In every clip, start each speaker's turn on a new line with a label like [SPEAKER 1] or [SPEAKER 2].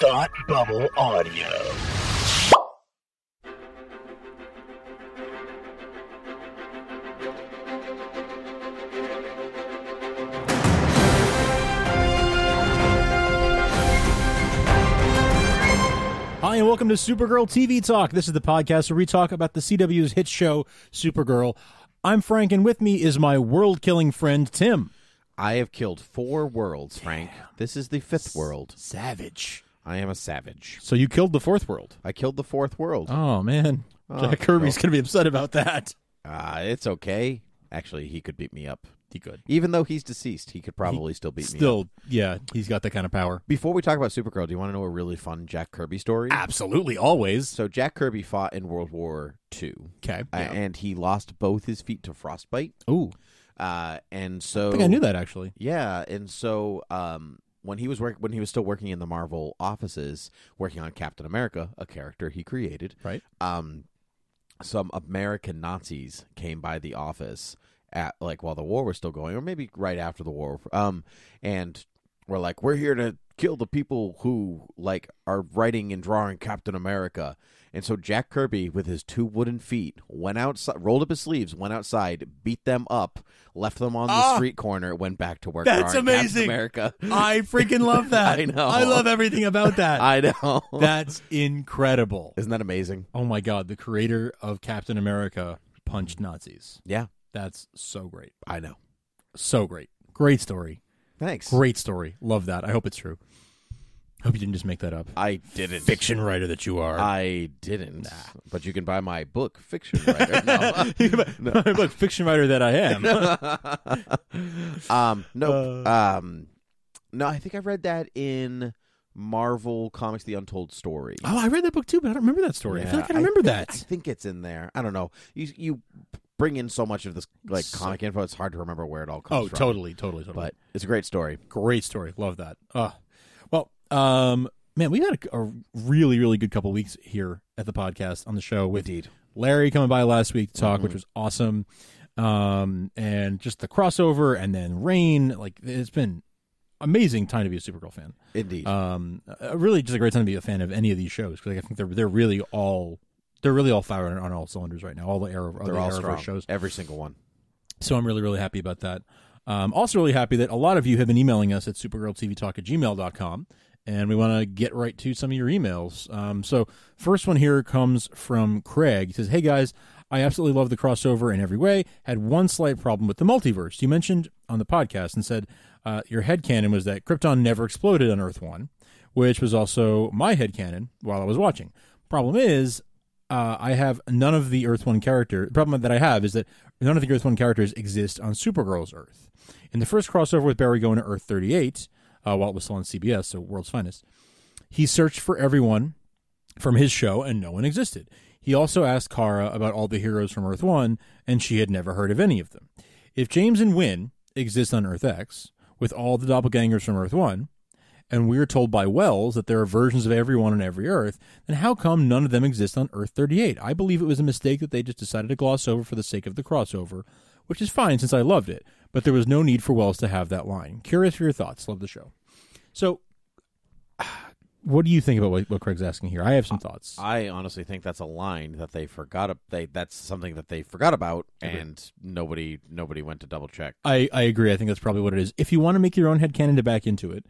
[SPEAKER 1] Thought Bubble Audio.
[SPEAKER 2] Hi, and welcome to Supergirl TV Talk. This is the podcast where we talk about the CW's hit show, Supergirl. I'm Frank, and with me is my world killing friend, Tim.
[SPEAKER 3] I have killed four worlds, Frank. This is the fifth world.
[SPEAKER 2] Savage.
[SPEAKER 3] I am a savage.
[SPEAKER 2] So you killed the fourth world.
[SPEAKER 3] I killed the fourth world.
[SPEAKER 2] Oh, man. Jack Kirby's going to be upset about that.
[SPEAKER 3] Ah, it's okay. Actually, he could beat me up.
[SPEAKER 2] He could.
[SPEAKER 3] Even though he's deceased, he could probably still beat me up.
[SPEAKER 2] Still, yeah, he's got that kind of power.
[SPEAKER 3] Before we talk about Supergirl, do you want to know a really fun Jack Kirby story?
[SPEAKER 2] Ah. Absolutely, always.
[SPEAKER 3] So Jack Kirby fought in World War II,
[SPEAKER 2] Okay.
[SPEAKER 3] uh, and he lost both his feet to frostbite.
[SPEAKER 2] Ooh,
[SPEAKER 3] Uh, and so
[SPEAKER 2] I think I knew that, actually.
[SPEAKER 3] Yeah, and so um, when he was work- when he was still working in the Marvel offices, working on Captain America, a character he created,
[SPEAKER 2] Right.
[SPEAKER 3] Um, some American Nazis came by the office at like while the war was still going, or maybe right after the war, um, and were like, "We're here to kill the people who like are writing and drawing Captain America." And so Jack Kirby, with his two wooden feet, went outside, rolled up his sleeves, went outside, beat them up, left them on the
[SPEAKER 2] Ah!
[SPEAKER 3] street corner, went back to work.
[SPEAKER 2] That's
[SPEAKER 3] drawing
[SPEAKER 2] amazing.
[SPEAKER 3] Captain America.
[SPEAKER 2] I freaking love that.
[SPEAKER 3] I know.
[SPEAKER 2] I love everything about that.
[SPEAKER 3] I know.
[SPEAKER 2] That's incredible.
[SPEAKER 3] Isn't that amazing?
[SPEAKER 2] Oh, my God. The creator of Captain America punched Nazis.
[SPEAKER 3] Yeah,
[SPEAKER 2] That's so great.
[SPEAKER 3] I know.
[SPEAKER 2] So great. Great story.
[SPEAKER 3] Thanks.
[SPEAKER 2] Great story. Love that. I hope it's true. Hope you didn't just make that up.
[SPEAKER 3] I didn't.
[SPEAKER 2] Fiction writer that you are.
[SPEAKER 3] I didn't. But you can buy my book, Fiction Writer. No.
[SPEAKER 2] Look, fiction writer that I am.
[SPEAKER 3] um, nope.
[SPEAKER 2] Uh.
[SPEAKER 3] um, no, I think I read that in Marvel Comics: The Untold Story.
[SPEAKER 2] Oh, I read that book too, but I don't remember that story. I feel
[SPEAKER 3] Yeah,
[SPEAKER 2] like I remember
[SPEAKER 3] think-
[SPEAKER 2] that.
[SPEAKER 3] I think it's in there. I don't know. You you bring in so much of this like
[SPEAKER 2] So-
[SPEAKER 3] comic info, it's hard to remember where it all comes
[SPEAKER 2] oh,
[SPEAKER 3] from.
[SPEAKER 2] totally, totally, totally.
[SPEAKER 3] But it's a great story.
[SPEAKER 2] Great story. Love that. Uh, well, um, man, we had a, a really, really good couple weeks here at the podcast on the show with
[SPEAKER 3] Indeed. Mm-hmm.
[SPEAKER 2] Larry coming by last week to talk, which was awesome. Um, and just the crossover and then rain. Like, it's been amazing time to be a Supergirl fan.
[SPEAKER 3] Indeed.
[SPEAKER 2] Um, uh, really just a great time to be a fan of any of these shows because like, I think they're, they're really all. They're really all firing on all cylinders right now. All the Arrow, all
[SPEAKER 3] They're
[SPEAKER 2] the
[SPEAKER 3] all
[SPEAKER 2] Arrowverse
[SPEAKER 3] strong.
[SPEAKER 2] shows.
[SPEAKER 3] Every single one.
[SPEAKER 2] So I'm really, really happy about that. Um, also, really happy that a lot of you have been emailing us at supergirltvtalk at gmail.com, and we want to get right to some of your emails. Um, so, first one here comes from Craig. He says, Hey guys, I absolutely love the crossover in every way. Had one slight problem with the multiverse. You mentioned on the podcast and said uh, your headcanon was that Krypton never exploded on Earth 1, which was also my headcanon while I was watching. Problem is, uh, I have none of the Earth One character. The problem that I have is that none of the Earth One characters exist on Supergirl's Earth. In the first crossover with Barry going to Earth 38, uh, while it was still on CBS, so World's Finest, he searched for everyone from his show and no one existed. He also asked Kara about all the heroes from Earth 1, and she had never heard of any of them. If James and Wynne exist on Earth X, with all the doppelgangers from Earth 1, and we're told by Wells that there are versions of everyone on every Earth, then how come none of them exist on Earth 38? I believe it was a mistake that they just decided to gloss over for the sake of the crossover, which is fine since I loved it, but there was no need for Wells to have that line. Curious for your thoughts. Love the show. So, what do you think about what, what Craig's asking here? I have some thoughts.
[SPEAKER 3] I honestly think that's a line that they forgot. ab- They that's something that they forgot about, and nobody nobody went to double check.
[SPEAKER 2] I, I agree. I think that's probably what it is. If you want to make your own headcanon to back into it,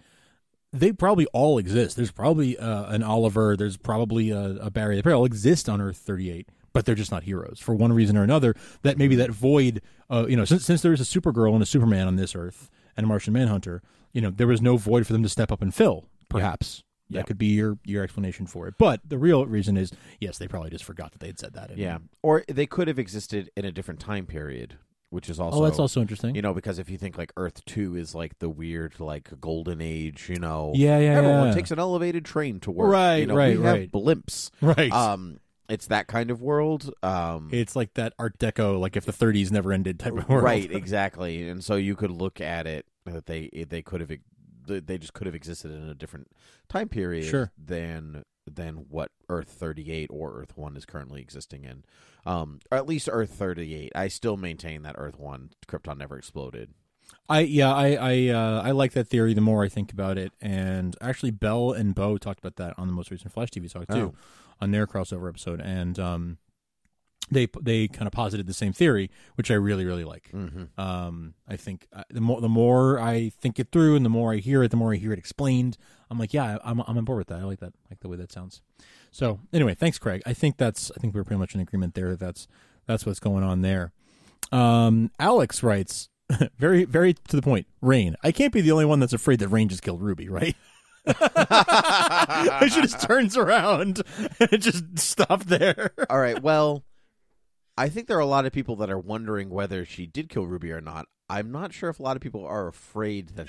[SPEAKER 2] they probably all exist. There's probably uh, an Oliver. There's probably a, a Barry. They probably all exist on Earth 38, but they're just not heroes for one reason or another. That maybe that void, uh, you know, since, since there is a Supergirl and a Superman on this Earth and a Martian Manhunter, you know, there was no void for them to step up and fill, perhaps. That
[SPEAKER 3] Yep.
[SPEAKER 2] could be your, your explanation for it. But the real reason is, yes, they probably just forgot that they had said that. And-
[SPEAKER 3] Yeah, or they could have existed in a different time period, which is also
[SPEAKER 2] oh, that's also interesting.
[SPEAKER 3] you know because if you think like Earth Two is like the weird like golden age, you know,
[SPEAKER 2] Yeah, yeah,
[SPEAKER 3] everyone
[SPEAKER 2] yeah.
[SPEAKER 3] takes an elevated train to work,
[SPEAKER 2] Right,
[SPEAKER 3] you know,
[SPEAKER 2] right,
[SPEAKER 3] we have
[SPEAKER 2] right.
[SPEAKER 3] blimps,
[SPEAKER 2] right.
[SPEAKER 3] Um, it's that kind of world. Um,
[SPEAKER 2] It's like that Art Deco, like if the 30s never ended type of world.
[SPEAKER 3] right, exactly, and so you could look at it that they they could have e, they just could have existed in a different time period
[SPEAKER 2] Sure.
[SPEAKER 3] than than what Earth thirty eight or Earth one is currently existing in, um, or at least Earth thirty eight. I still maintain that Earth one Krypton never exploded.
[SPEAKER 2] I yeah I I uh, I like that theory the more I think about it, and actually Bell and Bo talked about that on the most recent Flash TV talk too, on their crossover episode, and um, they they kind of posited the same theory, which I really really like.
[SPEAKER 3] Mm-hmm.
[SPEAKER 2] Um, I think uh, the more the more I think it through, and the more I hear it, the more I hear it explained. I'm like, yeah, I'm I'm on board with that. I like that, I like the way that sounds. So anyway, thanks, Craig. I think that's I think we're pretty much in agreement there. That's that's what's going on there. Um, Alex writes very very to the point. Rain. I can't be the only one that's afraid that Rain just killed Ruby, right? I should just turns around and it just stopped there.
[SPEAKER 3] All right. Well, I think there are a lot of people that are wondering whether she did kill Ruby or not. I'm not sure if a lot of people are afraid that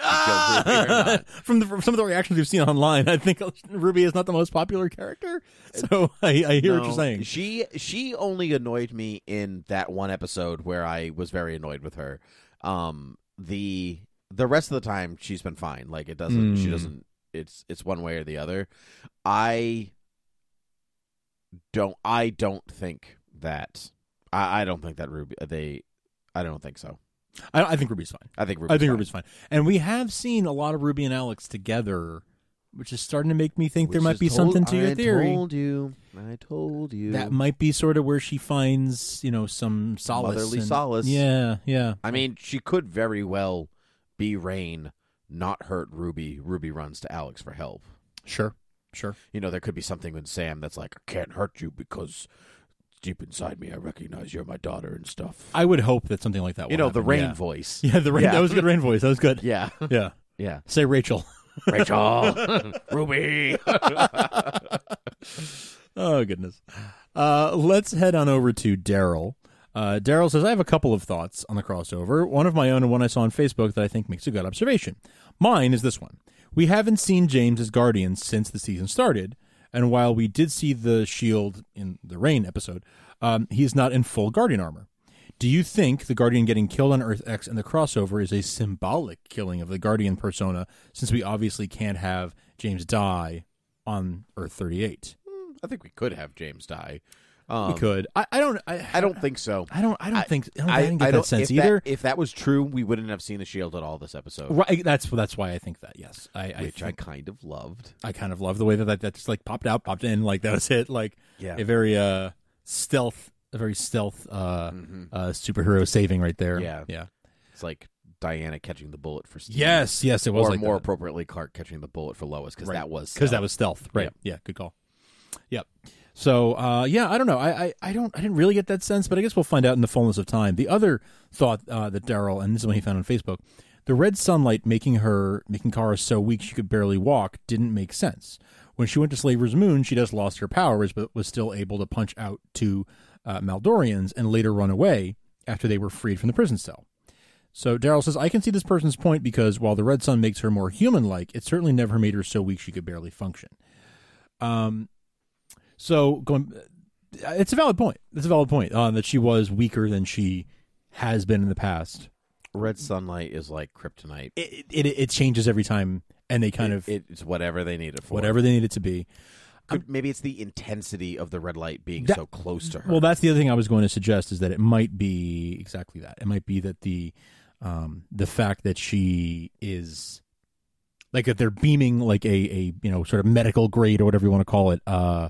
[SPEAKER 3] she killed Ruby or not.
[SPEAKER 2] from, the, from some of the reactions we've seen online, I think Ruby is not the most popular character. So I, I hear what
[SPEAKER 3] No,
[SPEAKER 2] you're saying.
[SPEAKER 3] She she only annoyed me in that one episode where I was very annoyed with her. Um the the rest of the time she's been fine. Like it doesn't she
[SPEAKER 2] Mm.
[SPEAKER 3] doesn't it's it's one way or the other. I don't I don't think that I, I don't think that Ruby uh, they I don't think so.
[SPEAKER 2] I, I think Ruby's fine.
[SPEAKER 3] I think Ruby
[SPEAKER 2] I think Ruby's fine. And we have seen a lot of Ruby and Alex together, which is starting to make me think there might be something to your
[SPEAKER 3] I
[SPEAKER 2] theory.
[SPEAKER 3] told you. I told you.
[SPEAKER 2] That might be sort of where she finds, you know, some solace.
[SPEAKER 3] Motherly
[SPEAKER 2] and-
[SPEAKER 3] solace.
[SPEAKER 2] Yeah, yeah.
[SPEAKER 3] I mean, she could very well be Rain, not hurt Ruby. Ruby runs to Alex for help.
[SPEAKER 2] Sure, sure.
[SPEAKER 3] You know, there could be something with Sam that's like, I can't hurt you because deep inside me, I recognize you're my daughter and stuff.
[SPEAKER 2] I would hope that something like that.
[SPEAKER 3] you
[SPEAKER 2] will
[SPEAKER 3] know, the
[SPEAKER 2] happen,
[SPEAKER 3] Rain
[SPEAKER 2] yeah.
[SPEAKER 3] voice.
[SPEAKER 2] Yeah, the rain.
[SPEAKER 3] Yeah.
[SPEAKER 2] That was a good rain voice. That was good.
[SPEAKER 3] Yeah.
[SPEAKER 2] Yeah.
[SPEAKER 3] Yeah.
[SPEAKER 2] Say Rachel.
[SPEAKER 3] Rachel, Ruby.
[SPEAKER 2] Oh goodness. Uh, let's head on over to Daryl. Uh, Daryl says, I have a couple of thoughts on the crossover, one of my own and one I saw on Facebook that I think makes a good observation. Mine is this one. We haven't seen James as Guardian since the season started, and while we did see the shield in the Rain episode, um, he is not in full Guardian armor. Do you think the Guardian getting killed on Earth X and the crossover is a symbolic killing of the Guardian persona, since we obviously can't have James die on Earth 38?
[SPEAKER 3] I think we could have James die.
[SPEAKER 2] We
[SPEAKER 3] Um,
[SPEAKER 2] could. I, I don't. I,
[SPEAKER 3] I don't think so.
[SPEAKER 2] I don't. I don't
[SPEAKER 3] I-
[SPEAKER 2] think. I don't, I, didn't get that sense
[SPEAKER 3] if
[SPEAKER 2] either.
[SPEAKER 3] if that was true, we wouldn't have seen the shield at all this episode,
[SPEAKER 2] right. That's that's why I think that. Yes. I. I,
[SPEAKER 3] which I
[SPEAKER 2] think-
[SPEAKER 3] kind of loved.
[SPEAKER 2] I kind of love the way that, that that just like popped out, popped in, like that was it. Like
[SPEAKER 3] Yeah.
[SPEAKER 2] a very uh stealth, a very stealth uh
[SPEAKER 3] Mhm.
[SPEAKER 2] uh superhero saving right there.
[SPEAKER 3] Yeah.
[SPEAKER 2] Yeah.
[SPEAKER 3] It's like Diana catching the bullet for Steve.
[SPEAKER 2] Yes. Yes. It was
[SPEAKER 3] or
[SPEAKER 2] like
[SPEAKER 3] more
[SPEAKER 2] that.
[SPEAKER 3] appropriately, Clark catching the bullet for Lois because
[SPEAKER 2] Right.
[SPEAKER 3] that was uh,
[SPEAKER 2] because that was stealth, right? Yeah, good call. Yep. So uh, yeah, I don't know. I, I I don't I didn't really get that sense, but I guess we'll find out in the fullness of time. The other thought uh, that Daryl and this is what he found on Facebook, the red sunlight making her making Kara so weak she could barely walk didn't make sense. When she went to Slaver's Moon, she just lost her powers, but was still able to punch out two uh, Maldorians and later run away after they were freed from the prison cell. So Daryl says, I can see this person's point because while the red sun makes her more human like, it certainly never made her so weak she could barely function. Um, so going, uh, it's a valid point. It's a valid point uh, that she was weaker than she has been in the past.
[SPEAKER 3] red sunlight is like kryptonite.
[SPEAKER 2] It it, it changes every time, and they kind
[SPEAKER 3] It-
[SPEAKER 2] of
[SPEAKER 3] it's whatever they need it for.
[SPEAKER 2] whatever they need it to be.
[SPEAKER 3] Could- Um, maybe it's the intensity of the red light being
[SPEAKER 2] That-
[SPEAKER 3] so close to her.
[SPEAKER 2] Well, that's the other thing I was going to suggest is that it might be exactly that. It might be that the um, the fact that she is like that they're beaming like a a you know sort of medical grade or whatever you want to call it uh,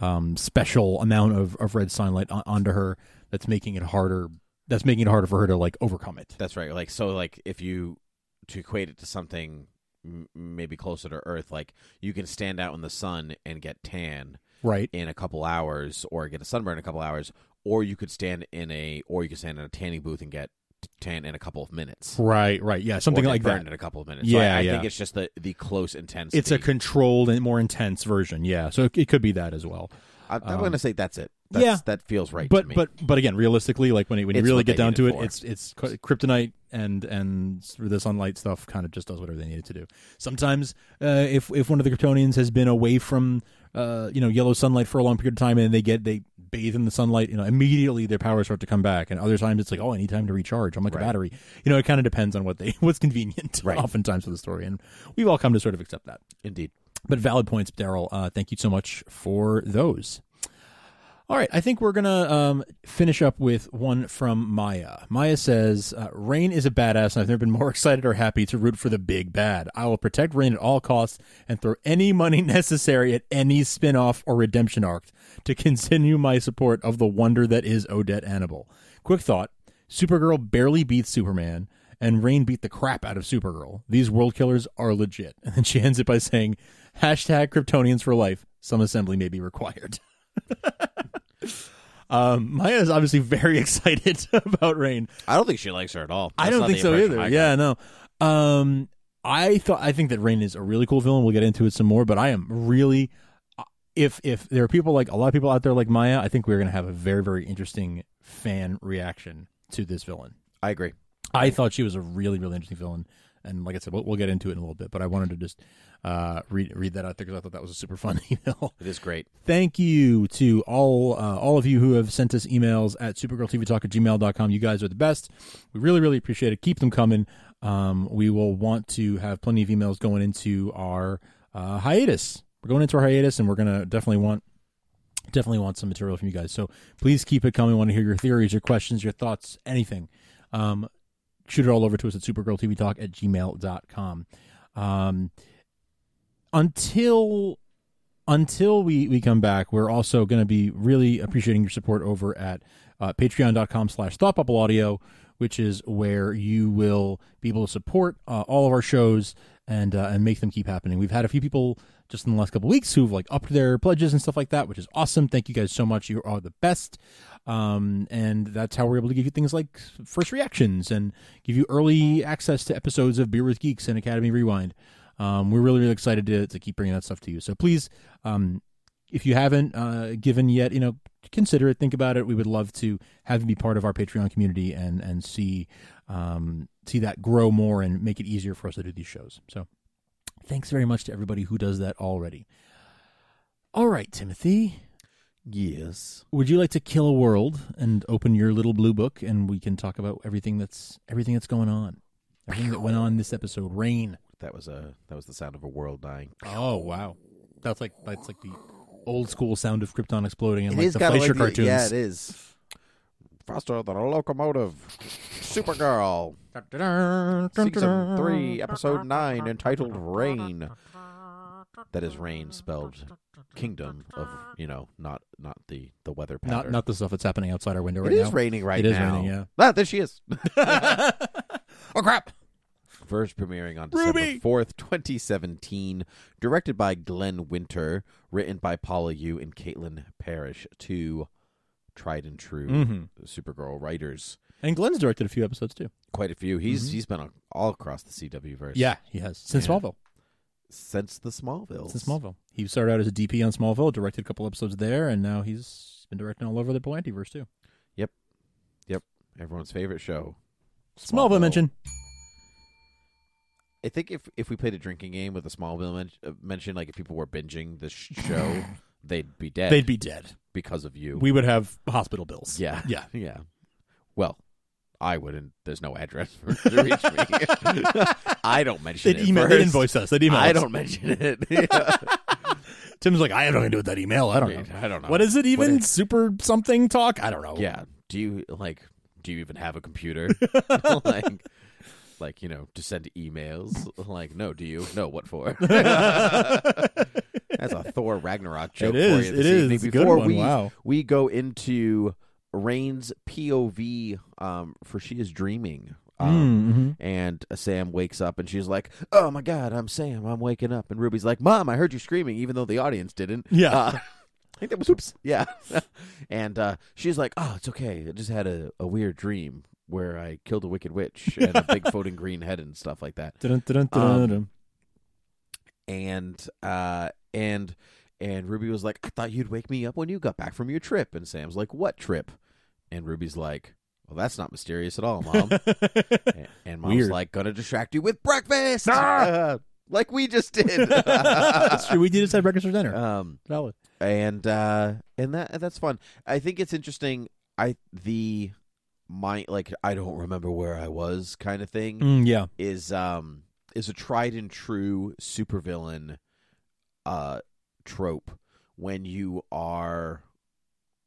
[SPEAKER 2] um, special amount of of red sunlight on, onto her that's making it harder. That's making it harder for her to like overcome it.
[SPEAKER 3] that's right. Like so, like if you to equate it to something m- maybe closer to Earth, like you can stand out in the sun and get tan
[SPEAKER 2] Right.
[SPEAKER 3] in a couple hours, or get a sunburn in a couple hours, or you could stand in a or you could stand in a tanning booth and get t- tan in a couple of minutes.
[SPEAKER 2] Right. Right. Yeah. Something
[SPEAKER 3] or get
[SPEAKER 2] like that.
[SPEAKER 3] burned in a couple of minutes. so
[SPEAKER 2] Yeah,
[SPEAKER 3] I, I
[SPEAKER 2] yeah.
[SPEAKER 3] think it's just the the close intensity.
[SPEAKER 2] It's a controlled and more intense version. Yeah. So it, it could be that as well.
[SPEAKER 3] I'm, I'm
[SPEAKER 2] Um,
[SPEAKER 3] going to say that's it. That's,
[SPEAKER 2] yeah.
[SPEAKER 3] that feels right.
[SPEAKER 2] but
[SPEAKER 3] to me.
[SPEAKER 2] but but again, realistically, like when, it, when you
[SPEAKER 3] It's
[SPEAKER 2] really
[SPEAKER 3] what
[SPEAKER 2] get
[SPEAKER 3] they
[SPEAKER 2] down
[SPEAKER 3] need
[SPEAKER 2] to
[SPEAKER 3] it
[SPEAKER 2] it,
[SPEAKER 3] for.
[SPEAKER 2] it's it's cr- kryptonite and and the sunlight stuff kind of just does whatever they need it to do. Sometimes, uh, if if one of the Kryptonians has been away from uh, you know yellow sunlight for a long period of time and they get they bathe in the sunlight, you know, immediately their powers start to come back. And other times it's like, oh, I need time to recharge. I'm like
[SPEAKER 3] Right.
[SPEAKER 2] a battery. You know, it kind of depends on what they what's convenient.
[SPEAKER 3] Right.
[SPEAKER 2] Oftentimes for the story, and we've all come to sort of accept that.
[SPEAKER 3] indeed,
[SPEAKER 2] But valid points, Daryl. Uh, thank you so much for those. All right, I think we're gonna um, finish up with one from Maya. Maya says, uh, "Rain is a badass, and I've never been more excited or happy to root for the big bad. I will protect Rain at all costs and throw any money necessary at any spin-off or redemption arc to continue my support of the wonder that is Odette Annable." Quick thought: Supergirl barely beats Superman, and Rain beat the crap out of Supergirl. These world killers are legit. And then she ends it by saying, "Hashtag Kryptonians for life. Some assembly may be required." Um, Maya is obviously very excited about Rain.
[SPEAKER 3] I don't think she likes her at all.
[SPEAKER 2] I
[SPEAKER 3] That's
[SPEAKER 2] don't
[SPEAKER 3] not
[SPEAKER 2] think
[SPEAKER 3] the
[SPEAKER 2] so
[SPEAKER 3] impression
[SPEAKER 2] either.
[SPEAKER 3] I got.
[SPEAKER 2] yeah, no. Um, I thought I think that Rain is a really cool villain. We'll get into it some more, but I am really uh, if if there are people like a lot of people out there like Maya, I think we're going to have a very very interesting fan reaction to this villain.
[SPEAKER 3] I agree.
[SPEAKER 2] I thought she was a really, really interesting villain, and like I said, we'll, we'll get into it in a little bit. But I wanted to just uh, read read that out there because I thought that was a super fun email.
[SPEAKER 3] It is great.
[SPEAKER 2] Thank you to all uh, all of you who have sent us emails at supergirltvtalk at gmail.com. You guys are the best. We really, really appreciate it. Keep them coming. Um, we will want to have plenty of emails going into our uh, hiatus. We're going into our hiatus, and we're going to definitely want definitely want some material from you guys. So please keep it coming. We want to hear your theories, your questions, your thoughts, anything. Um, shoot it all over to us at supergirltvtalk at gmail.com. Um, until until we, we come back, we're also going to be really appreciating your support over at uh, patreon.com slash thoughtbubbleaudio, which is where you will be able to support uh, all of our shows and uh, and make them keep happening. We've had a few people just in the last couple weeks who've like upped their pledges and stuff like that, which is awesome. Thank you guys so much. You are the best. Um, and that's how we're able to give you things like first reactions and give you early access to episodes of Beer with Geeks and Academy Rewind. Um, we're really, really excited to, to keep bringing that stuff to you. So please, um, if you haven't uh, given yet, you know, consider it, think about it. We would love to have you be part of our Patreon community and and see um, see that grow more and make it easier for us to do these shows. So thanks very much to everybody who does that already. All right, Timothy,
[SPEAKER 3] Yes.
[SPEAKER 2] would you like to kill a world and open your little blue book and we can talk about everything that's everything that's going on, everything that went on this episode. Rain.
[SPEAKER 3] That was a that was the sound of a world dying.
[SPEAKER 2] Oh wow, that's like that's like the old school sound of Krypton exploding and
[SPEAKER 3] It
[SPEAKER 2] like
[SPEAKER 3] is
[SPEAKER 2] the
[SPEAKER 3] kinda
[SPEAKER 2] Fleischer
[SPEAKER 3] like the-
[SPEAKER 2] cartoons.
[SPEAKER 3] Yeah, it is. Faster than a locomotive. Supergirl. Season 3, Episode 9, entitled Rain. That is rain spelled kingdom of, you know, not not the, the weather pattern.
[SPEAKER 2] Not not the stuff that's happening outside our window right
[SPEAKER 3] It
[SPEAKER 2] now.
[SPEAKER 3] is raining right
[SPEAKER 2] It
[SPEAKER 3] now.
[SPEAKER 2] is raining, yeah.
[SPEAKER 3] Ah, there she is.
[SPEAKER 2] oh crap!
[SPEAKER 3] Verge premiering on
[SPEAKER 2] Ruby!
[SPEAKER 3] December 4th, 2017. Directed by Glenn Winter. Written by Paula Yu and Caitlin Parrish. Two tried and true
[SPEAKER 2] Mhm.
[SPEAKER 3] Supergirl writers.
[SPEAKER 2] And Glenn's directed a few episodes too.
[SPEAKER 3] Quite a few. He's he's been on, all across the CW verse.
[SPEAKER 2] Yeah, he has since
[SPEAKER 3] Mm-hmm. Yeah.
[SPEAKER 2] Smallville.
[SPEAKER 3] Since the Smallville.
[SPEAKER 2] Since Smallville, he started out as a DP on Smallville, directed a couple episodes there, and now he's been directing all over the Palantiverse too.
[SPEAKER 3] Everyone's favorite show.
[SPEAKER 2] Smallville, mention.
[SPEAKER 3] I think if if we played a drinking game with a Smallville men- uh, mention, like if people were binging this sh- show, they'd be dead.
[SPEAKER 2] They'd be dead.
[SPEAKER 3] because of you.
[SPEAKER 2] We would have hospital bills.
[SPEAKER 3] yeah.
[SPEAKER 2] yeah.
[SPEAKER 3] Yeah. Well, I wouldn't. There's no address for to reach me. I don't mention
[SPEAKER 2] They'd
[SPEAKER 3] it.
[SPEAKER 2] email. They'd
[SPEAKER 3] first.
[SPEAKER 2] invoice us. They'd email.
[SPEAKER 3] I
[SPEAKER 2] us.
[SPEAKER 3] don't mention it. Yeah.
[SPEAKER 2] Tim's like, I have nothing to do with that email. I don't know.
[SPEAKER 3] I don't know.
[SPEAKER 2] What is it even?
[SPEAKER 3] What is-
[SPEAKER 2] Super something talk? I don't know.
[SPEAKER 3] Yeah. Do you like? Do you even have a computer? like, like you know, to send emails? Like, no. Do you? No. What for? That's a Thor Ragnarok joke.
[SPEAKER 2] It is,
[SPEAKER 3] For you
[SPEAKER 2] it
[SPEAKER 3] this
[SPEAKER 2] is.
[SPEAKER 3] evening.
[SPEAKER 2] It's a good
[SPEAKER 3] Before
[SPEAKER 2] one,
[SPEAKER 3] we
[SPEAKER 2] wow.
[SPEAKER 3] we go into Rain's POV um, for she is dreaming. Um,
[SPEAKER 2] Mm, mhm.
[SPEAKER 3] And Sam wakes up and she's like, "Oh my God, I'm Sam. I'm waking up." And Ruby's like, "Mom, I heard you screaming, even though the audience didn't."
[SPEAKER 2] Yeah.
[SPEAKER 3] Uh, I think that was oops. Yeah. and uh, she's like, "Oh, it's okay. I just had a, a weird dream where I killed a wicked witch and a big floating green head and stuff like that."
[SPEAKER 2] Dun, dun, dun, dun, dun.
[SPEAKER 3] and uh and and Ruby was like, "I thought you'd wake me up when you got back from your trip." And Sam's like, "What trip?" And Ruby's like, "Well, that's not mysterious at all, mom." and, and mom's
[SPEAKER 2] Weird.
[SPEAKER 3] like, "Gonna distract you with breakfast." Uh,
[SPEAKER 2] Ah!
[SPEAKER 3] like we just did.
[SPEAKER 2] That's true. We did just have breakfast for dinner.
[SPEAKER 3] um
[SPEAKER 2] Valid.
[SPEAKER 3] and uh and that that's fun. I think it's interesting I the my like I don't remember where I was kind of thing
[SPEAKER 2] Mm, yeah.
[SPEAKER 3] is um is a tried and true supervillain uh trope when you are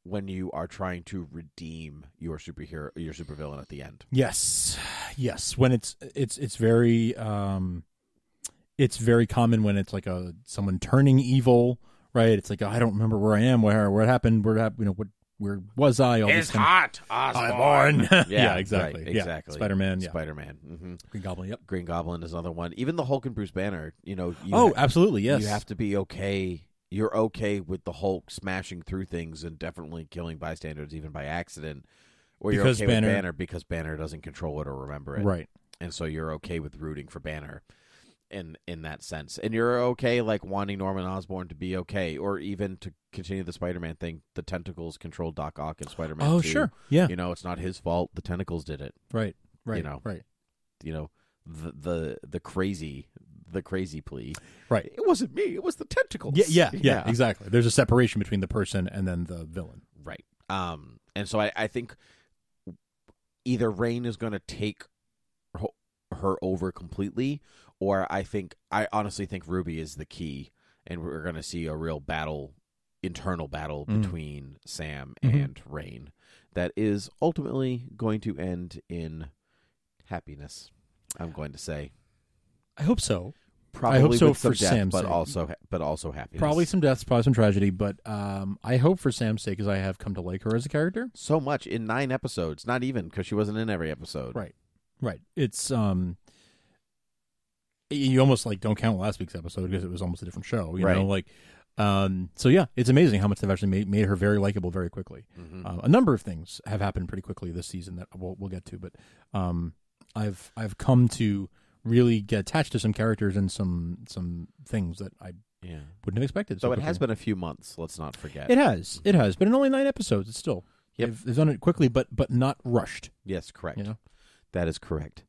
[SPEAKER 3] when you are trying to redeem your superhero, your supervillain at the end.
[SPEAKER 2] Yes, yes. When it's it's it's very um, it's very common when it's like a someone turning evil, right? It's like "Oh, I don't remember where I am, where what happened, where happened, you know what, where was I? All this kind
[SPEAKER 3] hot,
[SPEAKER 2] of- yeah, exactly,
[SPEAKER 3] right, exactly.
[SPEAKER 2] Yeah. Spider Man, yeah,
[SPEAKER 3] Spider Man. hmm
[SPEAKER 2] Green Goblin, yep.
[SPEAKER 3] Green Goblin is another one. Even the Hulk and Bruce Banner. You know. You
[SPEAKER 2] oh,
[SPEAKER 3] ha-
[SPEAKER 2] absolutely, yes.
[SPEAKER 3] You have to be okay. You're okay with the Hulk smashing through things and definitely killing bystanders, even by accident. Or you're
[SPEAKER 2] Because
[SPEAKER 3] okay
[SPEAKER 2] Banner-
[SPEAKER 3] with Banner because Banner doesn't control it or remember it.
[SPEAKER 2] right.
[SPEAKER 3] and so you're okay with rooting for Banner in in that sense, and you're okay like wanting Norman Osborn to be okay, or even to continue the Spider-Man thing. The tentacles control Doc Ock and Spider-Man.
[SPEAKER 2] Oh,
[SPEAKER 3] 2.
[SPEAKER 2] sure, yeah,
[SPEAKER 3] You know, it's not his fault. The tentacles did it.
[SPEAKER 2] right, right,
[SPEAKER 3] know.
[SPEAKER 2] right,
[SPEAKER 3] You know, the the the crazy the crazy plea.
[SPEAKER 2] right.
[SPEAKER 3] It wasn't me. It was the tentacles.
[SPEAKER 2] Yeah, yeah, yeah, exactly. There's a separation between the person and then the villain.
[SPEAKER 3] Right. Um, and so I, I think either Rain is going to take her, her over completely, or I think I honestly think Ruby is the key, and we're going to see a real battle, internal battle
[SPEAKER 2] Mm.
[SPEAKER 3] between Sam
[SPEAKER 2] Mhm.
[SPEAKER 3] and Rain that is ultimately going to end in happiness. I'm going to say
[SPEAKER 2] I hope so.
[SPEAKER 3] probably
[SPEAKER 2] hope so
[SPEAKER 3] with some
[SPEAKER 2] for
[SPEAKER 3] death,
[SPEAKER 2] Sam's
[SPEAKER 3] but
[SPEAKER 2] sake.
[SPEAKER 3] also but also happiness.
[SPEAKER 2] Probably some deaths, probably some tragedy, but um, I hope for Sam's sake, because I have come to like her as a character.
[SPEAKER 3] so much in nine episodes, not even because she wasn't in every episode.
[SPEAKER 2] Right. Right. It's um y- you almost like don't count last week's episode because it was almost a different show, you know,
[SPEAKER 3] Right.
[SPEAKER 2] like um so yeah, it's amazing how much they've actually made, made her very likable very quickly.
[SPEAKER 3] Mhm.
[SPEAKER 2] Uh, a number of things have happened pretty quickly this season that we'll, we'll get to, but um I've I've come to really get attached to some characters and some some things that I
[SPEAKER 3] Yeah.
[SPEAKER 2] wouldn't have expected.
[SPEAKER 3] So it has
[SPEAKER 2] quickly.
[SPEAKER 3] been a few months. Let's not forget.
[SPEAKER 2] It has. It has, but in only 9 episodes it's still
[SPEAKER 3] Yep.
[SPEAKER 2] They've, they've done it quickly but but not rushed,
[SPEAKER 3] yes, correct.
[SPEAKER 2] you know.
[SPEAKER 3] That is correct.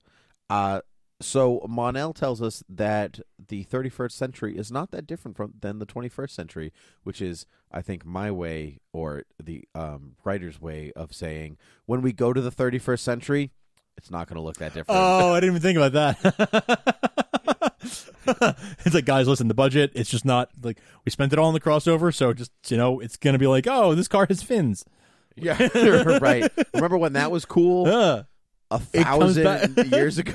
[SPEAKER 3] Uh, so Monel tells us that the 31st century is not that different from than the 21st century, which is, I think, my way or the um, writer's way of saying when we go to the 31st century, it's not going to look that different.
[SPEAKER 2] Oh, I didn't even think about that. it's like, guys, listen, the budget, it's just not like we spent it all on the crossover. So just, you know, it's going to be like, oh, this car has fins.
[SPEAKER 3] yeah, right. Remember when that was cool
[SPEAKER 2] Uh,
[SPEAKER 3] a
[SPEAKER 2] It comes
[SPEAKER 3] thousand
[SPEAKER 2] back-
[SPEAKER 3] years ago?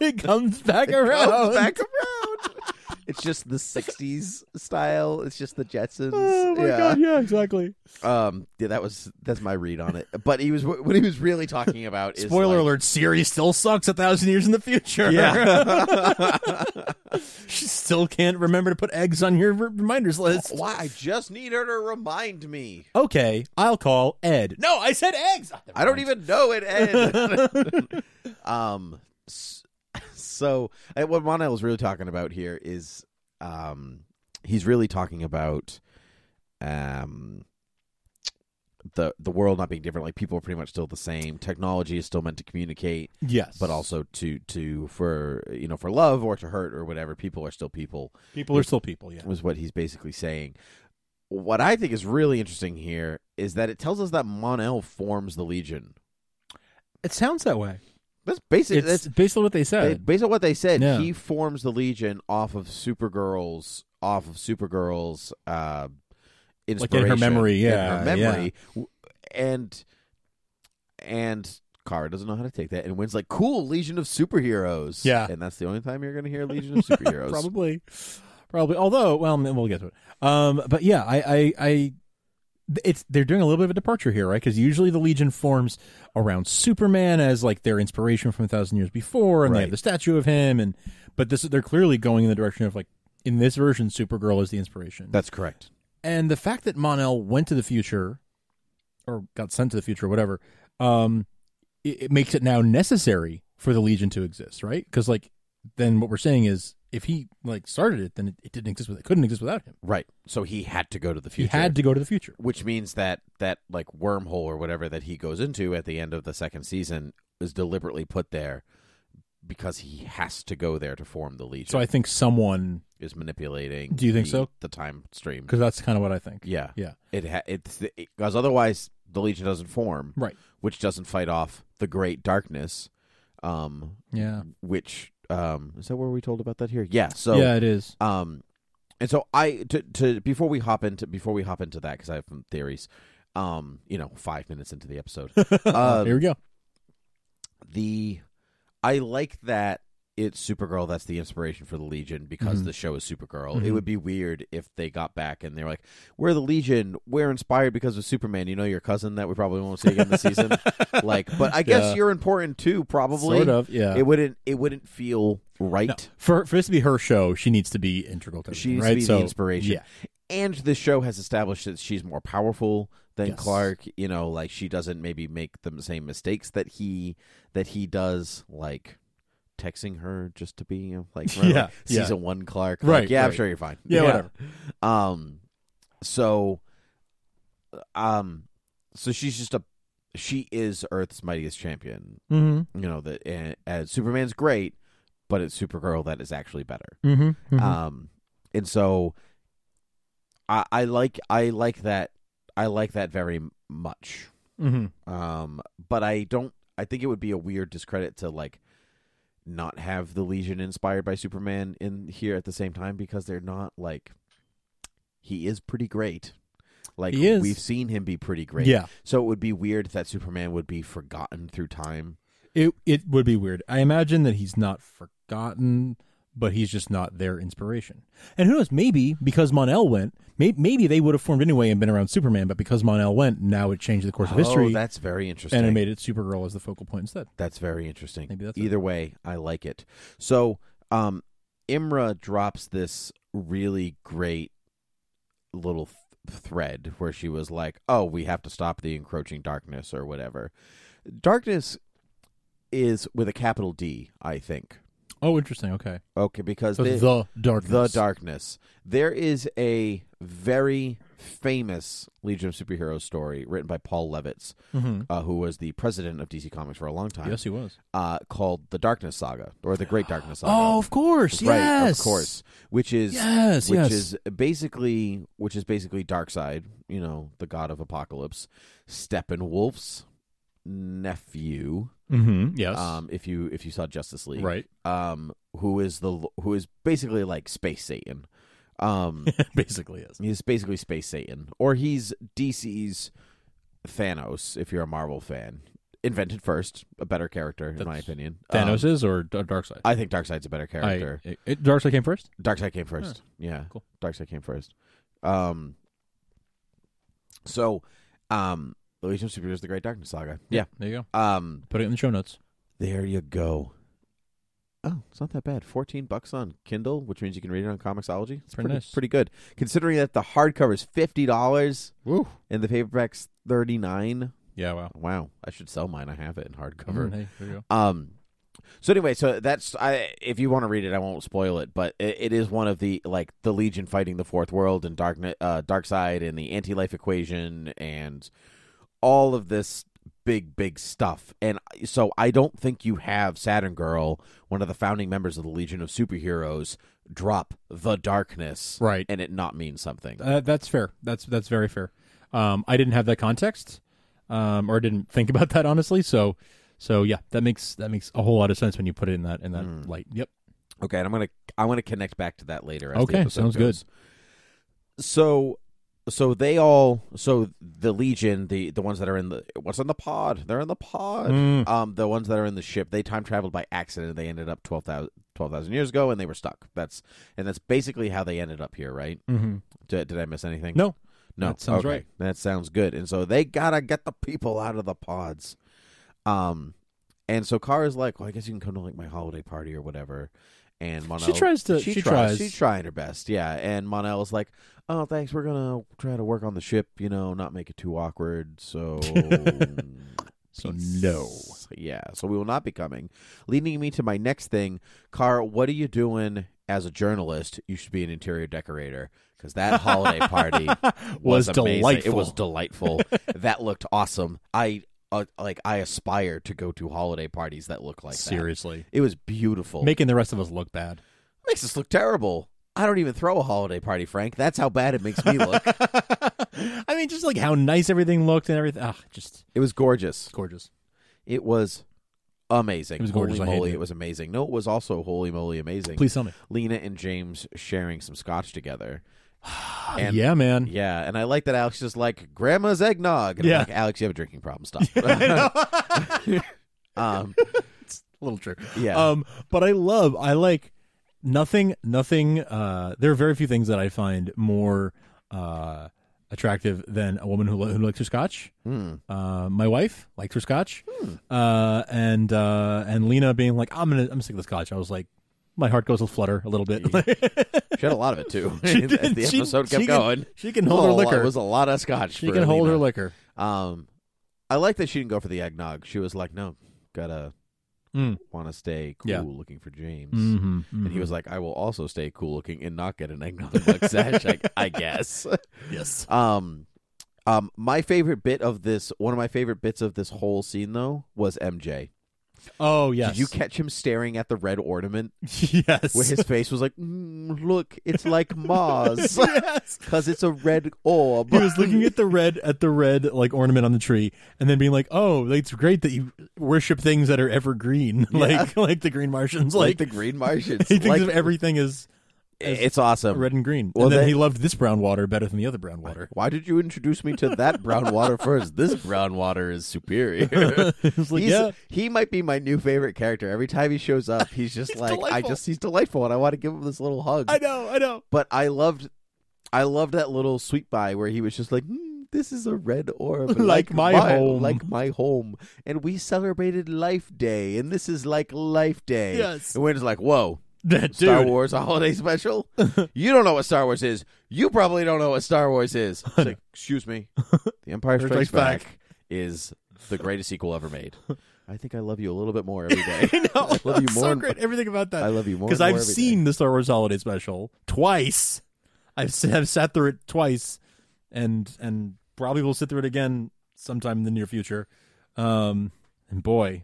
[SPEAKER 2] it comes back
[SPEAKER 3] It
[SPEAKER 2] around.
[SPEAKER 3] comes back around. it's just the '60s style. It's just the Jetsons.
[SPEAKER 2] Oh, my
[SPEAKER 3] yeah.
[SPEAKER 2] God. Yeah, exactly.
[SPEAKER 3] Um. Yeah. That was that's my read on it. But he was what he was really talking about. is
[SPEAKER 2] Spoiler
[SPEAKER 3] like-
[SPEAKER 2] alert, Siri still sucks a thousand years in the future.
[SPEAKER 3] Yeah.
[SPEAKER 2] she still can't remember to put eggs on your re- reminders list.
[SPEAKER 3] Why? I just need her to remind me.
[SPEAKER 2] Okay, I'll call Ed. No, I said eggs. Ah,
[SPEAKER 3] I don't even know it Ed. um. s- So and what Monel is really talking about here is um he's really talking about um the the world not being different like people are pretty much still the same technology is still meant to communicate
[SPEAKER 2] Yes.
[SPEAKER 3] but also to to for you know for love or to hurt or whatever people are still people
[SPEAKER 2] people are still people. Yeah.
[SPEAKER 3] was what he's basically saying what i think is really interesting here is that it tells us that monel forms the legion
[SPEAKER 2] It sounds that way.
[SPEAKER 3] that's basically
[SPEAKER 2] It's
[SPEAKER 3] that's
[SPEAKER 2] based on what they said.
[SPEAKER 3] ba- based on what they said
[SPEAKER 2] Yeah.
[SPEAKER 3] he forms the legion off of supergirl's off of supergirl's uh
[SPEAKER 2] Like in her
[SPEAKER 3] inspiration,
[SPEAKER 2] memory,
[SPEAKER 3] in her
[SPEAKER 2] yeah,
[SPEAKER 3] memory W- and and Kara doesn't know how to take that, and Wynn's like, "Cool, Legion of Superheroes."
[SPEAKER 2] Yeah.
[SPEAKER 3] and that's the only time you're going to hear Legion of Superheroes.
[SPEAKER 2] probably probably although well m- we'll get to it um but yeah i i i it's they're doing a little bit of a departure here right because usually the legion forms around superman as like their inspiration from a thousand years before and they have
[SPEAKER 3] Right.
[SPEAKER 2] the statue of him and but this they're clearly going in the direction of like in this version supergirl is the inspiration
[SPEAKER 3] That's correct.
[SPEAKER 2] and the fact that monel went to the future or got sent to the future whatever um it, it makes it now necessary for the Legion to exist, right? Because like then what we're saying is if he like started it, then it, it didn't exist. With, it couldn't exist without him.
[SPEAKER 3] Right. So he had to go to the
[SPEAKER 2] He
[SPEAKER 3] future.
[SPEAKER 2] had to go to the future.
[SPEAKER 3] which means that that like wormhole or whatever that he goes into at the end of the second season is deliberately put there because he has to go there to form the Legion.
[SPEAKER 2] So I think someone
[SPEAKER 3] is manipulating.
[SPEAKER 2] Do you think
[SPEAKER 3] the-
[SPEAKER 2] so?
[SPEAKER 3] The time stream.
[SPEAKER 2] because that's kind of what I think.
[SPEAKER 3] Yeah.
[SPEAKER 2] Yeah.
[SPEAKER 3] It ha- it's because otherwise the Legion doesn't form,
[SPEAKER 2] Right.
[SPEAKER 3] which doesn't fight off the Great Darkness. Um,
[SPEAKER 2] Yeah.
[SPEAKER 3] which um is that where we told about that here? Yeah. So
[SPEAKER 2] yeah, it is.
[SPEAKER 3] um, and so I to to before we hop into before we hop into that because I have some theories. Um, you know, five minutes into the episode, Um,
[SPEAKER 2] Here Uh, we go.
[SPEAKER 3] the I like that it's Supergirl that's the inspiration for the Legion because
[SPEAKER 2] Mhm.
[SPEAKER 3] the show is Supergirl. It
[SPEAKER 2] Mhm.
[SPEAKER 3] would be weird if they got back and they were like, "We're the Legion. We're inspired because of Superman." You know, your cousin that we probably won't see again this season. Like, but I guess
[SPEAKER 2] Yeah.
[SPEAKER 3] you're important too. Probably
[SPEAKER 2] sort of. Yeah.
[SPEAKER 3] It wouldn't. It wouldn't feel right.
[SPEAKER 2] No, for for this to be her show, she needs to be integral to it,
[SPEAKER 3] She needs
[SPEAKER 2] right?
[SPEAKER 3] to be
[SPEAKER 2] so
[SPEAKER 3] the inspiration.
[SPEAKER 2] yeah.
[SPEAKER 3] And the show has established that she's more powerful than
[SPEAKER 2] Yes.
[SPEAKER 3] Clark. You know, like she doesn't maybe make the same mistakes that he that he does, like texting her just to be you know, like, right,
[SPEAKER 2] Yeah,
[SPEAKER 3] like
[SPEAKER 2] yeah.
[SPEAKER 3] season one Clark.
[SPEAKER 2] Right,
[SPEAKER 3] Like, yeah, I'm
[SPEAKER 2] right.
[SPEAKER 3] sure you're fine.
[SPEAKER 2] yeah, whatever.
[SPEAKER 3] Um so um so she's just a she is Earth's mightiest champion.
[SPEAKER 2] Mm-hmm.
[SPEAKER 3] You know, that and, and Superman's great, but it's Supergirl that is actually better.
[SPEAKER 2] Mm-hmm.
[SPEAKER 3] Um, and so I, I like I like that I like that very much.
[SPEAKER 2] mm-hmm.
[SPEAKER 3] Um, but I don't. I think it would be a weird discredit to like not have the Legion inspired by Superman in here at the same time because they're not like he is pretty great. Like
[SPEAKER 2] He is.
[SPEAKER 3] we've seen him be pretty great.
[SPEAKER 2] Yeah.
[SPEAKER 3] So it would be weird that Superman would be forgotten through time.
[SPEAKER 2] It it would be weird. I imagine that he's not forgotten, but he's just not their inspiration. And who knows? Maybe because Monel went, may, maybe they would have formed anyway and been around Superman. But because Monel went, now it changed the course of
[SPEAKER 3] Oh,
[SPEAKER 2] history
[SPEAKER 3] that's very interesting.
[SPEAKER 2] and it made it Supergirl as the focal point instead.
[SPEAKER 3] That's very interesting.
[SPEAKER 2] Maybe that's it.
[SPEAKER 3] Either way, I like it. So, um, Imra drops this really great little th- thread where she was like, "Oh, we have to stop the encroaching darkness or whatever." Darkness is with a capital D, I think.
[SPEAKER 2] Oh, interesting. Okay,
[SPEAKER 3] Okay, because
[SPEAKER 2] so
[SPEAKER 3] they-
[SPEAKER 2] the darkness.
[SPEAKER 3] the darkness. There is a very famous Legion of Superheroes story written by Paul Levitz,
[SPEAKER 2] Mhm.
[SPEAKER 3] uh, who was the president of DC Comics for a long time
[SPEAKER 2] Yes, he was.
[SPEAKER 3] uh, called the Darkness Saga or the Great Darkness Saga.
[SPEAKER 2] Oh, of course.
[SPEAKER 3] right,
[SPEAKER 2] Yes,
[SPEAKER 3] of course. Which is
[SPEAKER 2] Yes,
[SPEAKER 3] which
[SPEAKER 2] yes.
[SPEAKER 3] is basically which is basically Darkseid, you know, the god of apocalypse, Steppenwolf's nephew.
[SPEAKER 2] Mm-hmm. Yes.
[SPEAKER 3] Um, if you if you saw Justice League,
[SPEAKER 2] right.
[SPEAKER 3] Um, who is the who is basically like space Satan. Um,
[SPEAKER 2] Basically, is.
[SPEAKER 3] he's basically space Satan, or he's DC's Thanos. If you're a Marvel fan, invented first, a better character in my
[SPEAKER 2] That's-
[SPEAKER 3] opinion. Um,
[SPEAKER 2] Thanos is or Dark Darkseid?
[SPEAKER 3] I think Darkseid's a better
[SPEAKER 2] I-
[SPEAKER 3] character.
[SPEAKER 2] it, it- Darkseid came first.
[SPEAKER 3] Darkseid came first. Yeah.
[SPEAKER 2] cool.
[SPEAKER 3] Darkseid came first. Um So um The Legion of Superheroes the Great Darkness Saga. Yeah.
[SPEAKER 2] There you go.
[SPEAKER 3] Um
[SPEAKER 2] Put it in the show notes.
[SPEAKER 3] there you go. Oh, it's not that bad. Fourteen bucks on Kindle, which means you can read it on Comixology. It's
[SPEAKER 2] Pretty
[SPEAKER 3] pretty
[SPEAKER 2] nice.
[SPEAKER 3] pretty good. Considering that the hardcover's fifty dollars
[SPEAKER 2] Woo.
[SPEAKER 3] and the paperback's thirty nine.
[SPEAKER 2] Yeah. Wow.
[SPEAKER 3] Wow. I should sell mine. I have it in hardcover.
[SPEAKER 2] Cover. Mm, Hey, there you go.
[SPEAKER 3] Um. So anyway, so that's I. If you want to read it, I won't spoil it. But it, it is one of the like the Legion fighting the Fourth World and Dark uh, Dark Side and the Anti Life Equation and all of this big big stuff. And so I don't think you have Saturn Girl, one of the founding members of the Legion of Superheroes, drop the darkness
[SPEAKER 2] Right.
[SPEAKER 3] and it not mean something.
[SPEAKER 2] Uh, that's fair. That's that's very fair. Um, I didn't have that context, um, or didn't think about that honestly. So, so yeah, that makes that makes a whole lot of sense when you put it in that in that light. Yep.
[SPEAKER 3] Okay, and I'm gonna I want to connect back to that later. As the
[SPEAKER 2] Okay,
[SPEAKER 3] episode
[SPEAKER 2] sounds
[SPEAKER 3] goes. So, so they all so the Legion, the the ones that are in the what's on the pod, they're in the pod.
[SPEAKER 2] Mm.
[SPEAKER 3] Um, the ones that are in the ship, they time traveled by accident. They ended up 12,000 12,000 years ago, and they were stuck. That's and that's basically how they ended up here, right?
[SPEAKER 2] Mm-hmm.
[SPEAKER 3] Did, did I miss anything?
[SPEAKER 2] No.
[SPEAKER 3] no,
[SPEAKER 2] that sounds
[SPEAKER 3] okay.
[SPEAKER 2] right.
[SPEAKER 3] That sounds good. And so they gotta get the people out of the pods. Um, and so Kara's like, well, I guess you can come to like my holiday party or whatever. And Monel,
[SPEAKER 2] tries to- she tries.
[SPEAKER 3] She's trying her best, yeah. And Monel's like, "Oh, thanks. We're gonna try to work on the ship, you know, not make it too awkward." So,
[SPEAKER 2] So
[SPEAKER 3] peace.
[SPEAKER 2] no.
[SPEAKER 3] yeah. So we will not be coming. Leading me to my next thing, Kara. What are you doing as a journalist? You should be an interior decorator because that holiday party
[SPEAKER 2] was,
[SPEAKER 3] amazing.
[SPEAKER 2] delightful.
[SPEAKER 3] It was delightful. that looked awesome. I uh, like I aspire to go to holiday parties that look like
[SPEAKER 2] seriously
[SPEAKER 3] that. It was beautiful.
[SPEAKER 2] making the rest of us look bad.
[SPEAKER 3] makes us look terrible. I don't even throw a holiday party, Frank. That's how bad it makes me look.
[SPEAKER 2] I mean, just like how nice everything looked and everything. Ah, just
[SPEAKER 3] it was gorgeous.
[SPEAKER 2] gorgeous.
[SPEAKER 3] It was amazing.
[SPEAKER 2] It was gorgeous. I
[SPEAKER 3] Holy
[SPEAKER 2] hated
[SPEAKER 3] moly,
[SPEAKER 2] it.
[SPEAKER 3] it was amazing. No, it was also holy moly amazing.
[SPEAKER 2] Please tell me.
[SPEAKER 3] Lena and James sharing some scotch together. And-
[SPEAKER 2] yeah, man.
[SPEAKER 3] Yeah, and I like that Alex is like grandma's eggnog. And I'm
[SPEAKER 2] Mm-hmm. Yeah.
[SPEAKER 3] like, Alex, you have a drinking problem. Stop. um,
[SPEAKER 2] A little true.
[SPEAKER 3] yeah,
[SPEAKER 2] Um, but I love, I like nothing, nothing. Uh, there are very few things that I find more uh, attractive than a woman who, li- who likes her scotch.
[SPEAKER 3] Hmm.
[SPEAKER 2] Uh, my wife liked her scotch, uh, and uh, and Lena being like, "I'm gonna, I'm sick of the scotch." I was like, my heart goes a flutter a little bit.
[SPEAKER 3] she had a lot of it too. As
[SPEAKER 2] did.
[SPEAKER 3] the
[SPEAKER 2] She-
[SPEAKER 3] episode
[SPEAKER 2] she
[SPEAKER 3] kept
[SPEAKER 2] can-
[SPEAKER 3] going.
[SPEAKER 2] she can hold her
[SPEAKER 3] Oh,
[SPEAKER 2] liquor.
[SPEAKER 3] It was a lot of scotch.
[SPEAKER 2] she
[SPEAKER 3] for
[SPEAKER 2] can hold her
[SPEAKER 3] Alina.
[SPEAKER 2] liquor.
[SPEAKER 3] Um, I like that she didn't go for the eggnog. She was like, no, gotta
[SPEAKER 2] Mm.
[SPEAKER 3] want to stay cool
[SPEAKER 2] Yeah.
[SPEAKER 3] looking for James.
[SPEAKER 2] Mm-hmm,
[SPEAKER 3] And he was like, I will also stay cool looking and not get an eggnog mug sash, I, I guess.
[SPEAKER 2] yes.
[SPEAKER 3] Um, um, my favorite bit of this, one of my favorite bits of this whole scene, though, was MJ.
[SPEAKER 2] Oh yes.
[SPEAKER 3] Did you catch him staring at the red ornament
[SPEAKER 2] yes.
[SPEAKER 3] where his face was like, mm, look, it's like Mars
[SPEAKER 2] yes.
[SPEAKER 3] because it's a red orb.
[SPEAKER 2] He was looking at the red at the red like ornament on the tree, and then being like, "Oh, it's great that you worship things that are evergreen, like like the Green Martians. Like,
[SPEAKER 3] like the Green Martians.
[SPEAKER 2] he thinks
[SPEAKER 3] like,
[SPEAKER 2] of everything as
[SPEAKER 3] it's awesome.
[SPEAKER 2] red and green.
[SPEAKER 3] Well,
[SPEAKER 2] and then
[SPEAKER 3] they-
[SPEAKER 2] he loved this brown water better than the other brown water.
[SPEAKER 3] Why did you introduce me to that brown water first? This brown water is superior.
[SPEAKER 2] It's like,
[SPEAKER 3] He's-
[SPEAKER 2] yeah,
[SPEAKER 3] He might be my new favorite character. Every time he shows up, he's just like, I
[SPEAKER 2] delightful.
[SPEAKER 3] just, he's delightful, and I want to give him this little hug.
[SPEAKER 2] I know, I know.
[SPEAKER 3] but I loved, I loved that little sweet by where he was just like, "Hmm, this is a red orb,
[SPEAKER 2] Like my
[SPEAKER 3] mine-
[SPEAKER 2] home."
[SPEAKER 3] like my home, and we celebrated Life Day, and this is like Life Day.
[SPEAKER 2] Yes.
[SPEAKER 3] and we're just like, whoa.
[SPEAKER 2] That dude.
[SPEAKER 3] Star Wars a holiday special? you don't know what Star Wars is. You probably don't know what Star Wars is. It's like, excuse me. The Empire Strikes
[SPEAKER 2] Strikes
[SPEAKER 3] Back,
[SPEAKER 2] Back.
[SPEAKER 3] is the greatest sequel ever made. I think I love you a little bit more every day.
[SPEAKER 2] I know.
[SPEAKER 3] love you
[SPEAKER 2] so
[SPEAKER 3] more and-
[SPEAKER 2] great. Everything about
[SPEAKER 3] I
[SPEAKER 2] that.
[SPEAKER 3] love you more
[SPEAKER 2] Because
[SPEAKER 3] and
[SPEAKER 2] I've
[SPEAKER 3] more every day.
[SPEAKER 2] seen the Star Wars Holiday Special twice. I've s- have sat through it twice, and and probably will sit through it again sometime in the near future. Um, and boy,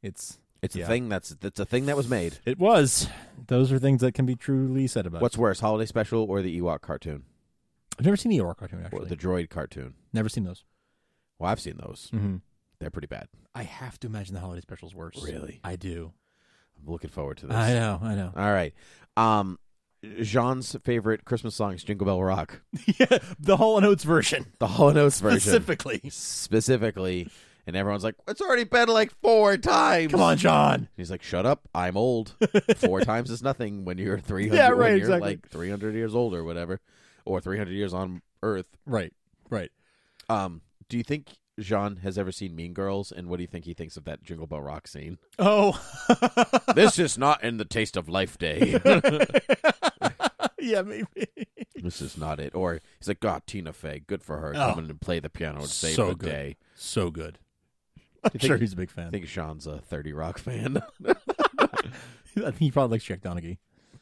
[SPEAKER 2] it's
[SPEAKER 3] It's a
[SPEAKER 2] Yeah.
[SPEAKER 3] thing that's that's a thing that was made.
[SPEAKER 2] it was. Those are things that can be truly said about.
[SPEAKER 3] What's
[SPEAKER 2] it.
[SPEAKER 3] worse, holiday special or the Ewok cartoon
[SPEAKER 2] I've never seen the Eeyore cartoon
[SPEAKER 3] or
[SPEAKER 2] actually.
[SPEAKER 3] the droid cartoon?
[SPEAKER 2] Never seen those.
[SPEAKER 3] Well, I've seen those.
[SPEAKER 2] Mm-hmm.
[SPEAKER 3] They're pretty bad.
[SPEAKER 2] I have to imagine the holiday special's worse.
[SPEAKER 3] Really?
[SPEAKER 2] I do.
[SPEAKER 3] I'm looking forward to this.
[SPEAKER 2] I know. I know.
[SPEAKER 3] All right. Um Jean's favorite Christmas song is Jingle Bell Rock,
[SPEAKER 2] yeah, the Hall and Oates version
[SPEAKER 3] the Hall & Oates version.
[SPEAKER 2] specifically.
[SPEAKER 3] specifically, and everyone's like, "It's already been like four times."
[SPEAKER 2] Come on, John.
[SPEAKER 3] And he's like, "Shut up! I'm old. Four times is nothing when you're 300.
[SPEAKER 2] Yeah, right,
[SPEAKER 3] When you're
[SPEAKER 2] exactly.
[SPEAKER 3] like 300 years old or whatever, or 300 years on Earth."
[SPEAKER 2] Right. Right.
[SPEAKER 3] Um, do you think Jean has ever seen Mean Girls, and what do you think he thinks of that Jingle Bell Rock scene?
[SPEAKER 2] Oh.
[SPEAKER 3] this is not in the Taste of Life Day.
[SPEAKER 2] yeah, maybe.
[SPEAKER 3] this is not it. Or he's like, "God, Tina Fey, good for her
[SPEAKER 2] Oh.
[SPEAKER 3] coming to play the piano and save
[SPEAKER 2] So
[SPEAKER 3] the
[SPEAKER 2] good.
[SPEAKER 3] day."
[SPEAKER 2] So good.
[SPEAKER 3] You
[SPEAKER 2] I'm
[SPEAKER 3] think-
[SPEAKER 2] sure he's a big
[SPEAKER 3] I
[SPEAKER 2] fan.
[SPEAKER 3] think Sean's a 30 Rock fan.
[SPEAKER 2] I think he probably likes Jack Donaghy.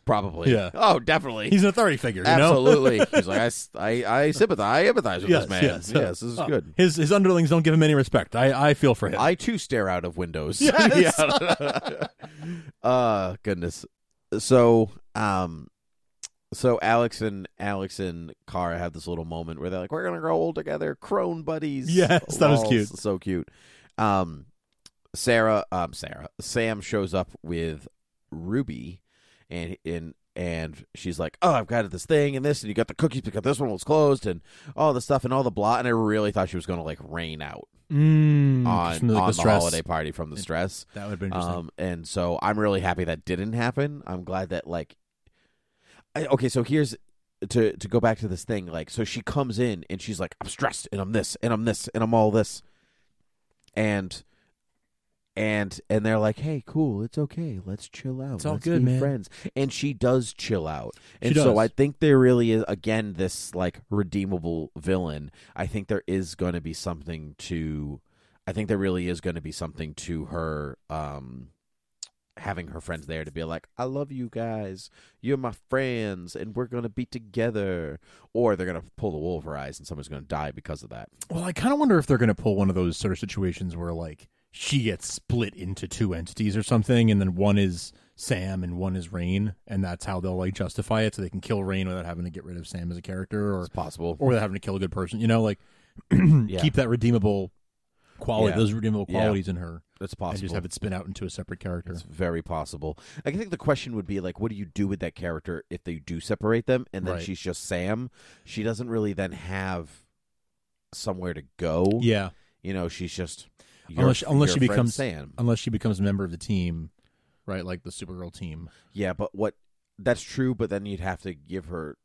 [SPEAKER 3] Probably.
[SPEAKER 2] Yeah.
[SPEAKER 3] Oh, definitely.
[SPEAKER 2] He's an authority figure, you know?
[SPEAKER 3] Absolutely. He's like, I, s- I- I sympathize. I empathize with
[SPEAKER 2] Yes,
[SPEAKER 3] this man.
[SPEAKER 2] yes.
[SPEAKER 3] Yes, this is
[SPEAKER 2] Oh,
[SPEAKER 3] good.
[SPEAKER 2] His his underlings don't give him any respect. I, I feel for him.
[SPEAKER 3] I too stare out of windows.
[SPEAKER 2] Yes.
[SPEAKER 3] Yeah. uh goodness. So um so Alex and Alex and Kara have this little moment where they're like, We're gonna grow old together, crone buddies.
[SPEAKER 2] Yes, that was
[SPEAKER 3] Lols.
[SPEAKER 2] cute.
[SPEAKER 3] So cute. Um Sarah um Sarah. Sam shows up with Ruby and and and she's like, "Oh, I've got this thing and this, and you got the cookies because this one was closed, and all the stuff and all the blah." And I really thought she was going to like rain out
[SPEAKER 2] Mm,
[SPEAKER 3] on,
[SPEAKER 2] just from, like,
[SPEAKER 3] on the,
[SPEAKER 2] stress.
[SPEAKER 3] holiday party from the
[SPEAKER 2] Yeah.
[SPEAKER 3] stress.
[SPEAKER 2] That would have been interesting.
[SPEAKER 3] Um, and so I'm really happy that didn't happen. I'm glad that like, I, okay, so here's to to go back to this thing. Like, so she comes in and she's like, I'm stressed and I'm this and I'm this and I'm all this, and and and they're like, hey, cool, it's okay, let's chill out,
[SPEAKER 2] It's all
[SPEAKER 3] Let's
[SPEAKER 2] good,
[SPEAKER 3] be
[SPEAKER 2] man."
[SPEAKER 3] friends. And she does chill out,
[SPEAKER 2] She
[SPEAKER 3] and so
[SPEAKER 2] does.
[SPEAKER 3] I think there really is again this like redeemable villain. I think there is going to be something to I think there really is going to be something to her um, having her friends there to be like, I love you guys. You're my friends, and we're going to be together. Or they're going to pull the wool over her eyes, and someone's going to die because of that.
[SPEAKER 2] Well, I kind of wonder if they're going to pull one of those sort of situations where like she gets split into two entities or something, and then one is Sam and one is Rain, and that's how they'll like justify it, so they can kill Rain without having to get rid of Sam as a character, or
[SPEAKER 3] It's possible.
[SPEAKER 2] or without having to kill a good person. You know, like
[SPEAKER 3] Yeah.
[SPEAKER 2] keep that redeemable quality,
[SPEAKER 3] Yeah.
[SPEAKER 2] those redeemable
[SPEAKER 3] Yeah.
[SPEAKER 2] qualities in her,
[SPEAKER 3] That's
[SPEAKER 2] and
[SPEAKER 3] possible.
[SPEAKER 2] just have it spin out into a separate character.
[SPEAKER 3] It's very possible. I think the question would be like, what do you do with that character if they do separate them, and then
[SPEAKER 2] Right.
[SPEAKER 3] she's just Sam? She doesn't really then have somewhere to go.
[SPEAKER 2] Yeah,
[SPEAKER 3] you know, she's just your-
[SPEAKER 2] unless unless
[SPEAKER 3] your
[SPEAKER 2] she
[SPEAKER 3] friend
[SPEAKER 2] becomes
[SPEAKER 3] Sam.
[SPEAKER 2] unless she becomes a member of the team, right? Like the Supergirl team,
[SPEAKER 3] Yeah, but what? That's true. But then you'd have to give her.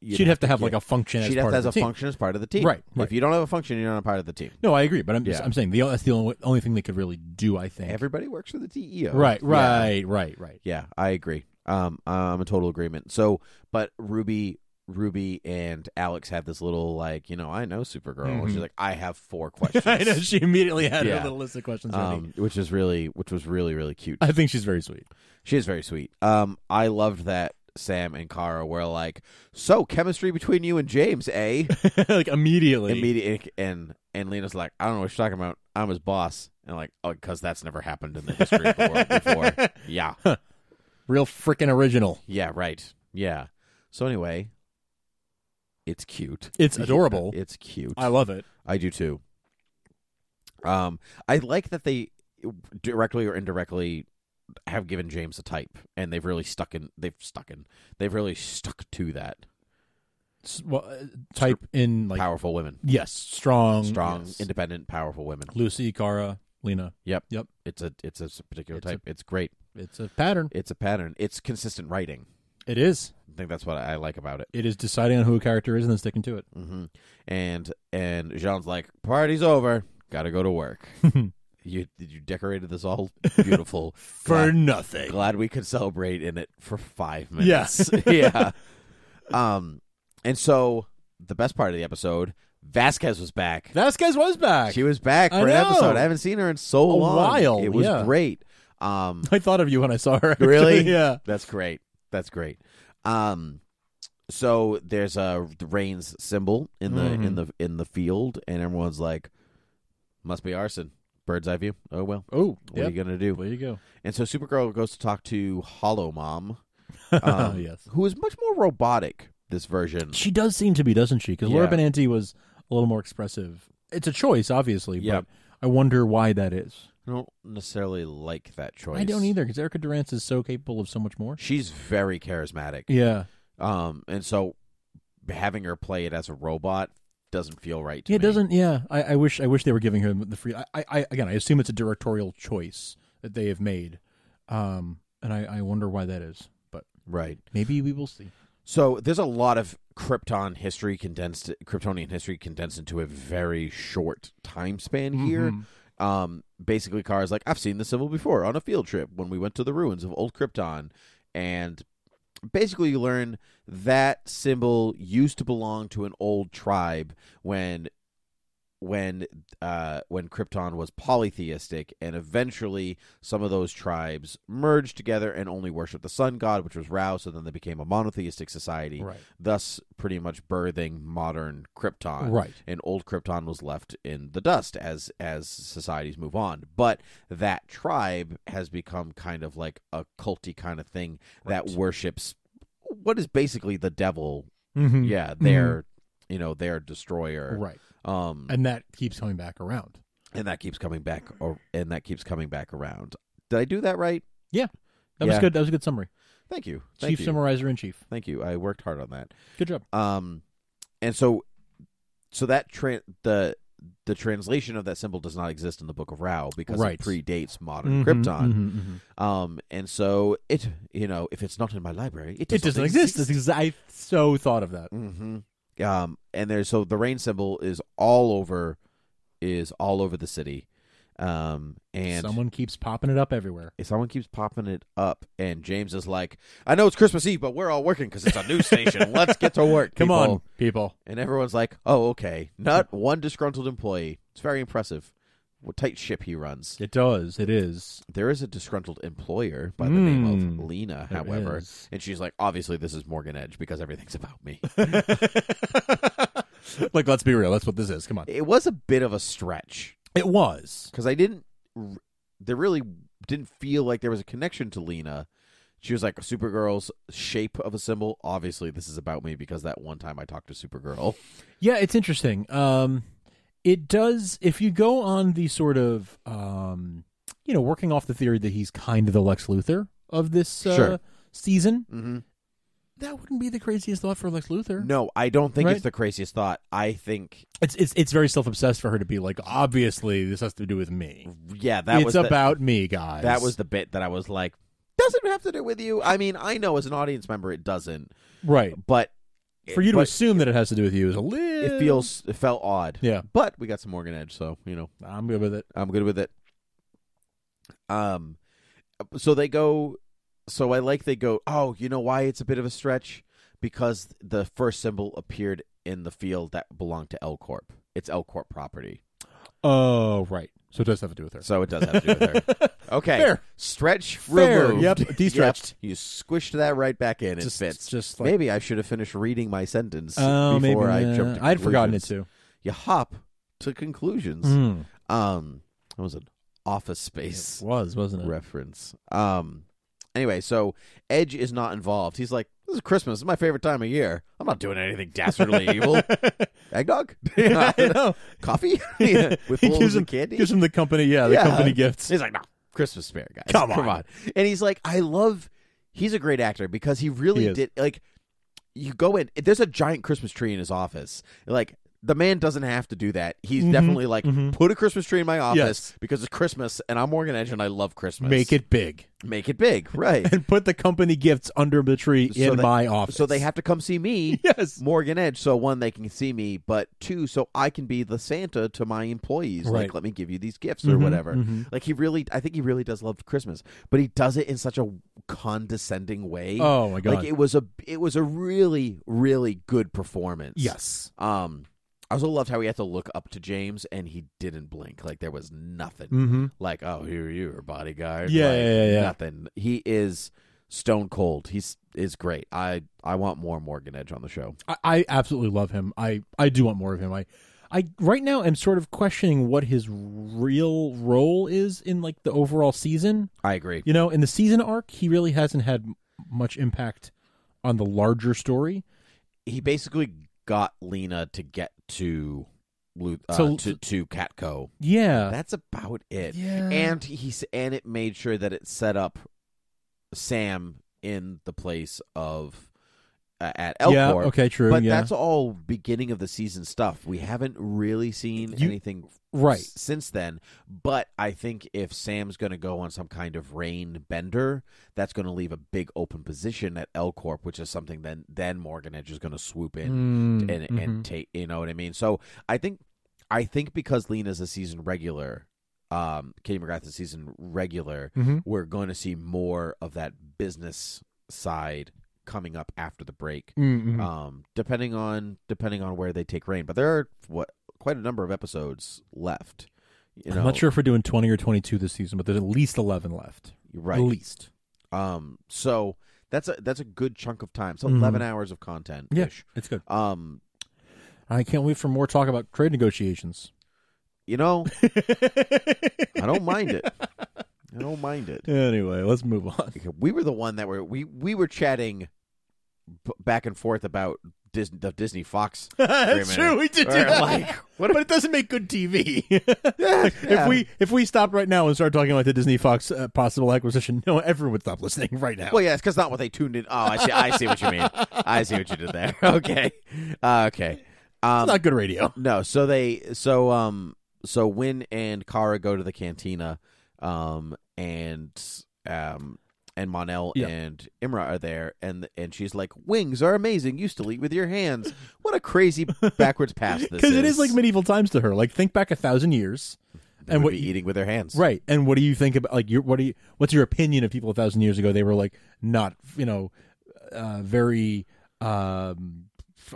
[SPEAKER 3] you'd
[SPEAKER 2] she'd have to have like
[SPEAKER 3] give-
[SPEAKER 2] a function as
[SPEAKER 3] She'd have
[SPEAKER 2] part
[SPEAKER 3] to
[SPEAKER 2] of
[SPEAKER 3] have
[SPEAKER 2] the team.
[SPEAKER 3] a function as part of the team.
[SPEAKER 2] Right, right.
[SPEAKER 3] If you don't have a function, you're not a part of the team.
[SPEAKER 2] No, I agree, but I'm
[SPEAKER 3] Yeah.
[SPEAKER 2] I'm saying the, that's the only, only thing they could really do. I think.
[SPEAKER 3] Everybody works for the DEO.
[SPEAKER 2] right,
[SPEAKER 3] Yeah.
[SPEAKER 2] right, right, right.
[SPEAKER 3] Yeah, I agree. Um, I'm in total agreement. So, but Ruby, Ruby, and Alex had this little like, you know, I know Supergirl, and
[SPEAKER 2] Mhm.
[SPEAKER 3] she's like, I have four questions.
[SPEAKER 2] I know she immediately had
[SPEAKER 3] Yeah.
[SPEAKER 2] her little list of questions ready.
[SPEAKER 3] Um, which is really, which was really, really cute.
[SPEAKER 2] I think she's very sweet.
[SPEAKER 3] She is very sweet. Um, I loved that Sam and Kara were like, so chemistry between you and James, eh?
[SPEAKER 2] like immediately.
[SPEAKER 3] Immediate and and Lena's like, I don't know what you're talking about. I'm his boss, and I'm like, oh, because that's never happened in the history of the world before. Yeah,
[SPEAKER 2] Real freaking original.
[SPEAKER 3] yeah, right, yeah. So anyway, it's cute.
[SPEAKER 2] It's adorable.
[SPEAKER 3] It's cute.
[SPEAKER 2] I love it.
[SPEAKER 3] I do too. Um, I like that they directly or indirectly have given James a type, and they've really stuck in. They've stuck in. They've really stuck to that.
[SPEAKER 2] S- well, uh, type in like
[SPEAKER 3] powerful women,
[SPEAKER 2] yes, strong,
[SPEAKER 3] strong,
[SPEAKER 2] yes.
[SPEAKER 3] independent, powerful women.
[SPEAKER 2] Lucy, Cara, Lena.
[SPEAKER 3] It's a it's a particular
[SPEAKER 2] It's a-
[SPEAKER 3] type. it's great.
[SPEAKER 2] It's a pattern.
[SPEAKER 3] It's a pattern. It's consistent writing.
[SPEAKER 2] It is.
[SPEAKER 3] I think that's what I like about it.
[SPEAKER 2] It is deciding on who a character is and then sticking to it.
[SPEAKER 3] hmm And and Jean's like, party's over. Got to go to work.
[SPEAKER 2] Hmm.
[SPEAKER 3] you you decorated this all beautiful.
[SPEAKER 2] For
[SPEAKER 3] glad,
[SPEAKER 2] nothing.
[SPEAKER 3] glad we could celebrate in it for five
[SPEAKER 2] Yeah.
[SPEAKER 3] minutes. yeah. Um. And so the best part of the episode, Vasquez was back.
[SPEAKER 2] Vasquez was back.
[SPEAKER 3] She was back
[SPEAKER 2] I
[SPEAKER 3] for an
[SPEAKER 2] know.
[SPEAKER 3] episode. I haven't seen her in so
[SPEAKER 2] A
[SPEAKER 3] long.
[SPEAKER 2] while,
[SPEAKER 3] It was
[SPEAKER 2] yeah.
[SPEAKER 3] great. Um.
[SPEAKER 2] I thought of you when I saw her. actually.
[SPEAKER 3] Really?
[SPEAKER 2] Yeah.
[SPEAKER 3] That's great. That's great. Um, so there's a the rain's symbol in the in
[SPEAKER 2] Mhm.
[SPEAKER 3] the in the field, and everyone's like, "Must be arson." Bird's eye view. Oh well,
[SPEAKER 2] Oh,
[SPEAKER 3] what
[SPEAKER 2] yeah.
[SPEAKER 3] are you gonna do?
[SPEAKER 2] There you go.
[SPEAKER 3] And so Supergirl goes to talk to Hollow Mom, um,
[SPEAKER 2] Oh, yes.
[SPEAKER 3] who is much more robotic this version.
[SPEAKER 2] She does seem to be, doesn't she? Because Laura
[SPEAKER 3] Yeah.
[SPEAKER 2] Benanti was a little more expressive. It's a choice, obviously,
[SPEAKER 3] Yeah.
[SPEAKER 2] but I wonder why that is.
[SPEAKER 3] I don't necessarily like that choice.
[SPEAKER 2] I don't either, because Erica Durance is so capable of so much more.
[SPEAKER 3] She's very charismatic.
[SPEAKER 2] Yeah,
[SPEAKER 3] Um, and so having her play it as a robot doesn't feel right to
[SPEAKER 2] yeah,
[SPEAKER 3] me.
[SPEAKER 2] it doesn't. Yeah, I, I wish I wish they were giving her the free. I, I, I again, I assume it's a directorial choice that they have made, um, and I, I wonder why that is. But
[SPEAKER 3] right.
[SPEAKER 2] maybe we will see.
[SPEAKER 3] So there's a lot of Krypton history condensed, Kryptonian history condensed into a very short time span here.
[SPEAKER 2] Mhm.
[SPEAKER 3] Um, basically, Kara's like, I've seen the symbol before on a field trip when we went to the ruins of old Krypton, and basically you learn that symbol used to belong to an old tribe when when uh when Krypton was polytheistic and eventually some of those tribes merged together and only worshiped the sun god which was Ra so then they became a monotheistic society
[SPEAKER 2] right,
[SPEAKER 3] thus pretty much birthing modern Krypton
[SPEAKER 2] right.
[SPEAKER 3] and old Krypton was left in the dust as as societies move on. But that tribe has become kind of like a culty kind of thing that
[SPEAKER 2] Right.
[SPEAKER 3] worships what is basically the devil.
[SPEAKER 2] Mm-hmm.
[SPEAKER 3] Yeah, their you know their destroyer.
[SPEAKER 2] right,
[SPEAKER 3] Um, and,
[SPEAKER 2] and that keeps coming back around.
[SPEAKER 3] that keeps coming back, or and that keeps coming back around. Did I do that right?
[SPEAKER 2] That
[SPEAKER 3] Yeah.
[SPEAKER 2] was good. That was a good summary.
[SPEAKER 3] Thank you, thank
[SPEAKER 2] chief
[SPEAKER 3] you,
[SPEAKER 2] summarizer in chief.
[SPEAKER 3] thank you. I worked hard on that.
[SPEAKER 2] Good job.
[SPEAKER 3] Um, and so, so that tra- the the translation of that symbol does not exist in the Book of Rao because
[SPEAKER 2] Right.
[SPEAKER 3] it predates modern
[SPEAKER 2] Mm-hmm.
[SPEAKER 3] Krypton. Um, and so it, you know, if it's not in my library, it
[SPEAKER 2] It
[SPEAKER 3] doesn't,
[SPEAKER 2] doesn't exist. That's exa- I so thought of that.
[SPEAKER 3] hmm Um, and there's so the rain symbol is all over, is all over the city. Um, and
[SPEAKER 2] Someone keeps popping it up everywhere.
[SPEAKER 3] someone keeps popping it up, and James is like, "I know it's Christmas Eve, but we're all working because it's a news station. Let's get to work.
[SPEAKER 2] Come
[SPEAKER 3] people."
[SPEAKER 2] on, people.
[SPEAKER 3] And everyone's like, oh, okay. Not one disgruntled employee. It's very impressive. What tight ship he runs.
[SPEAKER 2] It does. It is.
[SPEAKER 3] There is a disgruntled employer by the name of
[SPEAKER 2] Mm.
[SPEAKER 3] Lena,
[SPEAKER 2] There
[SPEAKER 3] however.
[SPEAKER 2] is.
[SPEAKER 3] And she's like, obviously, this is Morgan Edge because everything's about me.
[SPEAKER 2] like, let's be real. That's what this is. Come on.
[SPEAKER 3] it was a bit of a stretch
[SPEAKER 2] It was.
[SPEAKER 3] because I didn't, r- there really didn't feel like there was a connection to Lena. She was like, Supergirl's shape of a symbol. Obviously, this is about me because that one time I talked to Supergirl.
[SPEAKER 2] Yeah, it's interesting. Um, it does if you go on the sort of um you know working off the theory that he's kind of the lex luthor of this uh,
[SPEAKER 3] Sure.
[SPEAKER 2] season
[SPEAKER 3] Mm-hmm.
[SPEAKER 2] that wouldn't be the craziest thought for lex luthor
[SPEAKER 3] No, I don't think
[SPEAKER 2] Right?
[SPEAKER 3] it's the craziest thought. I think,
[SPEAKER 2] it's it's, it's very self-obsessed for her to be like obviously this has to do with me
[SPEAKER 3] yeah, that
[SPEAKER 2] it's
[SPEAKER 3] was the-
[SPEAKER 2] about me guys
[SPEAKER 3] that was the bit that I was like, doesn't have to do with you. I mean, I know as an audience member it doesn't,
[SPEAKER 2] right
[SPEAKER 3] but
[SPEAKER 2] for you to
[SPEAKER 3] but
[SPEAKER 2] assume that it has to do with you is a little
[SPEAKER 3] it feels it felt odd.
[SPEAKER 2] yeah
[SPEAKER 3] But we got some Morgan Edge, so you know
[SPEAKER 2] i'm good with it
[SPEAKER 3] I'm good with it. Um, so they go. So I like they go. Oh, you know why it's a bit of a stretch because the first symbol appeared in the field that belonged to L Corp. It's L Corp property,
[SPEAKER 2] oh right so it does have to do with her
[SPEAKER 3] so it does have to do with her. Okay,
[SPEAKER 2] Fair.
[SPEAKER 3] stretch
[SPEAKER 2] Fair.
[SPEAKER 3] removed.
[SPEAKER 2] Yep, de-stretched.
[SPEAKER 3] Yep. You squished that right back in. It
[SPEAKER 2] just
[SPEAKER 3] fits.
[SPEAKER 2] just like
[SPEAKER 3] maybe I should have finished reading my sentence
[SPEAKER 2] oh maybe
[SPEAKER 3] before I
[SPEAKER 2] uh,
[SPEAKER 3] jumped. To
[SPEAKER 2] i'd forgotten it
[SPEAKER 3] conclusions.
[SPEAKER 2] too
[SPEAKER 3] You hop to conclusions.
[SPEAKER 2] Mm.
[SPEAKER 3] Um, that was an Office Space
[SPEAKER 2] It was, wasn't it?
[SPEAKER 3] reference. Um, anyway, so Edge is not involved. He's like, "This is Christmas. This is my favorite time of year. I'm not doing anything dastardly evil. Eggnog,
[SPEAKER 2] I know.
[SPEAKER 3] coffee with
[SPEAKER 2] He
[SPEAKER 3] balloons
[SPEAKER 2] gives him,
[SPEAKER 3] and candy.
[SPEAKER 2] gives him the company, yeah, the
[SPEAKER 3] Yeah.
[SPEAKER 2] company gifts.
[SPEAKER 3] He's like, no, Christmas spirit, guys.
[SPEAKER 2] Come
[SPEAKER 3] Come
[SPEAKER 2] on.
[SPEAKER 3] on. And he's like, I love. He's a great actor because he really
[SPEAKER 2] He is.
[SPEAKER 3] did like. You go in. There's a giant Christmas tree in his office. Like the man doesn't have to do that. He's
[SPEAKER 2] Mhm,
[SPEAKER 3] definitely like,
[SPEAKER 2] mhm.
[SPEAKER 3] put a Christmas tree in my office
[SPEAKER 2] Yes.
[SPEAKER 3] because it's Christmas, and I'm Morgan Edge, and I love Christmas.
[SPEAKER 2] Make it big
[SPEAKER 3] make it big, right?
[SPEAKER 2] and put the company gifts under the tree
[SPEAKER 3] So
[SPEAKER 2] in
[SPEAKER 3] they-
[SPEAKER 2] my office.
[SPEAKER 3] so they have to come see me.
[SPEAKER 2] yes,
[SPEAKER 3] Morgan Edge, so one they can see me, but two, so I can be the Santa to my employees.
[SPEAKER 2] Right.
[SPEAKER 3] Like, let me give you these gifts or
[SPEAKER 2] Mm-hmm,
[SPEAKER 3] whatever. Like he really, I think he really does love Christmas, but he does it in such a condescending way.
[SPEAKER 2] Oh my god.
[SPEAKER 3] Like it was a, it was a really, really good performance.
[SPEAKER 2] yes.
[SPEAKER 3] Um, I also loved how he had to look up to James and he didn't blink. Like there was nothing.
[SPEAKER 2] Mm-hmm.
[SPEAKER 3] Like oh, here you are, bodyguard.
[SPEAKER 2] Yeah,
[SPEAKER 3] Like,
[SPEAKER 2] yeah, yeah, yeah.
[SPEAKER 3] Nothing. He is stone cold. He's is great. I I want more Morgan Edge on the show.
[SPEAKER 2] I, I absolutely love him. I I do want more of him. I I right now am sort of questioning what his real role is in like the overall season.
[SPEAKER 3] I agree.
[SPEAKER 2] You know, in the season arc, he really hasn't had m- much impact on the larger story.
[SPEAKER 3] he basically got Lena to get to Lu- uh,
[SPEAKER 2] So-
[SPEAKER 3] to to Catco.
[SPEAKER 2] Yeah.
[SPEAKER 3] That's about it.
[SPEAKER 2] yeah.
[SPEAKER 3] And he s- and it made sure that it set up Sam in the place of uh, at Elcor.
[SPEAKER 2] yeah, okay, true.
[SPEAKER 3] But
[SPEAKER 2] yeah.
[SPEAKER 3] that's all beginning of the season stuff. We haven't really seen
[SPEAKER 2] You-
[SPEAKER 3] anything
[SPEAKER 2] right.
[SPEAKER 3] s- since then. But I think if Sam's going to go on some kind of rain bender, that's going to leave a big open position at L Corp, which is something then then Morgan Edge is going to swoop in
[SPEAKER 2] Mm,
[SPEAKER 3] and and take you know what I mean. So I think I think because Lena's a season regular, um, Katie McGrath is a season regular,
[SPEAKER 2] mhm. Mhm.
[SPEAKER 3] we're going to see more of that business side coming up after the break.
[SPEAKER 2] Mm, mhm.
[SPEAKER 3] Um, depending on depending on where they take rain, but there are what quite a number of episodes left. You know,
[SPEAKER 2] I'm not sure if we're doing 20 or 22 this season, but there's at least 11 left.
[SPEAKER 3] Right.
[SPEAKER 2] At least.
[SPEAKER 3] Um, so that's a that's a good chunk of time. So
[SPEAKER 2] Mhm.
[SPEAKER 3] eleven hours of content.
[SPEAKER 2] it's good.
[SPEAKER 3] Um,
[SPEAKER 2] I can't wait for more talk about trade negotiations.
[SPEAKER 3] you know, I don't mind it. I don't mind it.
[SPEAKER 2] Anyway, let's move on.
[SPEAKER 3] we were the one that were we we were chatting b- back and forth about Dis- the Disney Fox.
[SPEAKER 2] That's
[SPEAKER 3] Wait a minute.
[SPEAKER 2] true. We did do
[SPEAKER 3] We're
[SPEAKER 2] that.
[SPEAKER 3] like,
[SPEAKER 2] what but it doesn't make good TV. If
[SPEAKER 3] yeah.
[SPEAKER 2] we if we stopped right now and started talking about the Disney Fox uh, possible acquisition, no, everyone would stop listening right now.
[SPEAKER 3] Well, yeah, it's because not what they tuned in. Oh, I see. I see what you mean. I see what you did there. Okay, uh, okay.
[SPEAKER 2] it's
[SPEAKER 3] Um,
[SPEAKER 2] not good radio.
[SPEAKER 3] no, so they so um so Win and Kara go to the cantina, um and um and Monel
[SPEAKER 2] Yeah.
[SPEAKER 3] and Imra are there, and and she's like, "Wings are amazing. You still eat with your hands. What a crazy backwards past this
[SPEAKER 2] Because it is like medieval times to her. Like think back a thousand years,
[SPEAKER 3] They
[SPEAKER 2] and
[SPEAKER 3] would
[SPEAKER 2] what
[SPEAKER 3] be
[SPEAKER 2] you-
[SPEAKER 3] eating with their hands.
[SPEAKER 2] Right. And what do you think about like your what do you what's your opinion of people a thousand years ago? They were like not you know uh, very um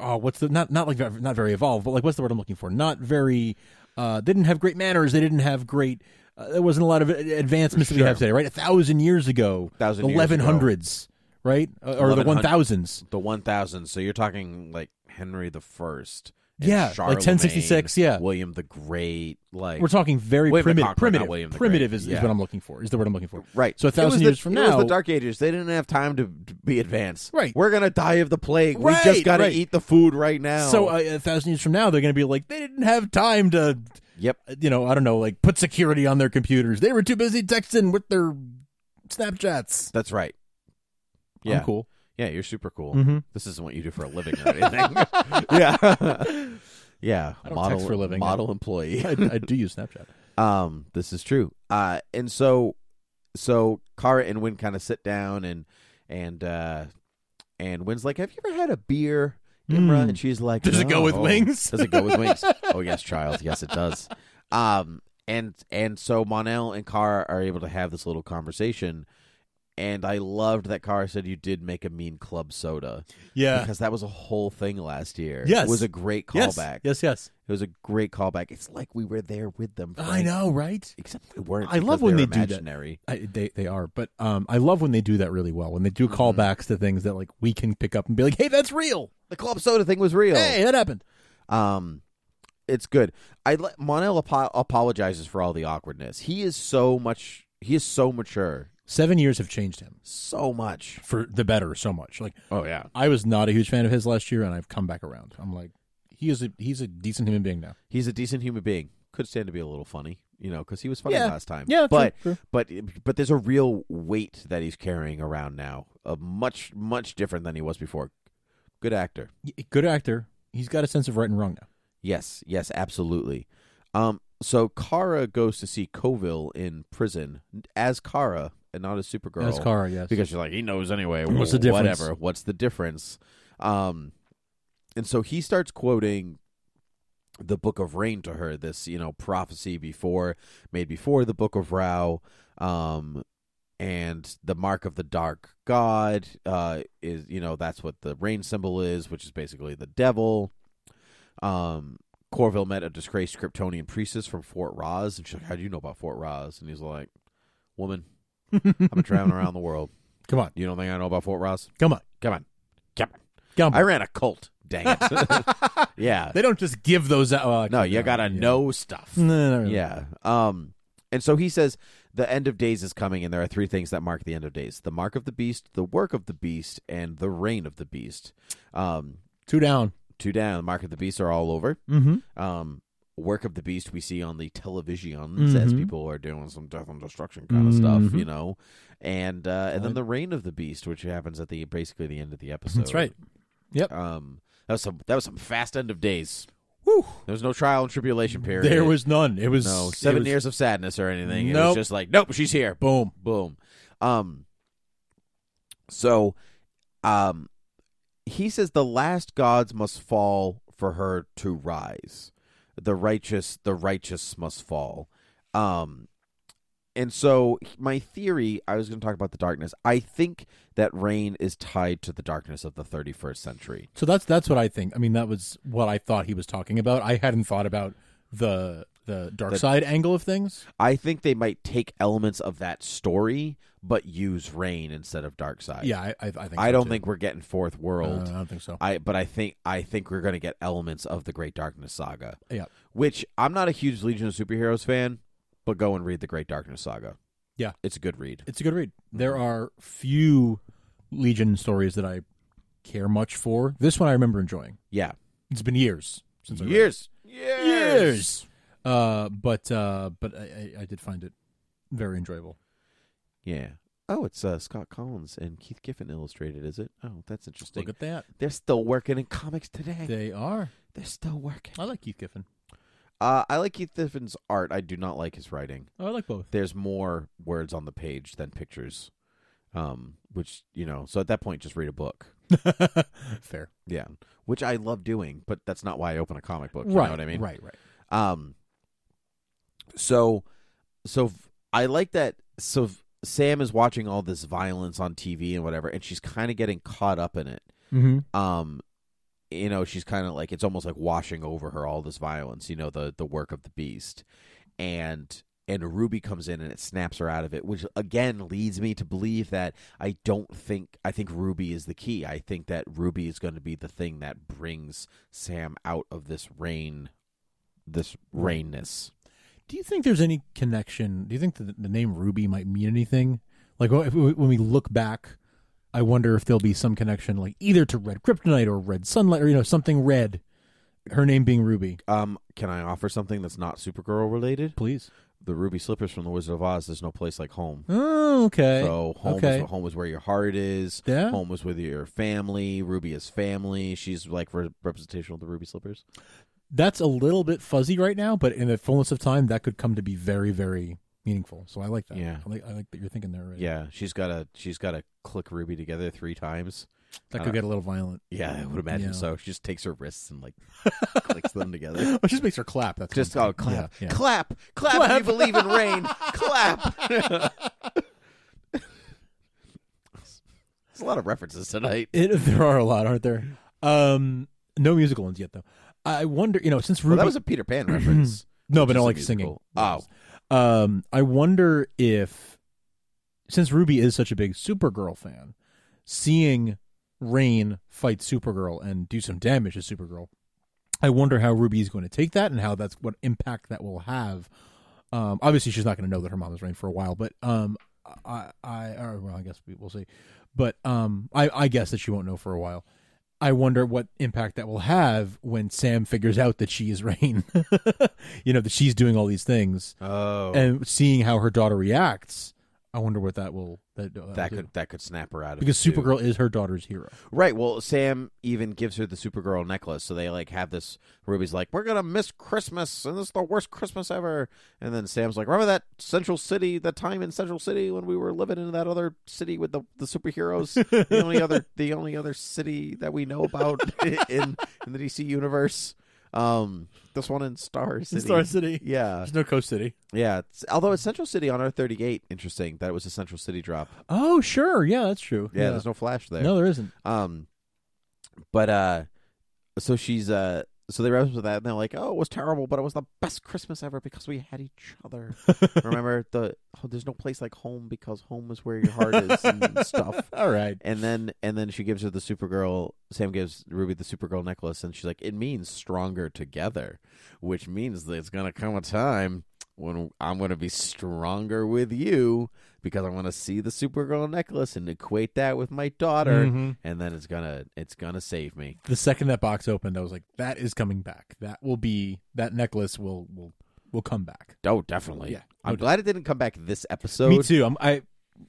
[SPEAKER 2] oh what's the not not like ve- not very evolved but like what's the word I'm looking for? Not very uh they didn't have great manners. They didn't have great. Uh, there wasn't a lot of a- advancements that we have
[SPEAKER 3] Sure.
[SPEAKER 2] today. Right. A thousand years ago,
[SPEAKER 3] Thousand years ago.
[SPEAKER 2] eleven hundreds. right? Uh, or the
[SPEAKER 3] 1100
[SPEAKER 2] one thousands.
[SPEAKER 3] the 1000 so you're talking like henry the first and
[SPEAKER 2] Yeah, like
[SPEAKER 3] Charlemagne,
[SPEAKER 2] 1066, yeah.
[SPEAKER 3] william the great like
[SPEAKER 2] We're talking very
[SPEAKER 3] William the
[SPEAKER 2] primitive.
[SPEAKER 3] Conqueror, not
[SPEAKER 2] primitive.
[SPEAKER 3] William the
[SPEAKER 2] primitive
[SPEAKER 3] Great.
[SPEAKER 2] is, is
[SPEAKER 3] Yeah.
[SPEAKER 2] what I'm looking for. Is the word I'm looking for.
[SPEAKER 3] right
[SPEAKER 2] So a
[SPEAKER 3] It was
[SPEAKER 2] thousand
[SPEAKER 3] the-
[SPEAKER 2] years from
[SPEAKER 3] it was
[SPEAKER 2] now-
[SPEAKER 3] the dark ages they didn't have time to, to be advanced
[SPEAKER 2] Right.
[SPEAKER 3] we're gonna die of the plague
[SPEAKER 2] Right,
[SPEAKER 3] we just gotta
[SPEAKER 2] right.
[SPEAKER 3] eat the food right now
[SPEAKER 2] So uh, a thousand years from now, they're going to be like, they didn't have time to,
[SPEAKER 3] yep
[SPEAKER 2] you know, I don't know, like put security on their computers. They were too busy texting with their Snapchats.
[SPEAKER 3] that's right
[SPEAKER 2] I'm
[SPEAKER 3] yeah
[SPEAKER 2] cool.
[SPEAKER 3] yeah you're super cool
[SPEAKER 2] Mhm.
[SPEAKER 3] this isn't what you do for a living or anything yeah yeah
[SPEAKER 2] I don't
[SPEAKER 3] model
[SPEAKER 2] text for a living.
[SPEAKER 3] model employee
[SPEAKER 2] I, I do use Snapchat.
[SPEAKER 3] Um, this is true. Uh, and so, so Kara and Win kind of sit down, and and uh, and Win's like, "Have you ever had a beer, Imra?"
[SPEAKER 2] Mm.
[SPEAKER 3] And she's like,
[SPEAKER 2] Does it go with
[SPEAKER 3] "No."
[SPEAKER 2] wings?
[SPEAKER 3] Does it go with wings? oh yes, child. Yes, it does. Um, and and so Monel and Kara are able to have this little conversation. And I loved that Kara said you did make a mean club soda
[SPEAKER 2] Yeah.
[SPEAKER 3] because that was a whole thing last year.
[SPEAKER 2] Yes.
[SPEAKER 3] it was a great
[SPEAKER 2] Yes.
[SPEAKER 3] callback.
[SPEAKER 2] Yes. Yes.
[SPEAKER 3] It was a great callback. It's like we were there with them.
[SPEAKER 2] I
[SPEAKER 3] Frank
[SPEAKER 2] know, right?
[SPEAKER 3] except they weren't.
[SPEAKER 2] I love
[SPEAKER 3] because
[SPEAKER 2] when
[SPEAKER 3] they're
[SPEAKER 2] they do that.
[SPEAKER 3] imaginary.
[SPEAKER 2] I, they they are, but um, I love when they do that really well. When they do
[SPEAKER 3] Mhm.
[SPEAKER 2] callbacks to things that like we can pick up and be like, "Hey, that's real.
[SPEAKER 3] The club soda thing was real.
[SPEAKER 2] Hey, that happened."
[SPEAKER 3] Um, it's good. I let Monel apo- apologizes for all the awkwardness. He is so much. He is so mature.
[SPEAKER 2] Seven years have changed him
[SPEAKER 3] So much.
[SPEAKER 2] for the better, so much. Like
[SPEAKER 3] Oh yeah.
[SPEAKER 2] I was not a huge fan of his last year, and I've come back around. I'm like, he is a he's a decent human being now.
[SPEAKER 3] He's a decent human being. Could stand to be a little funny, you know, because he was funny
[SPEAKER 2] Yeah.
[SPEAKER 3] last time.
[SPEAKER 2] Yeah, true,
[SPEAKER 3] but
[SPEAKER 2] true.
[SPEAKER 3] but but there's a real weight that he's carrying around now. A much much different than he was before. Good actor.
[SPEAKER 2] Y- Good actor. He's got a sense of right and wrong now.
[SPEAKER 3] Yes, yes, absolutely. Um, so Kara goes to see Coville in prison as Kara and not as Supergirl.
[SPEAKER 2] That's Kara, yes.
[SPEAKER 3] Because she's like, he knows anyway.
[SPEAKER 2] What's
[SPEAKER 3] wh-
[SPEAKER 2] the difference?
[SPEAKER 3] Whatever. What's the difference? Um, and so he starts quoting the Book of Rain to her. This, you know, prophecy before made before the Book of Rao. Um, and the mark of the dark god uh, is, you know, that's what the rain symbol is, which is basically the devil. Um, Corville met a disgraced Kryptonian priestess from Fort Roz, and she's like, "How do you know about Fort Roz?" And he's like, "Woman, I've been traveling around the world.
[SPEAKER 2] come on,
[SPEAKER 3] You don't think I know about Fort Ross?
[SPEAKER 2] come on,
[SPEAKER 3] Come on. Come on.
[SPEAKER 2] come
[SPEAKER 3] I
[SPEAKER 2] on.
[SPEAKER 3] ran a cult. Dang it. yeah.
[SPEAKER 2] they don't just give those out. Well,
[SPEAKER 3] No,
[SPEAKER 2] actually,
[SPEAKER 3] you gotta
[SPEAKER 2] yeah.
[SPEAKER 3] know stuff.
[SPEAKER 2] No, no, no, no.
[SPEAKER 3] Yeah. Um and so he says the end of days is coming and there are three things that mark the end of days. The mark of the beast, the work of the beast, and the reign of the beast. Um
[SPEAKER 2] two down.
[SPEAKER 3] two down, the mark of the beast are all over.
[SPEAKER 2] Mm-hmm.
[SPEAKER 3] Um work of the beast we see on the televisions as
[SPEAKER 2] Mhm.
[SPEAKER 3] people are doing some death and destruction kind of stuff,
[SPEAKER 2] Mhm.
[SPEAKER 3] you know. And uh, and then
[SPEAKER 2] Right.
[SPEAKER 3] the reign of the beast, which happens at the basically the end of the episode.
[SPEAKER 2] That's right.
[SPEAKER 3] Um, that was some that was some fast end of days.
[SPEAKER 2] Woo.
[SPEAKER 3] There was no trial and tribulation period.
[SPEAKER 2] There was none. It was
[SPEAKER 3] no
[SPEAKER 2] it
[SPEAKER 3] seven
[SPEAKER 2] was-
[SPEAKER 3] years of sadness or anything. It was
[SPEAKER 2] Nope.
[SPEAKER 3] just like nope, she's here.
[SPEAKER 2] Boom.
[SPEAKER 3] Boom. Um. So, um, he says the last gods must fall for her to rise. The righteous, the righteous must fall. Um, and so my theory, I was going to talk about the darkness. I think that rain is tied to the darkness of the 31st century.
[SPEAKER 2] So that's that's what I think. I mean, that was what I thought he was talking about. I hadn't thought about the the dark
[SPEAKER 3] The-
[SPEAKER 2] side angle of things.
[SPEAKER 3] I think they might take elements of that story, but use rain instead of dark side.
[SPEAKER 2] yeah, I, I, I think.
[SPEAKER 3] I,
[SPEAKER 2] so,
[SPEAKER 3] don't
[SPEAKER 2] too. Uh,
[SPEAKER 3] think we're getting fourth
[SPEAKER 2] No,
[SPEAKER 3] world.
[SPEAKER 2] no, I don't think so.
[SPEAKER 3] I but I think I think we're gonna get elements of the Great Darkness Saga.
[SPEAKER 2] Yeah.
[SPEAKER 3] Which I'm not a huge Legion of Superheroes fan, but go and read the Great Darkness Saga.
[SPEAKER 2] Yeah.
[SPEAKER 3] It's a good read.
[SPEAKER 2] It's a good read.
[SPEAKER 3] Mm-hmm.
[SPEAKER 2] There are few Legion stories that I care much for. This one I remember enjoying.
[SPEAKER 3] Yeah.
[SPEAKER 2] It's been years since I read it.
[SPEAKER 3] years. Years.
[SPEAKER 2] years. Uh, but uh, but I, I, I did find it very enjoyable.
[SPEAKER 3] Yeah. Oh, it's uh, Scott Collins and Keith Giffen illustrated, is it? Oh, that's interesting.
[SPEAKER 2] Look at that.
[SPEAKER 3] They're still working in comics today. They-
[SPEAKER 2] They are.
[SPEAKER 3] are still working.
[SPEAKER 2] I like Keith Giffen.
[SPEAKER 3] Uh, I like Keith Giffen's art. I do not like his writing.
[SPEAKER 2] Oh, I like both.
[SPEAKER 3] there's more words on the page than pictures. Um, which, you know, so at that point just read a book.
[SPEAKER 2] Fair.
[SPEAKER 3] Yeah. Which I love doing, but that's not why I open a comic book. You
[SPEAKER 2] right.
[SPEAKER 3] know what I mean?
[SPEAKER 2] Right. Right.
[SPEAKER 3] Um so so v- I like that so v- Sam is watching all this violence on TV and whatever, and she's kinda getting caught up in it.
[SPEAKER 2] Mm-hmm.
[SPEAKER 3] Um you know, she's kind of like it's almost like washing over her all this violence, you know, the the work of the beast. And and Ruby comes in and it snaps her out of it, which again leads me to believe that I don't think I think Ruby is the key. I think that Ruby is going to be the thing that brings Sam out of this rain, this rainness.
[SPEAKER 2] Do you think there's any connection? Do you think the, the name Ruby might mean anything? Like wh- if we- when we look back, I wonder if there'll be some connection, like either to red kryptonite or red sunlight, or you know something red. Her name being Ruby.
[SPEAKER 3] Um, can I offer something that's not Supergirl related?
[SPEAKER 2] Please.
[SPEAKER 3] The Ruby slippers from the Wizard of Oz. There's no place like home.
[SPEAKER 2] Oh, okay.
[SPEAKER 3] So home
[SPEAKER 2] okay.
[SPEAKER 3] is home is where your heart is.
[SPEAKER 2] Yeah.
[SPEAKER 3] Home is with your family. Ruby is family. She's like re- representation of the Ruby slippers.
[SPEAKER 2] That's a little bit fuzzy right now, but in the fullness of time, that could come to be very, very meaningful. So I like that.
[SPEAKER 3] Yeah.
[SPEAKER 2] I like, I like that you're thinking there. Already.
[SPEAKER 3] Yeah, she's got to she's got to click Ruby together three times.
[SPEAKER 2] That
[SPEAKER 3] I
[SPEAKER 2] could
[SPEAKER 3] don't-
[SPEAKER 2] get a little violent.
[SPEAKER 3] Yeah, I would imagine
[SPEAKER 2] Yeah.
[SPEAKER 3] so. She just takes her wrists and like clicks them together.
[SPEAKER 2] It just makes her clap. That's
[SPEAKER 3] Uh, Just
[SPEAKER 2] one
[SPEAKER 3] oh,
[SPEAKER 2] thing.
[SPEAKER 3] clap,
[SPEAKER 2] Yeah, yeah.
[SPEAKER 3] clap, clap, clap. You believe in rain? clap. There's a lot of references tonight.
[SPEAKER 2] It, there are a lot, aren't there? Um, no musical ones yet, though. I wonder, you know, since Ruby
[SPEAKER 3] Well, that was a Peter Pan reference.
[SPEAKER 2] no,
[SPEAKER 3] which
[SPEAKER 2] but
[SPEAKER 3] is
[SPEAKER 2] not
[SPEAKER 3] a
[SPEAKER 2] like
[SPEAKER 3] musical.
[SPEAKER 2] singing.
[SPEAKER 3] Oh,
[SPEAKER 2] Um, I wonder if, since Ruby is such a big Supergirl fan, seeing Rain fight Supergirl and do some damage to Supergirl, I wonder how Ruby's going to take that and how that's what impact that will have. Um, obviously, she's not going to know that her mom is Rain for a while, but um, I, I, or, well, I guess we, we'll see. But um, I, I guess that she won't know for a while. I wonder what impact that will have when Sam figures out that she is Rain. you know that she's doing all these things
[SPEAKER 3] oh,
[SPEAKER 2] and seeing how her daughter reacts, I wonder what that will that, that,
[SPEAKER 3] that
[SPEAKER 2] will do.
[SPEAKER 3] could that could snap her out of
[SPEAKER 2] because
[SPEAKER 3] it, too.
[SPEAKER 2] Supergirl is her daughter's hero.
[SPEAKER 3] Right. Well, Sam even gives her the Supergirl necklace, so they like have this. Ruby's like, "We're gonna miss Christmas, and this is the worst Christmas ever." And then Sam's like, "Remember that Central City, that time in Central City when we were living in that other city with the, the superheroes, the only other the only other city that we know about in in the DC universe. Um, this one in Star City. Uh,
[SPEAKER 2] City.
[SPEAKER 3] Yeah,
[SPEAKER 2] no Coast City.
[SPEAKER 3] yeah. It's- although it's Central City on R thirty eight. Interesting that it was a Central City drop.
[SPEAKER 2] Oh, sure. Yeah, that's true.
[SPEAKER 3] Yeah, there's no flash there.
[SPEAKER 2] no, there isn't.
[SPEAKER 3] Um, but uh, so she's uh, so they wrap up with that, and they're like, "Oh, it was terrible, but it was the best Christmas ever because we had each other." Remember the oh, there's no place like home because home is where your heart is and stuff.
[SPEAKER 2] All right.
[SPEAKER 3] And then and then she gives her the Supergirl. Sam gives Ruby the Supergirl necklace, and she's like, "It means stronger together," which means that it's gonna come a time when I'm gonna be stronger with you because I'm gonna see the Supergirl necklace and equate that with my daughter,
[SPEAKER 2] Mhm.
[SPEAKER 3] and then it's gonna it's gonna save me.
[SPEAKER 2] The second that box opened, I was like, "That is coming back. That will be that necklace will will will come back."
[SPEAKER 3] Oh, definitely.
[SPEAKER 2] Yeah.
[SPEAKER 3] I'm
[SPEAKER 2] No
[SPEAKER 3] glad it didn't come back this episode.
[SPEAKER 2] Me too. I'm, I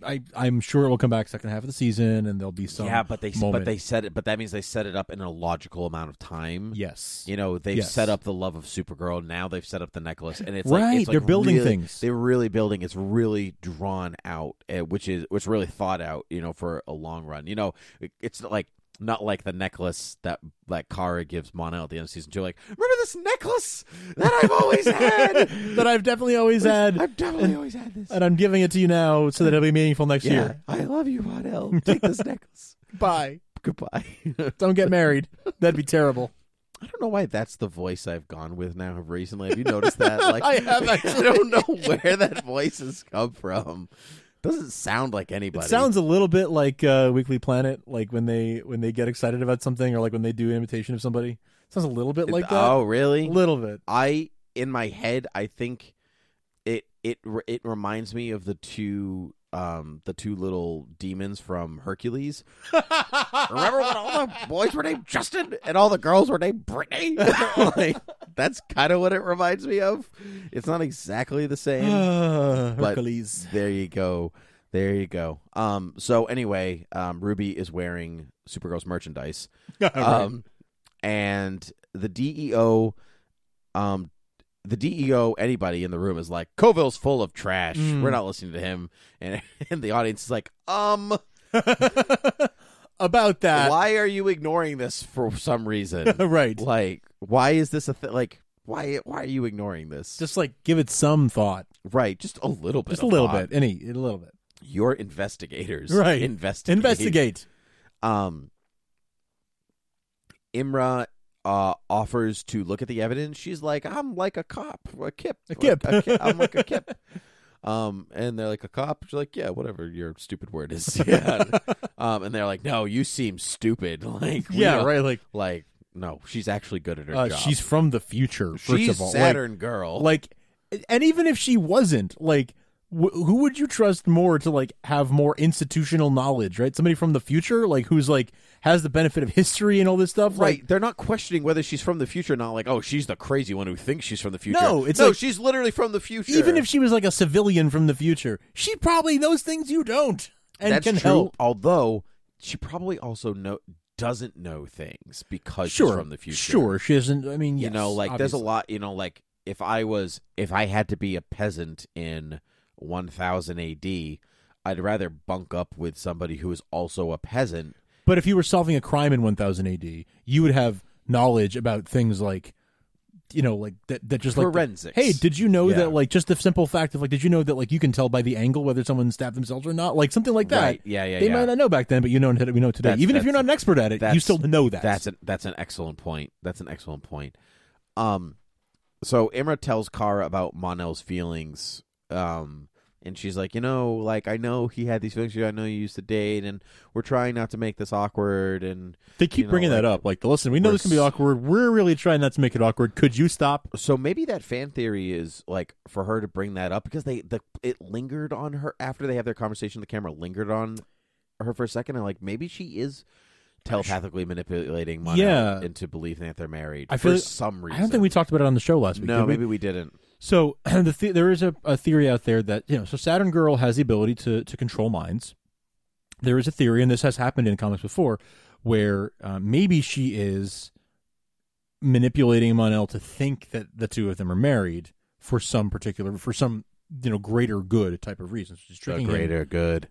[SPEAKER 2] I I'm sure it will come back second half of the season, and there'll be some.
[SPEAKER 3] yeah, but they
[SPEAKER 2] moment.
[SPEAKER 3] but they set it. But that means they set it up in a logical amount of time.
[SPEAKER 2] yes.
[SPEAKER 3] You know, they've
[SPEAKER 2] Yes.
[SPEAKER 3] set up the love of Supergirl. Now they've set up the necklace, and it's
[SPEAKER 2] right.
[SPEAKER 3] Like, it's like
[SPEAKER 2] They're building
[SPEAKER 3] really-
[SPEAKER 2] things.
[SPEAKER 3] They're really building. It's really drawn out, eh, which is which really thought out. You know, for a long run. You know, it- it's like not like the necklace that that Kara gives Mono at the end of season two. Like, remember this necklace that I've always had.
[SPEAKER 2] that I've definitely always had.
[SPEAKER 3] I've definitely always had this.
[SPEAKER 2] and I'm giving it to you now so that it'll be meaningful next
[SPEAKER 3] yeah,
[SPEAKER 2] year.
[SPEAKER 3] I love you, Monel. Take this necklace.
[SPEAKER 2] Bye.
[SPEAKER 3] Goodbye. I
[SPEAKER 2] Don't get married. That'd be terrible.
[SPEAKER 3] don't know why that's the voice I've gone with now recently. Have you noticed that? Like
[SPEAKER 2] I have
[SPEAKER 3] I
[SPEAKER 2] actually.
[SPEAKER 3] don't know where that voice has come from. Doesn't sound like
[SPEAKER 2] It
[SPEAKER 3] anybody.
[SPEAKER 2] sounds a little bit like uh, Weekly Planet, like when they when they get excited about something or like when they do an imitation of somebody. sounds a little bit like uh, that.
[SPEAKER 3] Oh,
[SPEAKER 2] A
[SPEAKER 3] really?
[SPEAKER 2] little bit.
[SPEAKER 3] I in my head, I think it it re- it reminds me of the two um the two little demons from Hercules. Remember when all the boys were named Justin and all the girls were named Brittany? like, that's kind of what it reminds me of. It's not exactly the same.
[SPEAKER 2] Ah,
[SPEAKER 3] but-
[SPEAKER 2] Hercules.
[SPEAKER 3] There you go. There you go. Um. So anyway, um, Ruby is wearing Supergirl's merchandise.
[SPEAKER 2] Oh,
[SPEAKER 3] Um, and the DEO, um, the DEO, anybody in the room is like, Coville's full of trash.
[SPEAKER 2] Mm.
[SPEAKER 3] We're not listening to him. And, and the audience is like, um,
[SPEAKER 2] about that.
[SPEAKER 3] why are you ignoring this for some reason?
[SPEAKER 2] right.
[SPEAKER 3] like, why is this a thing? Like, why, why are you ignoring this?
[SPEAKER 2] Just like give it some thought.
[SPEAKER 3] right, just a little bit.
[SPEAKER 2] Just a
[SPEAKER 3] of
[SPEAKER 2] little
[SPEAKER 3] thought.
[SPEAKER 2] bit. Any a little bit.
[SPEAKER 3] You're investigators.
[SPEAKER 2] Right.
[SPEAKER 3] Investigate.
[SPEAKER 2] Investigate.
[SPEAKER 3] Um, Imra uh, offers to look at the evidence. She's like, "I'm like a cop, a kip,
[SPEAKER 2] A kip.
[SPEAKER 3] Like, ki- I'm like a kip." Um, and they're like a cop. She's like, "Yeah, whatever your stupid word is." Yeah. um, and they're like, "No, you seem stupid." Like, we
[SPEAKER 2] yeah,
[SPEAKER 3] don't-
[SPEAKER 2] right. Like
[SPEAKER 3] Like, no, she's actually good at her
[SPEAKER 2] uh,
[SPEAKER 3] job.
[SPEAKER 2] she's from the future. First
[SPEAKER 3] she's
[SPEAKER 2] of all, Like-
[SPEAKER 3] Saturn girl.
[SPEAKER 2] like and even if she wasn't like wh- who would you trust more to like have more institutional knowledge right somebody from the future like who's like has the benefit of history and all this stuff
[SPEAKER 3] Right,
[SPEAKER 2] like
[SPEAKER 3] they're not questioning whether she's from the future. or Not like, oh, she's the crazy one who thinks she's from the future.
[SPEAKER 2] No, it's
[SPEAKER 3] no,
[SPEAKER 2] like-
[SPEAKER 3] she's literally from the future.
[SPEAKER 2] even if she was like a civilian from the future she probably knows things you don't and
[SPEAKER 3] That's
[SPEAKER 2] can
[SPEAKER 3] true.
[SPEAKER 2] help
[SPEAKER 3] Although she probably also know doesn't know things because she's
[SPEAKER 2] sure
[SPEAKER 3] from the future.
[SPEAKER 2] sure she isn't i mean
[SPEAKER 3] you
[SPEAKER 2] yes,
[SPEAKER 3] know, like there's a
[SPEAKER 2] obviously.
[SPEAKER 3] lot. You know, like if I was if I had to be a peasant in 1000 AD, I'd rather bunk up with somebody who is also a peasant.
[SPEAKER 2] but if you were solving a crime in 1000 ad you would have knowledge about things like you know like that that just like
[SPEAKER 3] Forensics.
[SPEAKER 2] Hey, did you know
[SPEAKER 3] Yeah.
[SPEAKER 2] that like just the simple fact of like did you know that like you can tell by the angle whether someone stabbed themselves or not? Like something like that.
[SPEAKER 3] Right. Yeah, yeah,
[SPEAKER 2] They
[SPEAKER 3] yeah.
[SPEAKER 2] might not know back then, but you know that we know today.
[SPEAKER 3] That's-
[SPEAKER 2] Even if you're
[SPEAKER 3] that's-
[SPEAKER 2] not an expert at it, you
[SPEAKER 3] that's-
[SPEAKER 2] still know that.
[SPEAKER 3] That's an that's an excellent point. That's an excellent point. Um, so Imra tells Kara about Monel's feelings. Um, and she's like, you know, like I know he had these feelings. I know you used to date, and we're trying not to make this awkward. And
[SPEAKER 2] they keep
[SPEAKER 3] you know,
[SPEAKER 2] bringing that
[SPEAKER 3] like,
[SPEAKER 2] up. Like, listen, we know
[SPEAKER 3] we're
[SPEAKER 2] this can be
[SPEAKER 3] s-
[SPEAKER 2] awkward. We're really trying not to make it awkward. Could you stop?
[SPEAKER 3] so maybe that fan theory is like for her to bring that up because they the it lingered on her after they have their conversation. The camera lingered on her for a second, and like maybe she is telepathically manipulating Monel
[SPEAKER 2] Yeah.
[SPEAKER 3] into believing that they're married
[SPEAKER 2] I feel
[SPEAKER 3] for
[SPEAKER 2] like-
[SPEAKER 3] some reason.
[SPEAKER 2] I don't think we talked about it on the show last week.
[SPEAKER 3] No,
[SPEAKER 2] did we?
[SPEAKER 3] maybe we didn't.
[SPEAKER 2] So the the- there is a, a theory out there that you know. So Saturn Girl has the ability to to control minds. There is a theory, and this has happened in comics before, where uh, maybe she is manipulating Monel to think that the two of them are married for some particular, for some you know greater good type of reasons. She's tricking him.
[SPEAKER 3] good.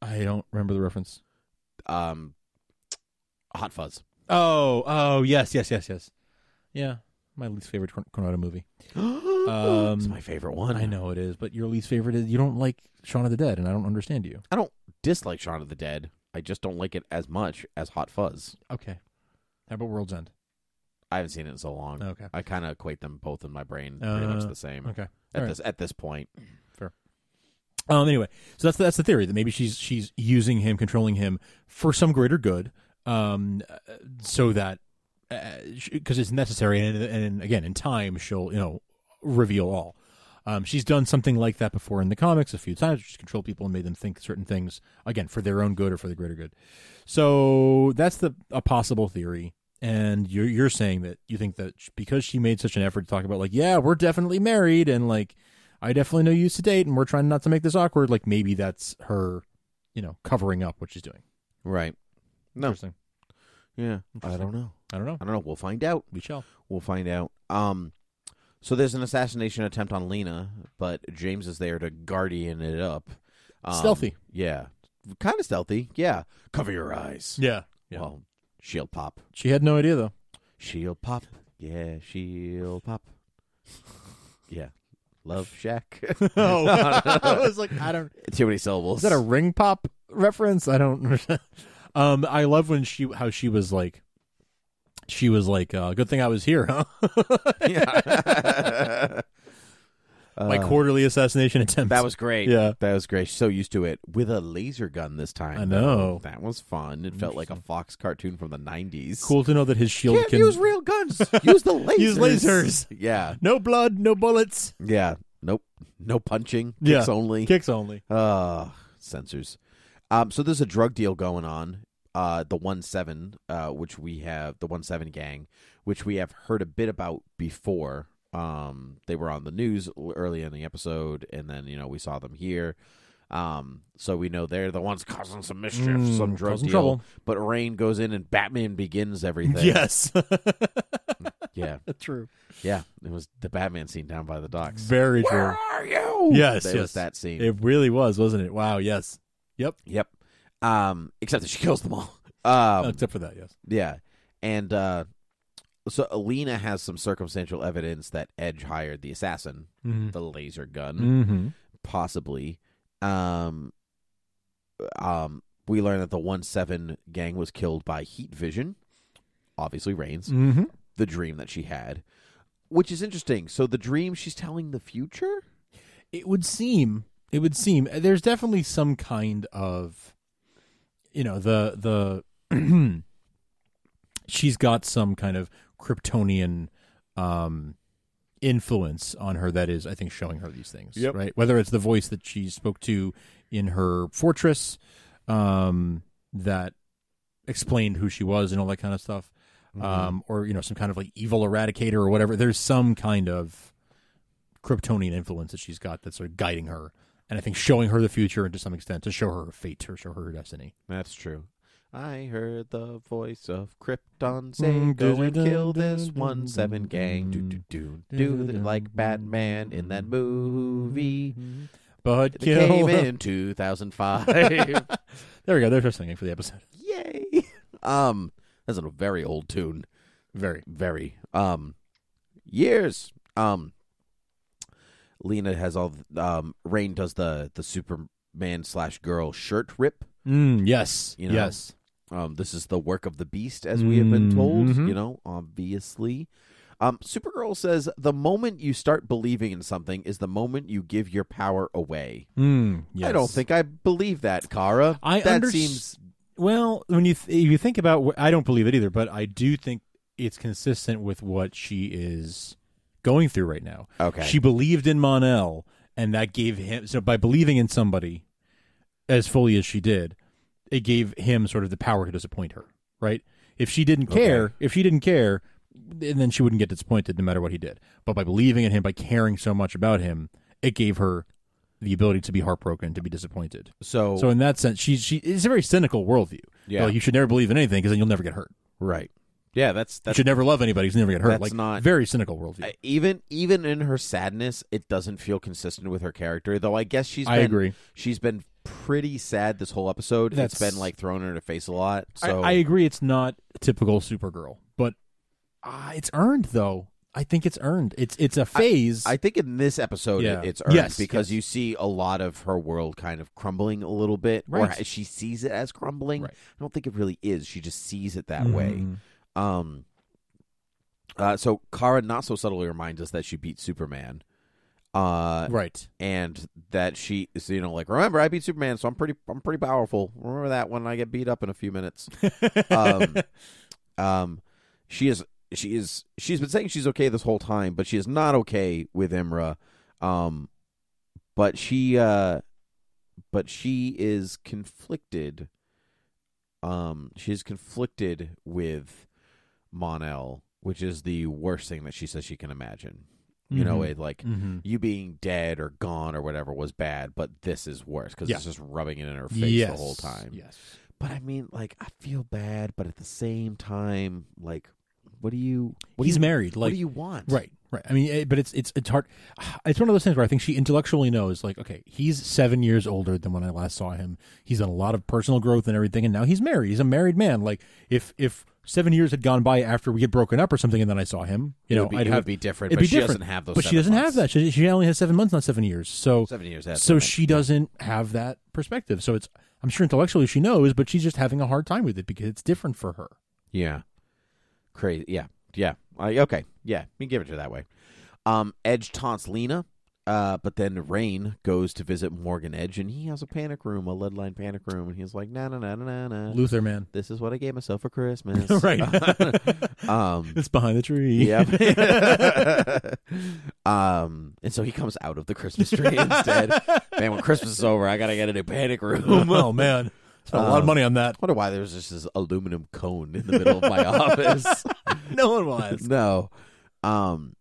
[SPEAKER 2] I don't remember the reference.
[SPEAKER 3] Um, Hot Fuzz.
[SPEAKER 2] Oh, oh, yes, yes, yes, yes. Yeah, my least favorite Con- Conato movie. Um,
[SPEAKER 3] it's my favorite one.
[SPEAKER 2] I know it is, but your least favorite is you don't like Shaun of the Dead, and I don't understand you.
[SPEAKER 3] I don't dislike Shaun of the Dead. I just don't like it as much as Hot Fuzz.
[SPEAKER 2] Okay. How about World's End?
[SPEAKER 3] I haven't seen it in so long.
[SPEAKER 2] Okay.
[SPEAKER 3] I kind of equate them both in my brain pretty much
[SPEAKER 2] Uh,
[SPEAKER 3] the same
[SPEAKER 2] Okay.
[SPEAKER 3] at
[SPEAKER 2] alright.
[SPEAKER 3] this at this point.
[SPEAKER 2] Um. Anyway, so that's that's the theory that maybe she's she's using him, controlling him for some greater good. Um. uh, So that because it's necessary, and and again, in time, she'll you know reveal all. Um, she's done something like that before in the comics a few times. She's controlled people and made them think certain things again for their own good or for the greater good. So that's the a possible theory. And you're you're saying that you think that sh- because she made such an effort to talk about like, yeah, we're definitely married, and like, I definitely know you used to date, and we're trying not to make this awkward. Like maybe that's her, you know, covering up what she's doing.
[SPEAKER 3] Right. No.
[SPEAKER 2] Interesting.
[SPEAKER 3] Yeah. I
[SPEAKER 2] Interesting.
[SPEAKER 3] don't know.
[SPEAKER 2] I don't know.
[SPEAKER 3] I don't know. We'll find out.
[SPEAKER 2] We shall.
[SPEAKER 3] We'll find out. Um, so there's an assassination attempt on Lena, but James is there to guardian it up. Um,
[SPEAKER 2] Stealthy.
[SPEAKER 3] Yeah. Kind of stealthy. Yeah. Cover your eyes.
[SPEAKER 2] Yeah. Yeah.
[SPEAKER 3] Well, shield pop.
[SPEAKER 2] She had no idea though.
[SPEAKER 3] Shield pop. Yeah, shield pop. Yeah. Love Shack.
[SPEAKER 2] Oh, I was like, I don't.
[SPEAKER 3] Too many syllables.
[SPEAKER 2] Is that a ring pop reference? I don't. understand. um, I love when she how she was like, she was like, uh, "Good thing I was here, huh?"
[SPEAKER 3] Yeah.
[SPEAKER 2] My quarterly assassination attempt.
[SPEAKER 3] Uh, that was great.
[SPEAKER 2] Yeah.
[SPEAKER 3] That was great. She's so used to it. With a laser gun this time.
[SPEAKER 2] I
[SPEAKER 3] though.
[SPEAKER 2] know.
[SPEAKER 3] That was fun. It felt like a Fox cartoon from the 90s.
[SPEAKER 2] cool to know that his shield
[SPEAKER 3] Can't
[SPEAKER 2] can
[SPEAKER 3] use real guns. Use the lasers.
[SPEAKER 2] Use lasers.
[SPEAKER 3] Yeah.
[SPEAKER 2] no blood, no bullets,
[SPEAKER 3] Yeah. Nope. No punching.
[SPEAKER 2] Yeah.
[SPEAKER 3] Kicks only.
[SPEAKER 2] kicks only.
[SPEAKER 3] Uh censors. Um, so there's a drug deal going on. Uh, the one seven, uh, which we have the one seven gang, which we have heard a bit about before. Um, they were on the news l- early in the episode, and then you know we saw them here. Um, so we know they're the ones causing some mischief,
[SPEAKER 2] Mm,
[SPEAKER 3] some drug
[SPEAKER 2] causing
[SPEAKER 3] deal.
[SPEAKER 2] trouble.
[SPEAKER 3] But Rain goes in and Batman begins everything.
[SPEAKER 2] Yes,
[SPEAKER 3] yeah,
[SPEAKER 2] true.
[SPEAKER 3] yeah. It was the Batman scene down by the docks.
[SPEAKER 2] Very
[SPEAKER 3] Where
[SPEAKER 2] true.
[SPEAKER 3] are you?
[SPEAKER 2] Yes,
[SPEAKER 3] There
[SPEAKER 2] yes.
[SPEAKER 3] was that scene.
[SPEAKER 2] It really was, wasn't it? Wow. Yes.
[SPEAKER 3] Yep. Um, except that she kills them all. Um,
[SPEAKER 2] Except for that, yes.
[SPEAKER 3] yeah. And uh, so Alina has some circumstantial evidence that Edge hired the assassin,
[SPEAKER 2] Mm-hmm.
[SPEAKER 3] the laser gun,
[SPEAKER 2] Mm-hmm.
[SPEAKER 3] possibly. Um, um, we learn that the one seven gang was killed by heat vision. obviously Reigns,
[SPEAKER 2] Mm-hmm.
[SPEAKER 3] the dream that she had, which is interesting. So the dream she's telling the future?
[SPEAKER 2] It would seem. It would seem. There's definitely some kind of, you know, the the. she's got some kind of Kryptonian, um, influence on her that is, I think, showing her these things.
[SPEAKER 3] Yep.
[SPEAKER 2] Right. Whether it's the voice that she spoke to in her fortress, um, that explained who she was and all that kind of stuff. Um, or you know, some kind of like evil eradicator or whatever. There's some kind of Kryptonian influence that she's got that's sort of guiding her, and I think showing her the future and to some extent to show her her fate or show her her destiny.
[SPEAKER 3] That's true. I heard the voice of
[SPEAKER 2] Mm,
[SPEAKER 3] Krypton say, "Go and kill this one seven gang." Do do do do the- like Batman in that movie.
[SPEAKER 2] But
[SPEAKER 3] It
[SPEAKER 2] kill
[SPEAKER 3] Mm-hmm. came
[SPEAKER 2] the-
[SPEAKER 3] in two thousand five.
[SPEAKER 2] there we go. There's our singing for the episode.
[SPEAKER 3] Yay! Um, that's a very old tune.
[SPEAKER 2] Very.
[SPEAKER 3] very um years um lena has all um rain does the the superman slash girl shirt rip
[SPEAKER 2] Mm, yes.
[SPEAKER 3] You know,
[SPEAKER 2] yes.
[SPEAKER 3] um this is the work of the beast as we have been told
[SPEAKER 2] Mm-hmm.
[SPEAKER 3] you know obviously um supergirl says the moment you start believing in something is the moment you give your power away
[SPEAKER 2] Mm, yes.
[SPEAKER 3] i don't think i believe that kara
[SPEAKER 2] I
[SPEAKER 3] that
[SPEAKER 2] underst-
[SPEAKER 3] seems
[SPEAKER 2] Well, when you th- you think about, wh- I don't believe it either, but I do think it's consistent with what she is going through right now.
[SPEAKER 3] okay
[SPEAKER 2] She believed in Monel, and that gave him. So by believing in somebody as fully as she did, it gave him sort of the power to disappoint her. Right? If she didn't care, if she didn't care, and then she wouldn't get disappointed no matter what he did. But by believing in him, by caring so much about him, it gave her the ability to be heartbroken, to be disappointed.
[SPEAKER 3] so,
[SPEAKER 2] So in that sense, she she it's a very cynical worldview.
[SPEAKER 3] Oh. Yeah.
[SPEAKER 2] Like, you should never believe in anything because then you'll never get hurt.
[SPEAKER 3] right yeah that's
[SPEAKER 2] You
[SPEAKER 3] that's
[SPEAKER 2] should never love anybody because you'll never get hurt.
[SPEAKER 3] That's
[SPEAKER 2] like
[SPEAKER 3] not-
[SPEAKER 2] very cynical worldview.
[SPEAKER 3] I- even even in her sadness, it doesn't feel consistent with her character. Though I guess she's
[SPEAKER 2] I
[SPEAKER 3] been,
[SPEAKER 2] agree.
[SPEAKER 3] She's been pretty sad this whole episode.
[SPEAKER 2] That's-
[SPEAKER 3] It's been like thrown in her face a lot. So
[SPEAKER 2] I, I agree. It's not typical Supergirl, but uh, it's earned though. I think it's earned. It's it's a phase.
[SPEAKER 3] I think in this episode
[SPEAKER 2] Yeah.
[SPEAKER 3] it's earned
[SPEAKER 2] Yes,
[SPEAKER 3] because
[SPEAKER 2] yes.
[SPEAKER 3] you see a lot of her world kind of crumbling a little bit, or
[SPEAKER 2] Right.
[SPEAKER 3] she sees it as crumbling.
[SPEAKER 2] Right.
[SPEAKER 3] I don't think it really is. She just sees it that way.
[SPEAKER 2] Mm-hmm.
[SPEAKER 3] Um. Uh, so Kara not so subtly reminds us that she beat Superman. Uh,
[SPEAKER 2] right.
[SPEAKER 3] and that she is you know like remember I beat Superman so I'm pretty I'm pretty powerful. Remember that when I get beat up in a few minutes. um, um she is she is she's been saying she's okay this whole time but she is not okay with Imra. Um but she uh but she is conflicted um she is conflicted with Monel, which is the worst thing that she says she can imagine. You know,
[SPEAKER 2] Mhm.
[SPEAKER 3] it like
[SPEAKER 2] Mhm.
[SPEAKER 3] you being dead or gone or whatever was bad, but this is worse because
[SPEAKER 2] Yeah.
[SPEAKER 3] it's just rubbing it in her face
[SPEAKER 2] Yes.
[SPEAKER 3] the whole time.
[SPEAKER 2] Yes.
[SPEAKER 3] But I mean, like, I feel bad, but at the same time, like, what do you? What
[SPEAKER 2] He's
[SPEAKER 3] do you,
[SPEAKER 2] married.
[SPEAKER 3] what
[SPEAKER 2] Like
[SPEAKER 3] do you want?
[SPEAKER 2] Right, right. I mean, eh, but it's it's it's hard. It's one of those things where I think she intellectually knows, like, okay, he's seven years older than when I last saw him. He's done a lot of personal growth and everything, and now he's married. He's a married man. Like, if if seven years had gone by after we had broken up or something, and then I saw him, you
[SPEAKER 3] It
[SPEAKER 2] know,
[SPEAKER 3] would be,
[SPEAKER 2] I'd
[SPEAKER 3] it
[SPEAKER 2] have
[SPEAKER 3] would be different.
[SPEAKER 2] it'd
[SPEAKER 3] but
[SPEAKER 2] be
[SPEAKER 3] she
[SPEAKER 2] different.
[SPEAKER 3] doesn't have those.
[SPEAKER 2] But she
[SPEAKER 3] seven
[SPEAKER 2] doesn't have
[SPEAKER 3] months.
[SPEAKER 2] that. She, she only has seven months, not seven years. So
[SPEAKER 3] Seven years. That's
[SPEAKER 2] so
[SPEAKER 3] what I
[SPEAKER 2] she doesn't have that perspective. So it's I'm sure intellectually she knows, but she's just having a hard time with it because it's different for her.
[SPEAKER 3] meant. Yeah. Crazy. Yeah. Yeah. I, okay. Yeah. You can give it to her that way. Um, Edge taunts Lena. Uh, but then Rain goes to visit Morgan Edge, and he has a panic room, a lead line panic room, and he's like, "Na na na na na na."
[SPEAKER 2] Luther man,
[SPEAKER 3] This is what I gave myself for Christmas.
[SPEAKER 2] right?
[SPEAKER 3] um.
[SPEAKER 2] it's behind the tree.
[SPEAKER 3] Yep. um, and so he comes out of the Christmas tree instead. Man, when Christmas is over, I gotta get a new panic room.
[SPEAKER 2] oh man, spent a lot of
[SPEAKER 3] Um,
[SPEAKER 2] money on that.
[SPEAKER 3] wonder why there's just this aluminum cone in the middle of my office.
[SPEAKER 2] No one was.
[SPEAKER 3] no. Um.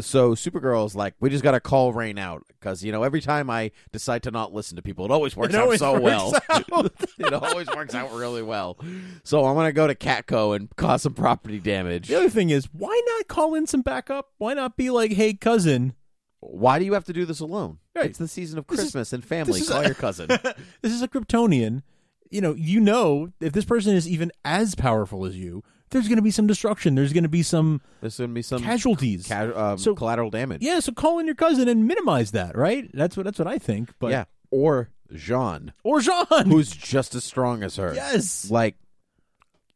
[SPEAKER 3] So Supergirl's like, we just gotta call Rain out because you know every time I decide to not listen to people, it always works
[SPEAKER 2] It always
[SPEAKER 3] out so
[SPEAKER 2] works
[SPEAKER 3] well.
[SPEAKER 2] out.
[SPEAKER 3] it always works out really well. So I'm gonna go to Catco and cause some property damage.
[SPEAKER 2] the other thing is, why not call in some backup? Why not be like, hey, cousin,
[SPEAKER 3] Why do you have to do this alone?
[SPEAKER 2] Right.
[SPEAKER 3] It's the season of
[SPEAKER 2] This is-
[SPEAKER 3] Christmas and family.
[SPEAKER 2] is-
[SPEAKER 3] Call your cousin.
[SPEAKER 2] this is a Kryptonian. You know, you know, if this person is even as powerful as you, there's going to be some destruction. There's going to be some
[SPEAKER 3] There's going to be some
[SPEAKER 2] casualties.
[SPEAKER 3] ca- um,
[SPEAKER 2] So-
[SPEAKER 3] collateral damage.
[SPEAKER 2] yeah, so call in your cousin and minimize that, right? That's what that's what I think. But
[SPEAKER 3] Yeah. Or Jean,
[SPEAKER 2] or Jean,
[SPEAKER 3] who's just as strong as her.
[SPEAKER 2] yes,
[SPEAKER 3] Like,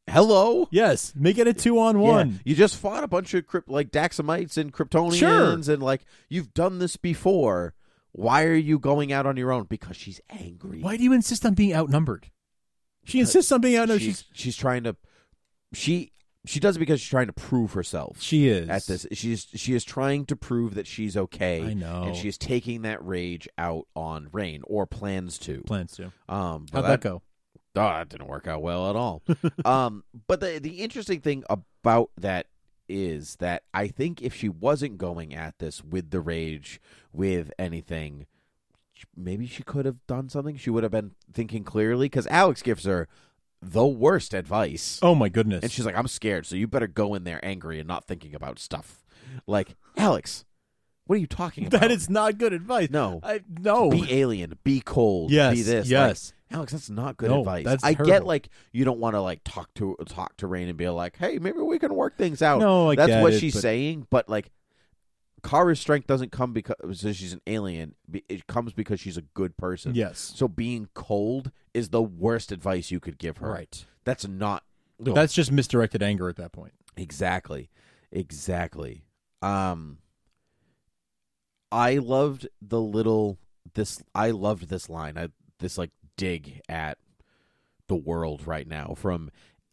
[SPEAKER 3] Hello.
[SPEAKER 2] Yes, make it a two on
[SPEAKER 3] Yeah.
[SPEAKER 2] one.
[SPEAKER 3] You just fought a bunch of crypt like Daxamites and Kryptonians,
[SPEAKER 2] Sure.
[SPEAKER 3] and like you've done this before. Why are you going out on your own? Because she's angry.
[SPEAKER 2] Why do you insist on being outnumbered? She insists on being outnumbered.
[SPEAKER 3] she's she's trying to she she does it because she's trying to prove herself.
[SPEAKER 2] she is
[SPEAKER 3] at this. She's she is trying to prove that she's okay.
[SPEAKER 2] I know.
[SPEAKER 3] and she is taking that rage out on Rain or plans to.
[SPEAKER 2] plans to.
[SPEAKER 3] Um, but
[SPEAKER 2] How'd that go?
[SPEAKER 3] Oh, that didn't work out well at all. um, but the the interesting thing about that is that I think if she wasn't going at this with the rage, with anything, maybe she could have done something. She would have been thinking clearly because Alex gives her the worst advice.
[SPEAKER 2] Oh my goodness!
[SPEAKER 3] And she's like, I'm scared, so you better go in there angry and not thinking about stuff. Like, Alex, what are you talking about?
[SPEAKER 2] that is not good advice.
[SPEAKER 3] No.
[SPEAKER 2] I no.
[SPEAKER 3] Be alien, be cold,
[SPEAKER 2] Yes,
[SPEAKER 3] be this.
[SPEAKER 2] yes.
[SPEAKER 3] Like, Alex, that's not good
[SPEAKER 2] No,
[SPEAKER 3] advice.
[SPEAKER 2] that's
[SPEAKER 3] I get
[SPEAKER 2] terrible.
[SPEAKER 3] like you don't want to like talk to talk to Rain and be like, Hey, maybe we can work things out.
[SPEAKER 2] No, I
[SPEAKER 3] oh, that's
[SPEAKER 2] get
[SPEAKER 3] what
[SPEAKER 2] it,
[SPEAKER 3] she's
[SPEAKER 2] but-
[SPEAKER 3] saying, but like Kara's strength doesn't come because she's an alien. Be- It comes because she's a good person.
[SPEAKER 2] yes,
[SPEAKER 3] So being cold is the worst advice you could give her.
[SPEAKER 2] right.
[SPEAKER 3] That's not
[SPEAKER 2] That's just misdirected anger at that point.
[SPEAKER 3] Exactly. Exactly. Um I loved the little this I loved this line. I this like dig at the world right now from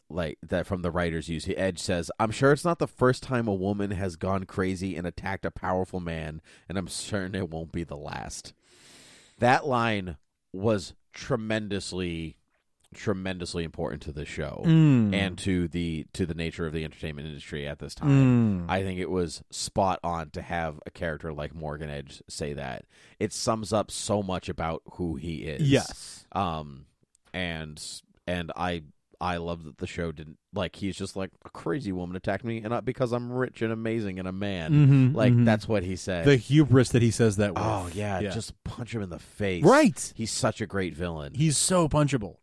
[SPEAKER 3] like that from the writers use edge says i'm sure it's not the first time a woman has gone crazy and attacked a powerful man and i'm certain it won't be the last that line was tremendously tremendously important to the show
[SPEAKER 2] Mm.
[SPEAKER 3] and to the to the nature of the entertainment industry at this
[SPEAKER 2] Mm.
[SPEAKER 3] time. I think it was spot on to have a character like Morgan Edge say that. It sums up so much about who he is.
[SPEAKER 2] yes.
[SPEAKER 3] Um and and I I love that the show didn't like he's just like a crazy woman attacked me and not because I'm rich and amazing and a man.
[SPEAKER 2] Mhm,
[SPEAKER 3] Like
[SPEAKER 2] mhm.
[SPEAKER 3] that's what he said.
[SPEAKER 2] the hubris that he says that. With.
[SPEAKER 3] oh yeah,
[SPEAKER 2] Yeah.
[SPEAKER 3] just punch him in the face.
[SPEAKER 2] right.
[SPEAKER 3] He's such a great villain.
[SPEAKER 2] He's so punchable.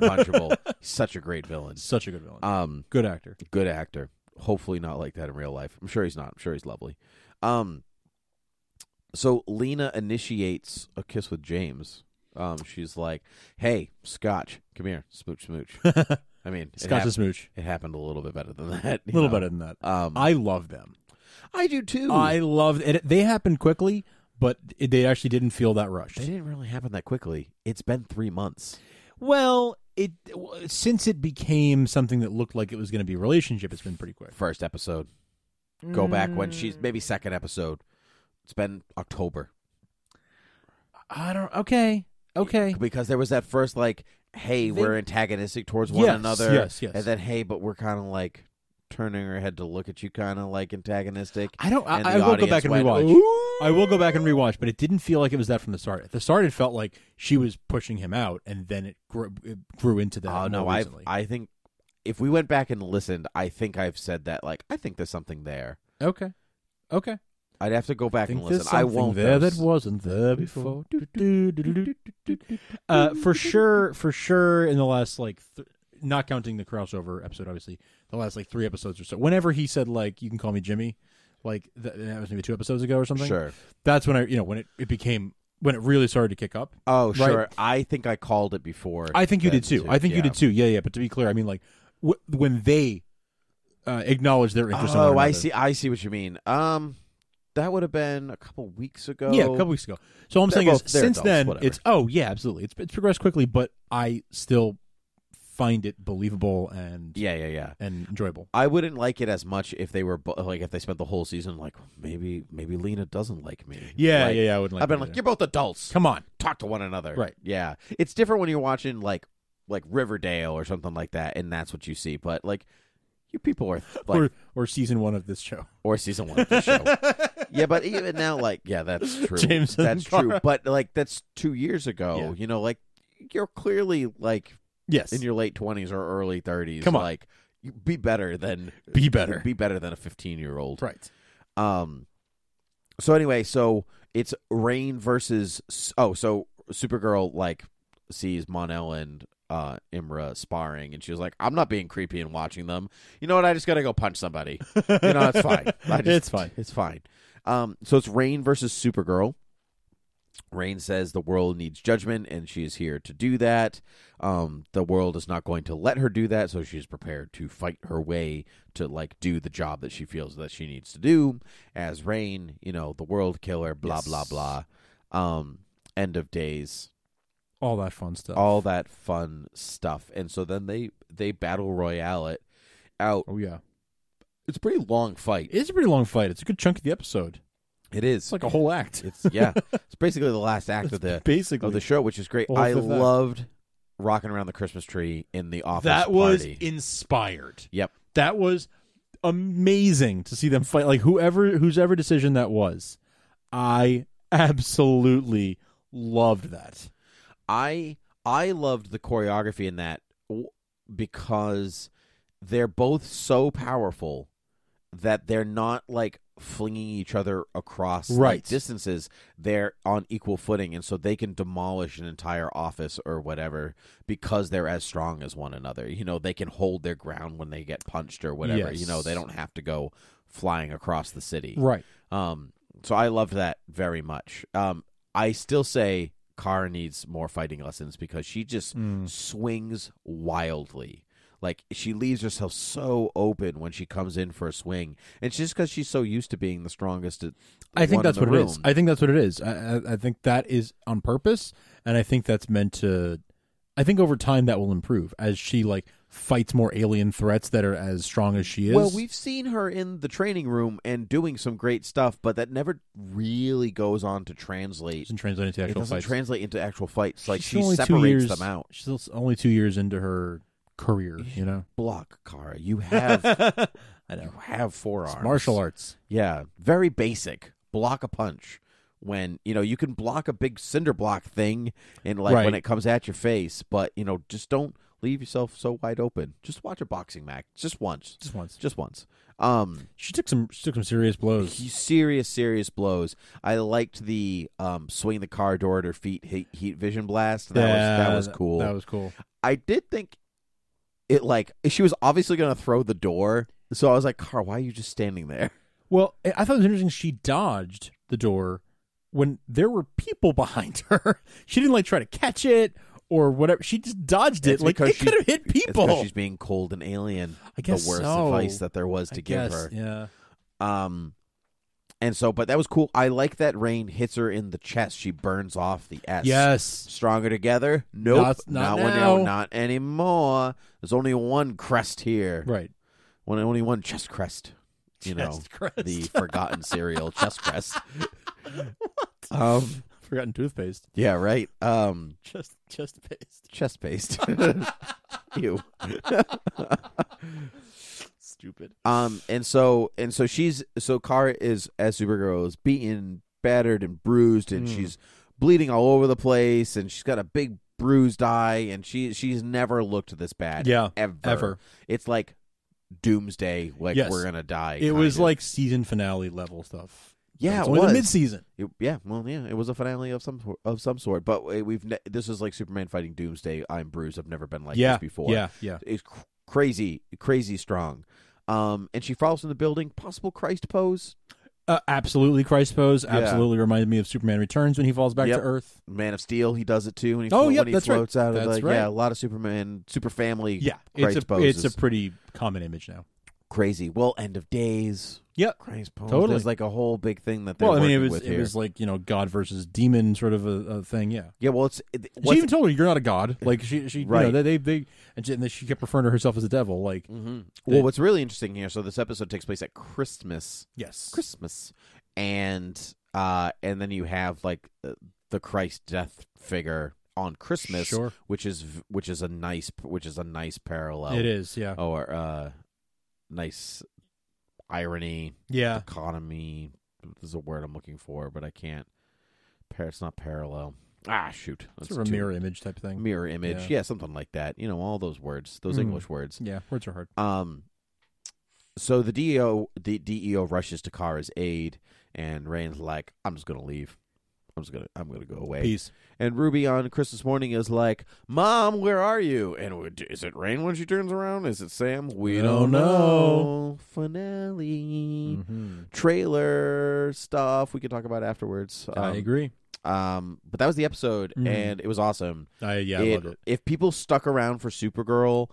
[SPEAKER 3] punchable. He's such a great villain.
[SPEAKER 2] Such a good villain.
[SPEAKER 3] Um
[SPEAKER 2] good actor.
[SPEAKER 3] good actor. Hopefully not like that in real life. I'm sure he's not. I'm sure he's lovely. Um so Lena initiates a kiss with James. Um she's like, "Hey, Scotch, come here. Smooch smooch." I mean, it,
[SPEAKER 2] Scotch
[SPEAKER 3] hap-
[SPEAKER 2] and Smooch.
[SPEAKER 3] it happened a little bit better than that.
[SPEAKER 2] A
[SPEAKER 3] you
[SPEAKER 2] little
[SPEAKER 3] know.
[SPEAKER 2] better than that.
[SPEAKER 3] Um I,
[SPEAKER 2] I love them.
[SPEAKER 3] do too.
[SPEAKER 2] I love it. They happened quickly, but it, they actually didn't feel that rushed.
[SPEAKER 3] they didn't really happen that quickly. It's been 3 months.
[SPEAKER 2] Well, it w- since it became something that looked like it was going to be a relationship, it's been pretty quick.
[SPEAKER 3] First episode. Go back when she's
[SPEAKER 2] Mm.
[SPEAKER 3] maybe second episode. It's been October.
[SPEAKER 2] I don't. Okay. Okay.
[SPEAKER 3] because there was that first like hey
[SPEAKER 2] They-
[SPEAKER 3] we're antagonistic towards one
[SPEAKER 2] Yes,
[SPEAKER 3] another
[SPEAKER 2] yes, yes.
[SPEAKER 3] and then hey but we're kind of like turning our head to look at you kind of like antagonistic
[SPEAKER 2] I don't. I,
[SPEAKER 3] And
[SPEAKER 2] I
[SPEAKER 3] the
[SPEAKER 2] will go
[SPEAKER 3] audience
[SPEAKER 2] back and
[SPEAKER 3] went,
[SPEAKER 2] rewatch.
[SPEAKER 3] "Ooh."
[SPEAKER 2] I will go back and rewatch, but it didn't feel like it was that from the start. At the start, it felt like she was pushing him out, and then it grew, it grew into that.
[SPEAKER 3] oh no
[SPEAKER 2] more
[SPEAKER 3] i
[SPEAKER 2] recently.
[SPEAKER 3] i think if we went back and listened i think i've said that like i think there's something there
[SPEAKER 2] okay, okay.
[SPEAKER 3] i'd have to go
[SPEAKER 2] I
[SPEAKER 3] back
[SPEAKER 2] think
[SPEAKER 3] and
[SPEAKER 2] there's
[SPEAKER 3] listen i
[SPEAKER 2] something
[SPEAKER 3] won't
[SPEAKER 2] there
[SPEAKER 3] though.
[SPEAKER 2] that wasn't there before. Uh, for sure, for sure. In the last like, th- not counting the crossover episode, obviously, the last like three episodes or so. Whenever he said like, "You can call me Jimmy," like th- that was maybe two episodes ago or something.
[SPEAKER 3] sure
[SPEAKER 2] That's when I, you know, when it, it became when it really started to kick up.
[SPEAKER 3] oh
[SPEAKER 2] Right.
[SPEAKER 3] sure i think i called it before
[SPEAKER 2] I think you
[SPEAKER 3] then,
[SPEAKER 2] did too. I think you
[SPEAKER 3] Yeah.
[SPEAKER 2] did too. Yeah, yeah. But to be clear, I mean, like w- when they uh, acknowledge their interest. in
[SPEAKER 3] oh
[SPEAKER 2] one
[SPEAKER 3] i
[SPEAKER 2] another.
[SPEAKER 3] see i see what you mean um that would have been a couple weeks ago
[SPEAKER 2] Yeah, a couple weeks ago. So all I'm
[SPEAKER 3] They're
[SPEAKER 2] saying is,
[SPEAKER 3] both- they're
[SPEAKER 2] since
[SPEAKER 3] adults,
[SPEAKER 2] then,
[SPEAKER 3] whatever.
[SPEAKER 2] it's oh yeah, absolutely. It's it's progressed quickly, but I still find it believable and
[SPEAKER 3] yeah yeah yeah
[SPEAKER 2] and enjoyable.
[SPEAKER 3] I wouldn't like it as much if they were bo- like if they spent the whole season like maybe maybe Lena doesn't like me.
[SPEAKER 2] Yeah,
[SPEAKER 3] Like,
[SPEAKER 2] yeah, yeah. I would like.
[SPEAKER 3] I've been
[SPEAKER 2] that
[SPEAKER 3] like
[SPEAKER 2] either.
[SPEAKER 3] you're both adults.
[SPEAKER 2] come on.
[SPEAKER 3] Talk to one another.
[SPEAKER 2] Right.
[SPEAKER 3] Yeah. It's different when you're watching like like Riverdale or something like that, and that's what you see. But like you people are like
[SPEAKER 2] or or season one of this show.
[SPEAKER 3] or season one of the show. yeah, but even now, like yeah, that's true.
[SPEAKER 2] James and
[SPEAKER 3] that's true.
[SPEAKER 2] Tara.
[SPEAKER 3] But like that's two years ago.
[SPEAKER 2] Yeah.
[SPEAKER 3] You know, like you're clearly like
[SPEAKER 2] Yes,
[SPEAKER 3] in your late twenties or early thirties.
[SPEAKER 2] Come on.
[SPEAKER 3] like you be better than
[SPEAKER 2] be better.
[SPEAKER 3] be better than a fifteen year old.
[SPEAKER 2] right.
[SPEAKER 3] Um. So anyway, so it's Rain versus oh, so Supergirl like sees Monel and uh, Imra sparring, and she was like, "I'm not being creepy and watching them. You know what? I just gotta go punch somebody. You know, it's fine. I just-
[SPEAKER 2] It's fine.
[SPEAKER 3] It's fine." Um. So it's Rain versus Supergirl. Rain says the world needs judgment, and she is here to do that. Um, the world is not going to let her do that, so she's prepared to fight her way to like do the job that she feels that she needs to do. As Rain, you know, the world killer, blah
[SPEAKER 2] Yes.
[SPEAKER 3] blah blah. Um, end of days,
[SPEAKER 2] All that fun stuff.
[SPEAKER 3] all that fun stuff, and so then they they battle royale it out.
[SPEAKER 2] oh yeah,
[SPEAKER 3] It's a pretty long fight.
[SPEAKER 2] it's a pretty long fight. It's a good chunk of the episode.
[SPEAKER 3] It is.
[SPEAKER 2] It's like a whole act.
[SPEAKER 3] It's yeah. it's basically the last act of the
[SPEAKER 2] Basically,
[SPEAKER 3] of the show, which is great.
[SPEAKER 2] The whole
[SPEAKER 3] I
[SPEAKER 2] fifth act.
[SPEAKER 3] loved rocking around the Christmas tree in the office.
[SPEAKER 2] that was
[SPEAKER 3] party.
[SPEAKER 2] inspired.
[SPEAKER 3] yep.
[SPEAKER 2] That was amazing to see them fight. Like whoever, whosever decision that was, I absolutely loved that.
[SPEAKER 3] I I loved the choreography in that w- because they're both so powerful that they're not like flinging each other across like,
[SPEAKER 2] Right.
[SPEAKER 3] distances they're on equal footing and so they can demolish an entire office or whatever because they're as strong as one another you know they can hold their ground when they get punched or whatever you know
[SPEAKER 2] Yes.
[SPEAKER 3] they don't have to go flying across the city
[SPEAKER 2] Right.
[SPEAKER 3] um, so I loved that very much. Um, I still say Kara needs more fighting lessons because she just
[SPEAKER 2] Mm.
[SPEAKER 3] swings wildly. Like she leaves herself so open when she comes in for a swing, and it's just because she's so used to being the strongest. at-
[SPEAKER 2] I
[SPEAKER 3] one
[SPEAKER 2] think
[SPEAKER 3] in
[SPEAKER 2] that's
[SPEAKER 3] the
[SPEAKER 2] what it is.
[SPEAKER 3] room.
[SPEAKER 2] I think that's what it is. I, I, I think that is on purpose, and I think that's meant to. I think over time that will improve as she like fights more alien threats that are as strong as she is.
[SPEAKER 3] Well, we've seen her in the training room and doing some great stuff, but that never really goes on to translate.
[SPEAKER 2] doesn't translate into
[SPEAKER 3] It
[SPEAKER 2] actual
[SPEAKER 3] doesn't
[SPEAKER 2] fights.
[SPEAKER 3] translate into actual fights. Like
[SPEAKER 2] She's
[SPEAKER 3] she
[SPEAKER 2] only two
[SPEAKER 3] separates
[SPEAKER 2] years-
[SPEAKER 3] them out.
[SPEAKER 2] She's still s- only two years into her career. You know,
[SPEAKER 3] Block, Kara. You have
[SPEAKER 2] I know.
[SPEAKER 3] you have forearms.
[SPEAKER 2] It's martial arts.
[SPEAKER 3] Yeah, very basic. Block a punch when you know you can block a big cinder block thing, and like when
[SPEAKER 2] Right.
[SPEAKER 3] it comes at your face. But you know, just don't leave yourself so wide open. Just watch a boxing match, just once,
[SPEAKER 2] Just once.
[SPEAKER 3] just once. Um,
[SPEAKER 2] She took some. She took some serious blows.
[SPEAKER 3] serious, serious blows. I liked the um swing the car door at her feet, heat, heat vision blast. That
[SPEAKER 2] Yeah,
[SPEAKER 3] was that was cool.
[SPEAKER 2] That was cool.
[SPEAKER 3] I did think it like she was obviously gonna throw the door, so I was like, "Car, why are you just standing there?"
[SPEAKER 2] Well, I I thought it was interesting. She dodged the door when there were people behind her. She didn't like try to catch it or whatever. She just dodged it.
[SPEAKER 3] It's
[SPEAKER 2] like
[SPEAKER 3] because
[SPEAKER 2] it
[SPEAKER 3] she-
[SPEAKER 2] could have hit
[SPEAKER 3] It's 'cause
[SPEAKER 2] people.
[SPEAKER 3] she's being cold and alien.
[SPEAKER 2] I guess
[SPEAKER 3] the worst
[SPEAKER 2] so.
[SPEAKER 3] advice that there was
[SPEAKER 2] I
[SPEAKER 3] to give
[SPEAKER 2] guess,
[SPEAKER 3] her.
[SPEAKER 2] Yeah.
[SPEAKER 3] Um, and so, but that was cool. I like that Rain hits her in the chest. She burns off the S.
[SPEAKER 2] Yes.
[SPEAKER 3] Stronger together? Nope.
[SPEAKER 2] Not- not
[SPEAKER 3] when-
[SPEAKER 2] now.
[SPEAKER 3] Not anymore. There's only one crest here.
[SPEAKER 2] Right.
[SPEAKER 3] One, only one chest crest. You know,
[SPEAKER 2] Chest crest.
[SPEAKER 3] the forgotten cereal chest crest. Um,
[SPEAKER 2] Forgotten toothpaste.
[SPEAKER 3] yeah, right. Um,
[SPEAKER 2] Chest chest paste.
[SPEAKER 3] chest paste. Ew.
[SPEAKER 2] Stupid.
[SPEAKER 3] Um, and so and so she's so Kara is as Supergirl is beaten, battered, and bruised, and
[SPEAKER 2] Mm.
[SPEAKER 3] she's bleeding all over the place, and she's got a big bruised eye, and she she's never looked this bad.
[SPEAKER 2] Yeah,
[SPEAKER 3] ever.
[SPEAKER 2] Ever.
[SPEAKER 3] It's like doomsday. Like
[SPEAKER 2] Yes.
[SPEAKER 3] we're gonna die.
[SPEAKER 2] It was
[SPEAKER 3] kinda.
[SPEAKER 2] like season finale level stuff.
[SPEAKER 3] yeah,
[SPEAKER 2] It's
[SPEAKER 3] it
[SPEAKER 2] only
[SPEAKER 3] was.
[SPEAKER 2] the mid season.
[SPEAKER 3] It- yeah, well, yeah, it was a finale of some of some sort, but we- we've ne- this is like Superman fighting Doomsday. I'm bruised. I've never been like
[SPEAKER 2] yeah.
[SPEAKER 3] this before
[SPEAKER 2] Yeah. Yeah.
[SPEAKER 3] is cr- crazy, crazy strong. Um, and she falls from the building, possible Christ pose.
[SPEAKER 2] Uh, absolutely, Christ pose.
[SPEAKER 3] Yeah.
[SPEAKER 2] Absolutely reminded me of Superman Returns when he falls back
[SPEAKER 3] Yep.
[SPEAKER 2] to Earth.
[SPEAKER 3] Man of Steel, he does it too. When he,
[SPEAKER 2] Oh,
[SPEAKER 3] flo-
[SPEAKER 2] yep,
[SPEAKER 3] when he
[SPEAKER 2] that's right.
[SPEAKER 3] floats out of
[SPEAKER 2] That's
[SPEAKER 3] the,
[SPEAKER 2] right.
[SPEAKER 3] yeah, a lot of Superman, super family,
[SPEAKER 2] Yeah,
[SPEAKER 3] Christ
[SPEAKER 2] it's a
[SPEAKER 3] poses.
[SPEAKER 2] it's a pretty common image now.
[SPEAKER 3] crazy. Well, end of days,
[SPEAKER 2] Yep.
[SPEAKER 3] Christ pose.
[SPEAKER 2] Totally.
[SPEAKER 3] There's like a whole big thing that they're
[SPEAKER 2] Well, I mean, it
[SPEAKER 3] working
[SPEAKER 2] was
[SPEAKER 3] with
[SPEAKER 2] it
[SPEAKER 3] here.
[SPEAKER 2] was like you know God versus demon sort of a, a thing. Yeah,
[SPEAKER 3] yeah, well, it's it,
[SPEAKER 2] she
[SPEAKER 3] what's-
[SPEAKER 2] even told her you're not a god. Like she she you
[SPEAKER 3] Right.
[SPEAKER 2] know, they, they they and she, and then she kept referring to herself as a devil. Like
[SPEAKER 3] Mhm. well, what's really interesting here. So this episode takes place at Christmas.
[SPEAKER 2] yes,
[SPEAKER 3] Christmas, and uh, and then you have like uh, the Christ death figure on Christmas,
[SPEAKER 2] Sure.
[SPEAKER 3] which is v- which is a nice which is a nice parallel.
[SPEAKER 2] it is. Yeah,
[SPEAKER 3] or uh, nice irony,
[SPEAKER 2] yeah.
[SPEAKER 3] economy. This is a word I'm looking for, but I can't. Par- it's not parallel. Ah, shoot,
[SPEAKER 2] It's
[SPEAKER 3] That's
[SPEAKER 2] sort of a
[SPEAKER 3] too-
[SPEAKER 2] mirror image type thing.
[SPEAKER 3] mirror image.
[SPEAKER 2] Yeah.
[SPEAKER 3] Yeah. something like that. You know, all those words, those
[SPEAKER 2] Mm.
[SPEAKER 3] English words.
[SPEAKER 2] Yeah, words are hard.
[SPEAKER 3] Um, so the E DEO the DEO rushes to Kara's aid, and Rain's like, "I'm just gonna leave. I'm just gonna I'm gonna go away.
[SPEAKER 2] Peace.
[SPEAKER 3] And Ruby on Christmas morning is like, "Mom, where are you?" And w- d- is it rain when she turns around? Is it Sam? We
[SPEAKER 2] Don't
[SPEAKER 3] don't
[SPEAKER 2] know.
[SPEAKER 3] know. Finale
[SPEAKER 2] Mm-hmm.
[SPEAKER 3] trailer stuff we can talk about afterwards. Um,
[SPEAKER 2] I agree.
[SPEAKER 3] Um, but that was the episode,
[SPEAKER 2] Mhm.
[SPEAKER 3] and it was awesome.
[SPEAKER 2] I yeah, I
[SPEAKER 3] It-
[SPEAKER 2] loved it.
[SPEAKER 3] If people stuck around for Supergirl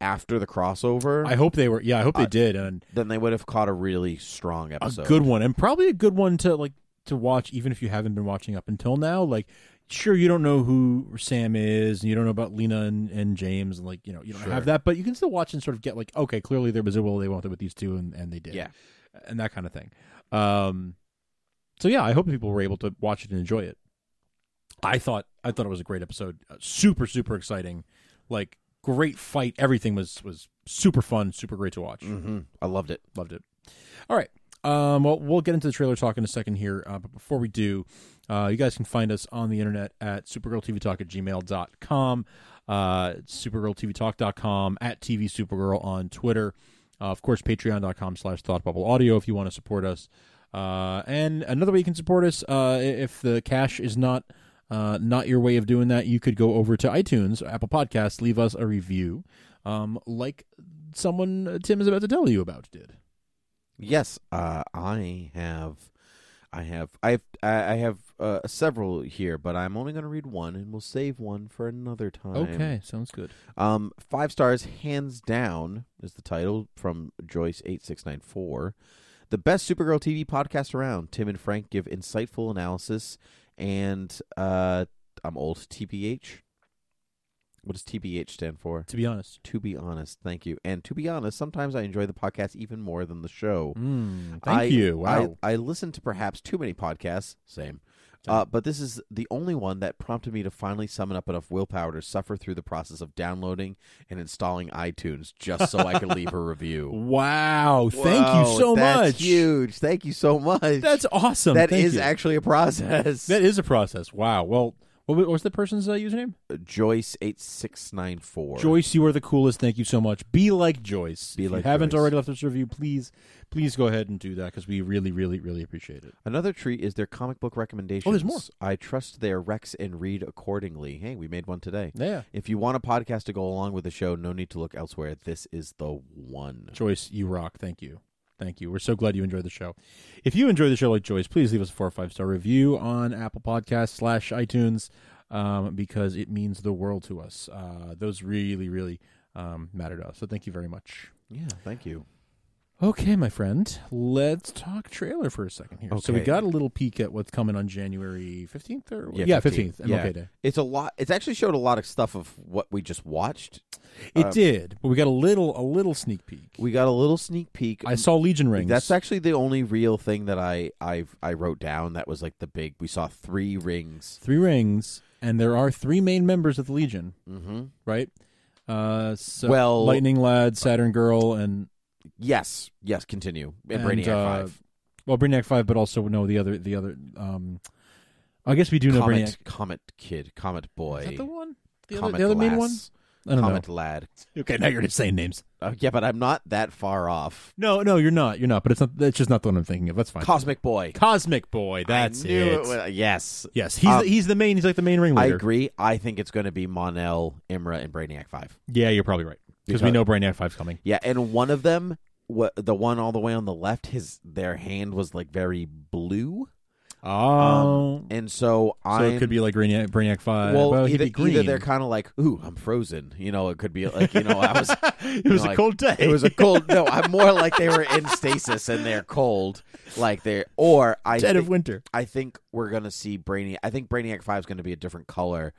[SPEAKER 3] after the crossover,
[SPEAKER 2] I hope they were. Yeah, I hope they
[SPEAKER 3] I-
[SPEAKER 2] did, and
[SPEAKER 3] then they would have caught a really strong
[SPEAKER 2] a
[SPEAKER 3] episode.
[SPEAKER 2] good one, and probably a good one to like to watch, even if you haven't been watching up until now. Like, sure, you don't know who Sam is, and you don't know about Lena and, and James, and like you know you don't
[SPEAKER 3] Sure.
[SPEAKER 2] have that, but you can still watch and sort of get like, okay, clearly there was a will they wanted with these two, and and they did,
[SPEAKER 3] Yeah.
[SPEAKER 2] and that kind of thing. Um, so yeah, I hope people were able to watch it and enjoy it. I thought I thought it was a great episode, Uh, super super exciting, like great fight. Everything was was super fun, super great to watch.
[SPEAKER 3] hmm I loved it.
[SPEAKER 2] Loved it. All right. Um, well, we'll get into the trailer talk in a second here. Uh, but before we do, uh, you guys can find us on the internet at supergirltvtalk at gmail.com, uh, supergirltvtalk.com, at TV Supergirl on Twitter. Uh, of course, patreon.com slash thought bubble audio if you want to support us. Uh, and another way you can support us, uh, if the cash is not uh, not your way of doing that, you could go over to iTunes, Apple Podcasts, leave us a review, um, like someone uh, Tim is about to tell you about did.
[SPEAKER 3] Yes, uh, I have, I have, I've, I I have uh, several here, but I'm only going to read one, and we'll save one for another time.
[SPEAKER 2] Okay, sounds good.
[SPEAKER 3] Um, five stars, hands down, is the title from Joyce eight six nine four. The best Supergirl TV podcast around. Tim and Frank give insightful analysis, and uh, I'm old. TBH. What does TBH stand for?
[SPEAKER 2] To be honest,
[SPEAKER 3] To be honest, thank you. And to be honest, sometimes I enjoy the podcast even more than the show.
[SPEAKER 2] thank
[SPEAKER 3] Hmm, I-
[SPEAKER 2] you. Wow,
[SPEAKER 3] I, I listen to perhaps too many podcasts. Same. Uh, but this is the only one that prompted me to finally summon up enough willpower to suffer through the process of downloading and installing iTunes just so I could leave a review.
[SPEAKER 2] wow. Thank you
[SPEAKER 3] Whoa,
[SPEAKER 2] so
[SPEAKER 3] that's
[SPEAKER 2] much.
[SPEAKER 3] Huge. Thank you so much.
[SPEAKER 2] That's awesome.
[SPEAKER 3] That
[SPEAKER 2] Thank
[SPEAKER 3] is
[SPEAKER 2] you.
[SPEAKER 3] actually a process.
[SPEAKER 2] that is a process. Wow. Well, what wa- what was the person's uh, username?
[SPEAKER 3] Joyce eight six nine four.
[SPEAKER 2] Joyce. You are the coolest. Thank you so much. Be like Joyce.
[SPEAKER 3] Be
[SPEAKER 2] if
[SPEAKER 3] like
[SPEAKER 2] you haven't
[SPEAKER 3] Joyce.
[SPEAKER 2] already left us a review, please, please go ahead and do that because we really, really, really appreciate it.
[SPEAKER 3] Another treat is their comic book recommendations.
[SPEAKER 2] Oh, more.
[SPEAKER 3] I trust their Rex and read accordingly. Hey, we made one today.
[SPEAKER 2] Yeah,
[SPEAKER 3] If you want a podcast to go along with the show, no need to look elsewhere. This is the one.
[SPEAKER 2] Joyce, you rock. Thank you. Thank you. We're so glad you enjoyed the show. If you enjoyed the show like Joyce, please leave us a four or five star review on Apple Podcasts slash iTunes um, because it means the world to us. Uh, those really, really um, matter to us. So thank you very much.
[SPEAKER 3] Yeah, thank you.
[SPEAKER 2] Okay, my friend, let's talk trailer for a second here. So we
[SPEAKER 3] Okay.
[SPEAKER 2] got a little peek at what's coming on January 15th or
[SPEAKER 3] Yeah,
[SPEAKER 2] 15th.
[SPEAKER 3] 15th.
[SPEAKER 2] MLK
[SPEAKER 3] Yeah.
[SPEAKER 2] Day.
[SPEAKER 3] It's a lot. It's actually showed a lot of stuff of what we just watched.
[SPEAKER 2] It
[SPEAKER 3] Um,
[SPEAKER 2] did, but we got a little a little sneak peek.
[SPEAKER 3] We got a little sneak peek.
[SPEAKER 2] I saw Legion rings.
[SPEAKER 3] That's actually the only real thing that I I I wrote down. That was like the big. We saw three rings.
[SPEAKER 2] three rings, and there are three main members of the Legion.
[SPEAKER 3] Mm-hmm.
[SPEAKER 2] right? Uh, so
[SPEAKER 3] Well- uh,
[SPEAKER 2] Lightning Lad, Saturn Girl, and
[SPEAKER 3] Yes, yes. Continue. And,
[SPEAKER 2] and,
[SPEAKER 3] Brainiac
[SPEAKER 2] uh,
[SPEAKER 3] Five.
[SPEAKER 2] Well, Brainiac Five, but also no, the other, the other. Um, I guess we do know
[SPEAKER 3] Comet,
[SPEAKER 2] Brainiac.
[SPEAKER 3] Comet Kid, Comet Boy,
[SPEAKER 2] Is that the one? The
[SPEAKER 3] Comet
[SPEAKER 2] other, the other main one.
[SPEAKER 3] Lass,
[SPEAKER 2] I don't
[SPEAKER 3] Comet Lad.
[SPEAKER 2] know. Okay, now you're just saying names.
[SPEAKER 3] Uh, yeah, but I'm not that far off.
[SPEAKER 2] No, no, you're not. You're not. But it's not. That's just not the one I'm thinking of. That's fine.
[SPEAKER 3] Cosmic Boy.
[SPEAKER 2] Cosmic Boy. That's
[SPEAKER 3] I knew it.
[SPEAKER 2] it.
[SPEAKER 3] was- yes,
[SPEAKER 2] yes, he's
[SPEAKER 3] Um,
[SPEAKER 2] the, he's the main. He's like the main
[SPEAKER 3] I
[SPEAKER 2] ringleader.
[SPEAKER 3] agree. I think it's going to be Monel, Imra, and Brainiac Five.
[SPEAKER 2] Yeah, you're probably right because we
[SPEAKER 3] Because-
[SPEAKER 2] know Brainiac Five's coming.
[SPEAKER 3] Yeah, and one of them, what the one all the way on the left, his their hand was like very blue,
[SPEAKER 2] Oh,
[SPEAKER 3] and so,
[SPEAKER 2] so
[SPEAKER 3] I
[SPEAKER 2] it could be like Brainiac, Brainiac Five.
[SPEAKER 3] Um, well,
[SPEAKER 2] he'd
[SPEAKER 3] either,
[SPEAKER 2] be green.
[SPEAKER 3] either they're kind of like, ooh, I'm frozen. You know, it could be like you know, I was.
[SPEAKER 2] it was a
[SPEAKER 3] like,
[SPEAKER 2] cold day.
[SPEAKER 3] It was a cold. No, I'm more like they were in stasis and they're cold, like they're or I.
[SPEAKER 2] dead of
[SPEAKER 3] think-
[SPEAKER 2] winter.
[SPEAKER 3] I think we're gonna see Brainiac. I think Brainiac Five is gonna be a different color,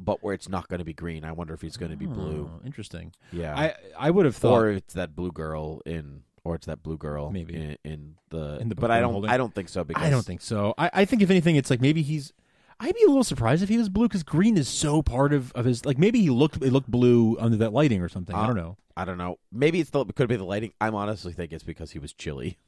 [SPEAKER 3] but where it's not gonna be green. I wonder if he's gonna be blue.
[SPEAKER 2] Oh, Interesting.
[SPEAKER 3] Yeah,
[SPEAKER 2] I I would have thought.
[SPEAKER 3] or it's that blue girl in, or it's that blue girl
[SPEAKER 2] Maybe.
[SPEAKER 3] in, in the.
[SPEAKER 2] In the book
[SPEAKER 3] but
[SPEAKER 2] that
[SPEAKER 3] I
[SPEAKER 2] I'm
[SPEAKER 3] don't.
[SPEAKER 2] holding.
[SPEAKER 3] I don't think so. Because
[SPEAKER 2] I don't think so. I, I think if anything, it's like maybe he's. I'd be a little surprised if he was blue because green is so part of, of his. Like maybe he looked it looked blue under that lighting or something. I
[SPEAKER 3] Uh,
[SPEAKER 2] don't know
[SPEAKER 3] I don't know. Maybe it's the it could be the lighting. I'm honestly think it's because he was chilly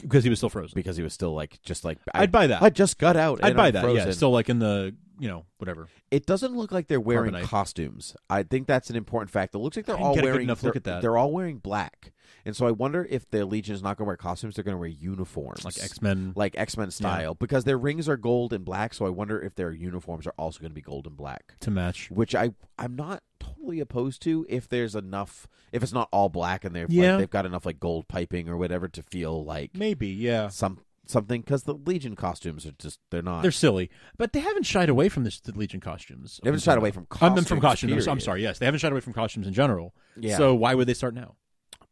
[SPEAKER 2] because he was still frozen.
[SPEAKER 3] because he was still like just like I,
[SPEAKER 2] I'd buy that.
[SPEAKER 3] I just got out.
[SPEAKER 2] I'd
[SPEAKER 3] and
[SPEAKER 2] buy
[SPEAKER 3] I'm
[SPEAKER 2] that. Yeah,
[SPEAKER 3] Frozen.
[SPEAKER 2] still like in the you know, whatever.
[SPEAKER 3] It doesn't look like they're wearing
[SPEAKER 2] Carbonite.
[SPEAKER 3] costumes. I think that's an important fact. It looks like they're
[SPEAKER 2] I didn't
[SPEAKER 3] all
[SPEAKER 2] get a good
[SPEAKER 3] wearing.
[SPEAKER 2] enough look
[SPEAKER 3] they're-
[SPEAKER 2] at that.
[SPEAKER 3] They're all wearing black, and so I wonder if the Legion is not going to wear costumes. They're going to wear uniforms,
[SPEAKER 2] Like X Men.
[SPEAKER 3] like X Men style, because their rings are gold and black. So I wonder if their uniforms are also going to be gold and black,
[SPEAKER 2] to match.
[SPEAKER 3] which I I'm not totally opposed to if there's enough. If it's not all black and they've
[SPEAKER 2] Yeah.
[SPEAKER 3] like, they've got enough like gold piping or whatever to feel like
[SPEAKER 2] Maybe, yeah.
[SPEAKER 3] some something because the Legion costumes are just they're not.
[SPEAKER 2] They're silly, but they haven't shied away from this, the Legion costumes.
[SPEAKER 3] they haven't shied away from
[SPEAKER 2] I'm
[SPEAKER 3] costumes.
[SPEAKER 2] from costumes. I'm so- I'm
[SPEAKER 3] period.
[SPEAKER 2] sorry. Yes, they haven't shied away from costumes in general.
[SPEAKER 3] Yeah.
[SPEAKER 2] So why would they start now?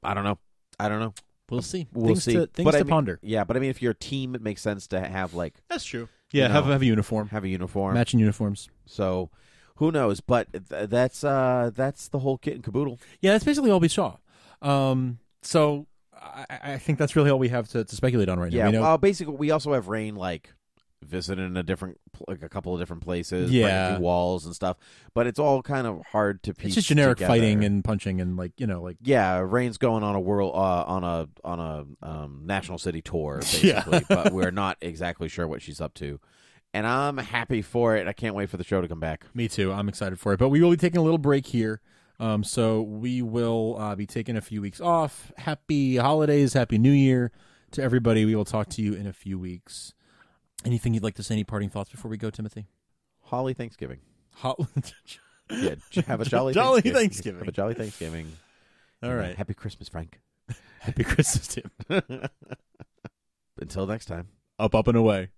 [SPEAKER 3] I don't know. I don't know.
[SPEAKER 2] We'll see.
[SPEAKER 3] Um, We'll
[SPEAKER 2] things
[SPEAKER 3] see.
[SPEAKER 2] To, things
[SPEAKER 3] But
[SPEAKER 2] to
[SPEAKER 3] I mean-
[SPEAKER 2] ponder.
[SPEAKER 3] Yeah, but I mean, if you're a team, it makes sense to have like
[SPEAKER 2] That's true. Yeah,
[SPEAKER 3] You
[SPEAKER 2] have
[SPEAKER 3] know,
[SPEAKER 2] have a uniform,
[SPEAKER 3] have a uniform.
[SPEAKER 2] matching uniforms.
[SPEAKER 3] So who knows? But th- that's uh that's the whole kit and caboodle.
[SPEAKER 2] Yeah, that's basically all we saw. Um, so I, I I think that's really all we have to, to speculate on right now.
[SPEAKER 3] yeah.
[SPEAKER 2] We know-
[SPEAKER 3] uh, basically, we also have rain like visiting a different pl- like a couple of different places. breaking
[SPEAKER 2] Yeah.
[SPEAKER 3] through walls and stuff. But it's all kind of hard to piece.
[SPEAKER 2] it's just generic
[SPEAKER 3] together.
[SPEAKER 2] fighting and punching and like you know like
[SPEAKER 3] yeah, Rain's going on a world uh, on a on a um, national city tour, basically.
[SPEAKER 2] Yeah.
[SPEAKER 3] but we're not exactly sure what she's up to. And I'm happy for it. I can't wait for the show to come back.
[SPEAKER 2] Me too. I'm excited for it. But we will be taking a little break here. Um, so we will uh, be taking a few weeks off. Happy holidays. Happy New Year to everybody. We will talk to you in a few weeks. Anything you'd like to say? Any parting thoughts before we go, Timothy?
[SPEAKER 3] Holly Thanksgiving.
[SPEAKER 2] Ho-
[SPEAKER 3] Yeah, j- have a jolly,
[SPEAKER 2] Jolly
[SPEAKER 3] Thanksgiving.
[SPEAKER 2] Thanksgiving.
[SPEAKER 3] Have a jolly Thanksgiving.
[SPEAKER 2] All
[SPEAKER 3] And, uh,
[SPEAKER 2] right.
[SPEAKER 3] Happy Christmas, Frank.
[SPEAKER 2] Happy Christmas, Tim.
[SPEAKER 3] Until next time.
[SPEAKER 2] Up, up, and away.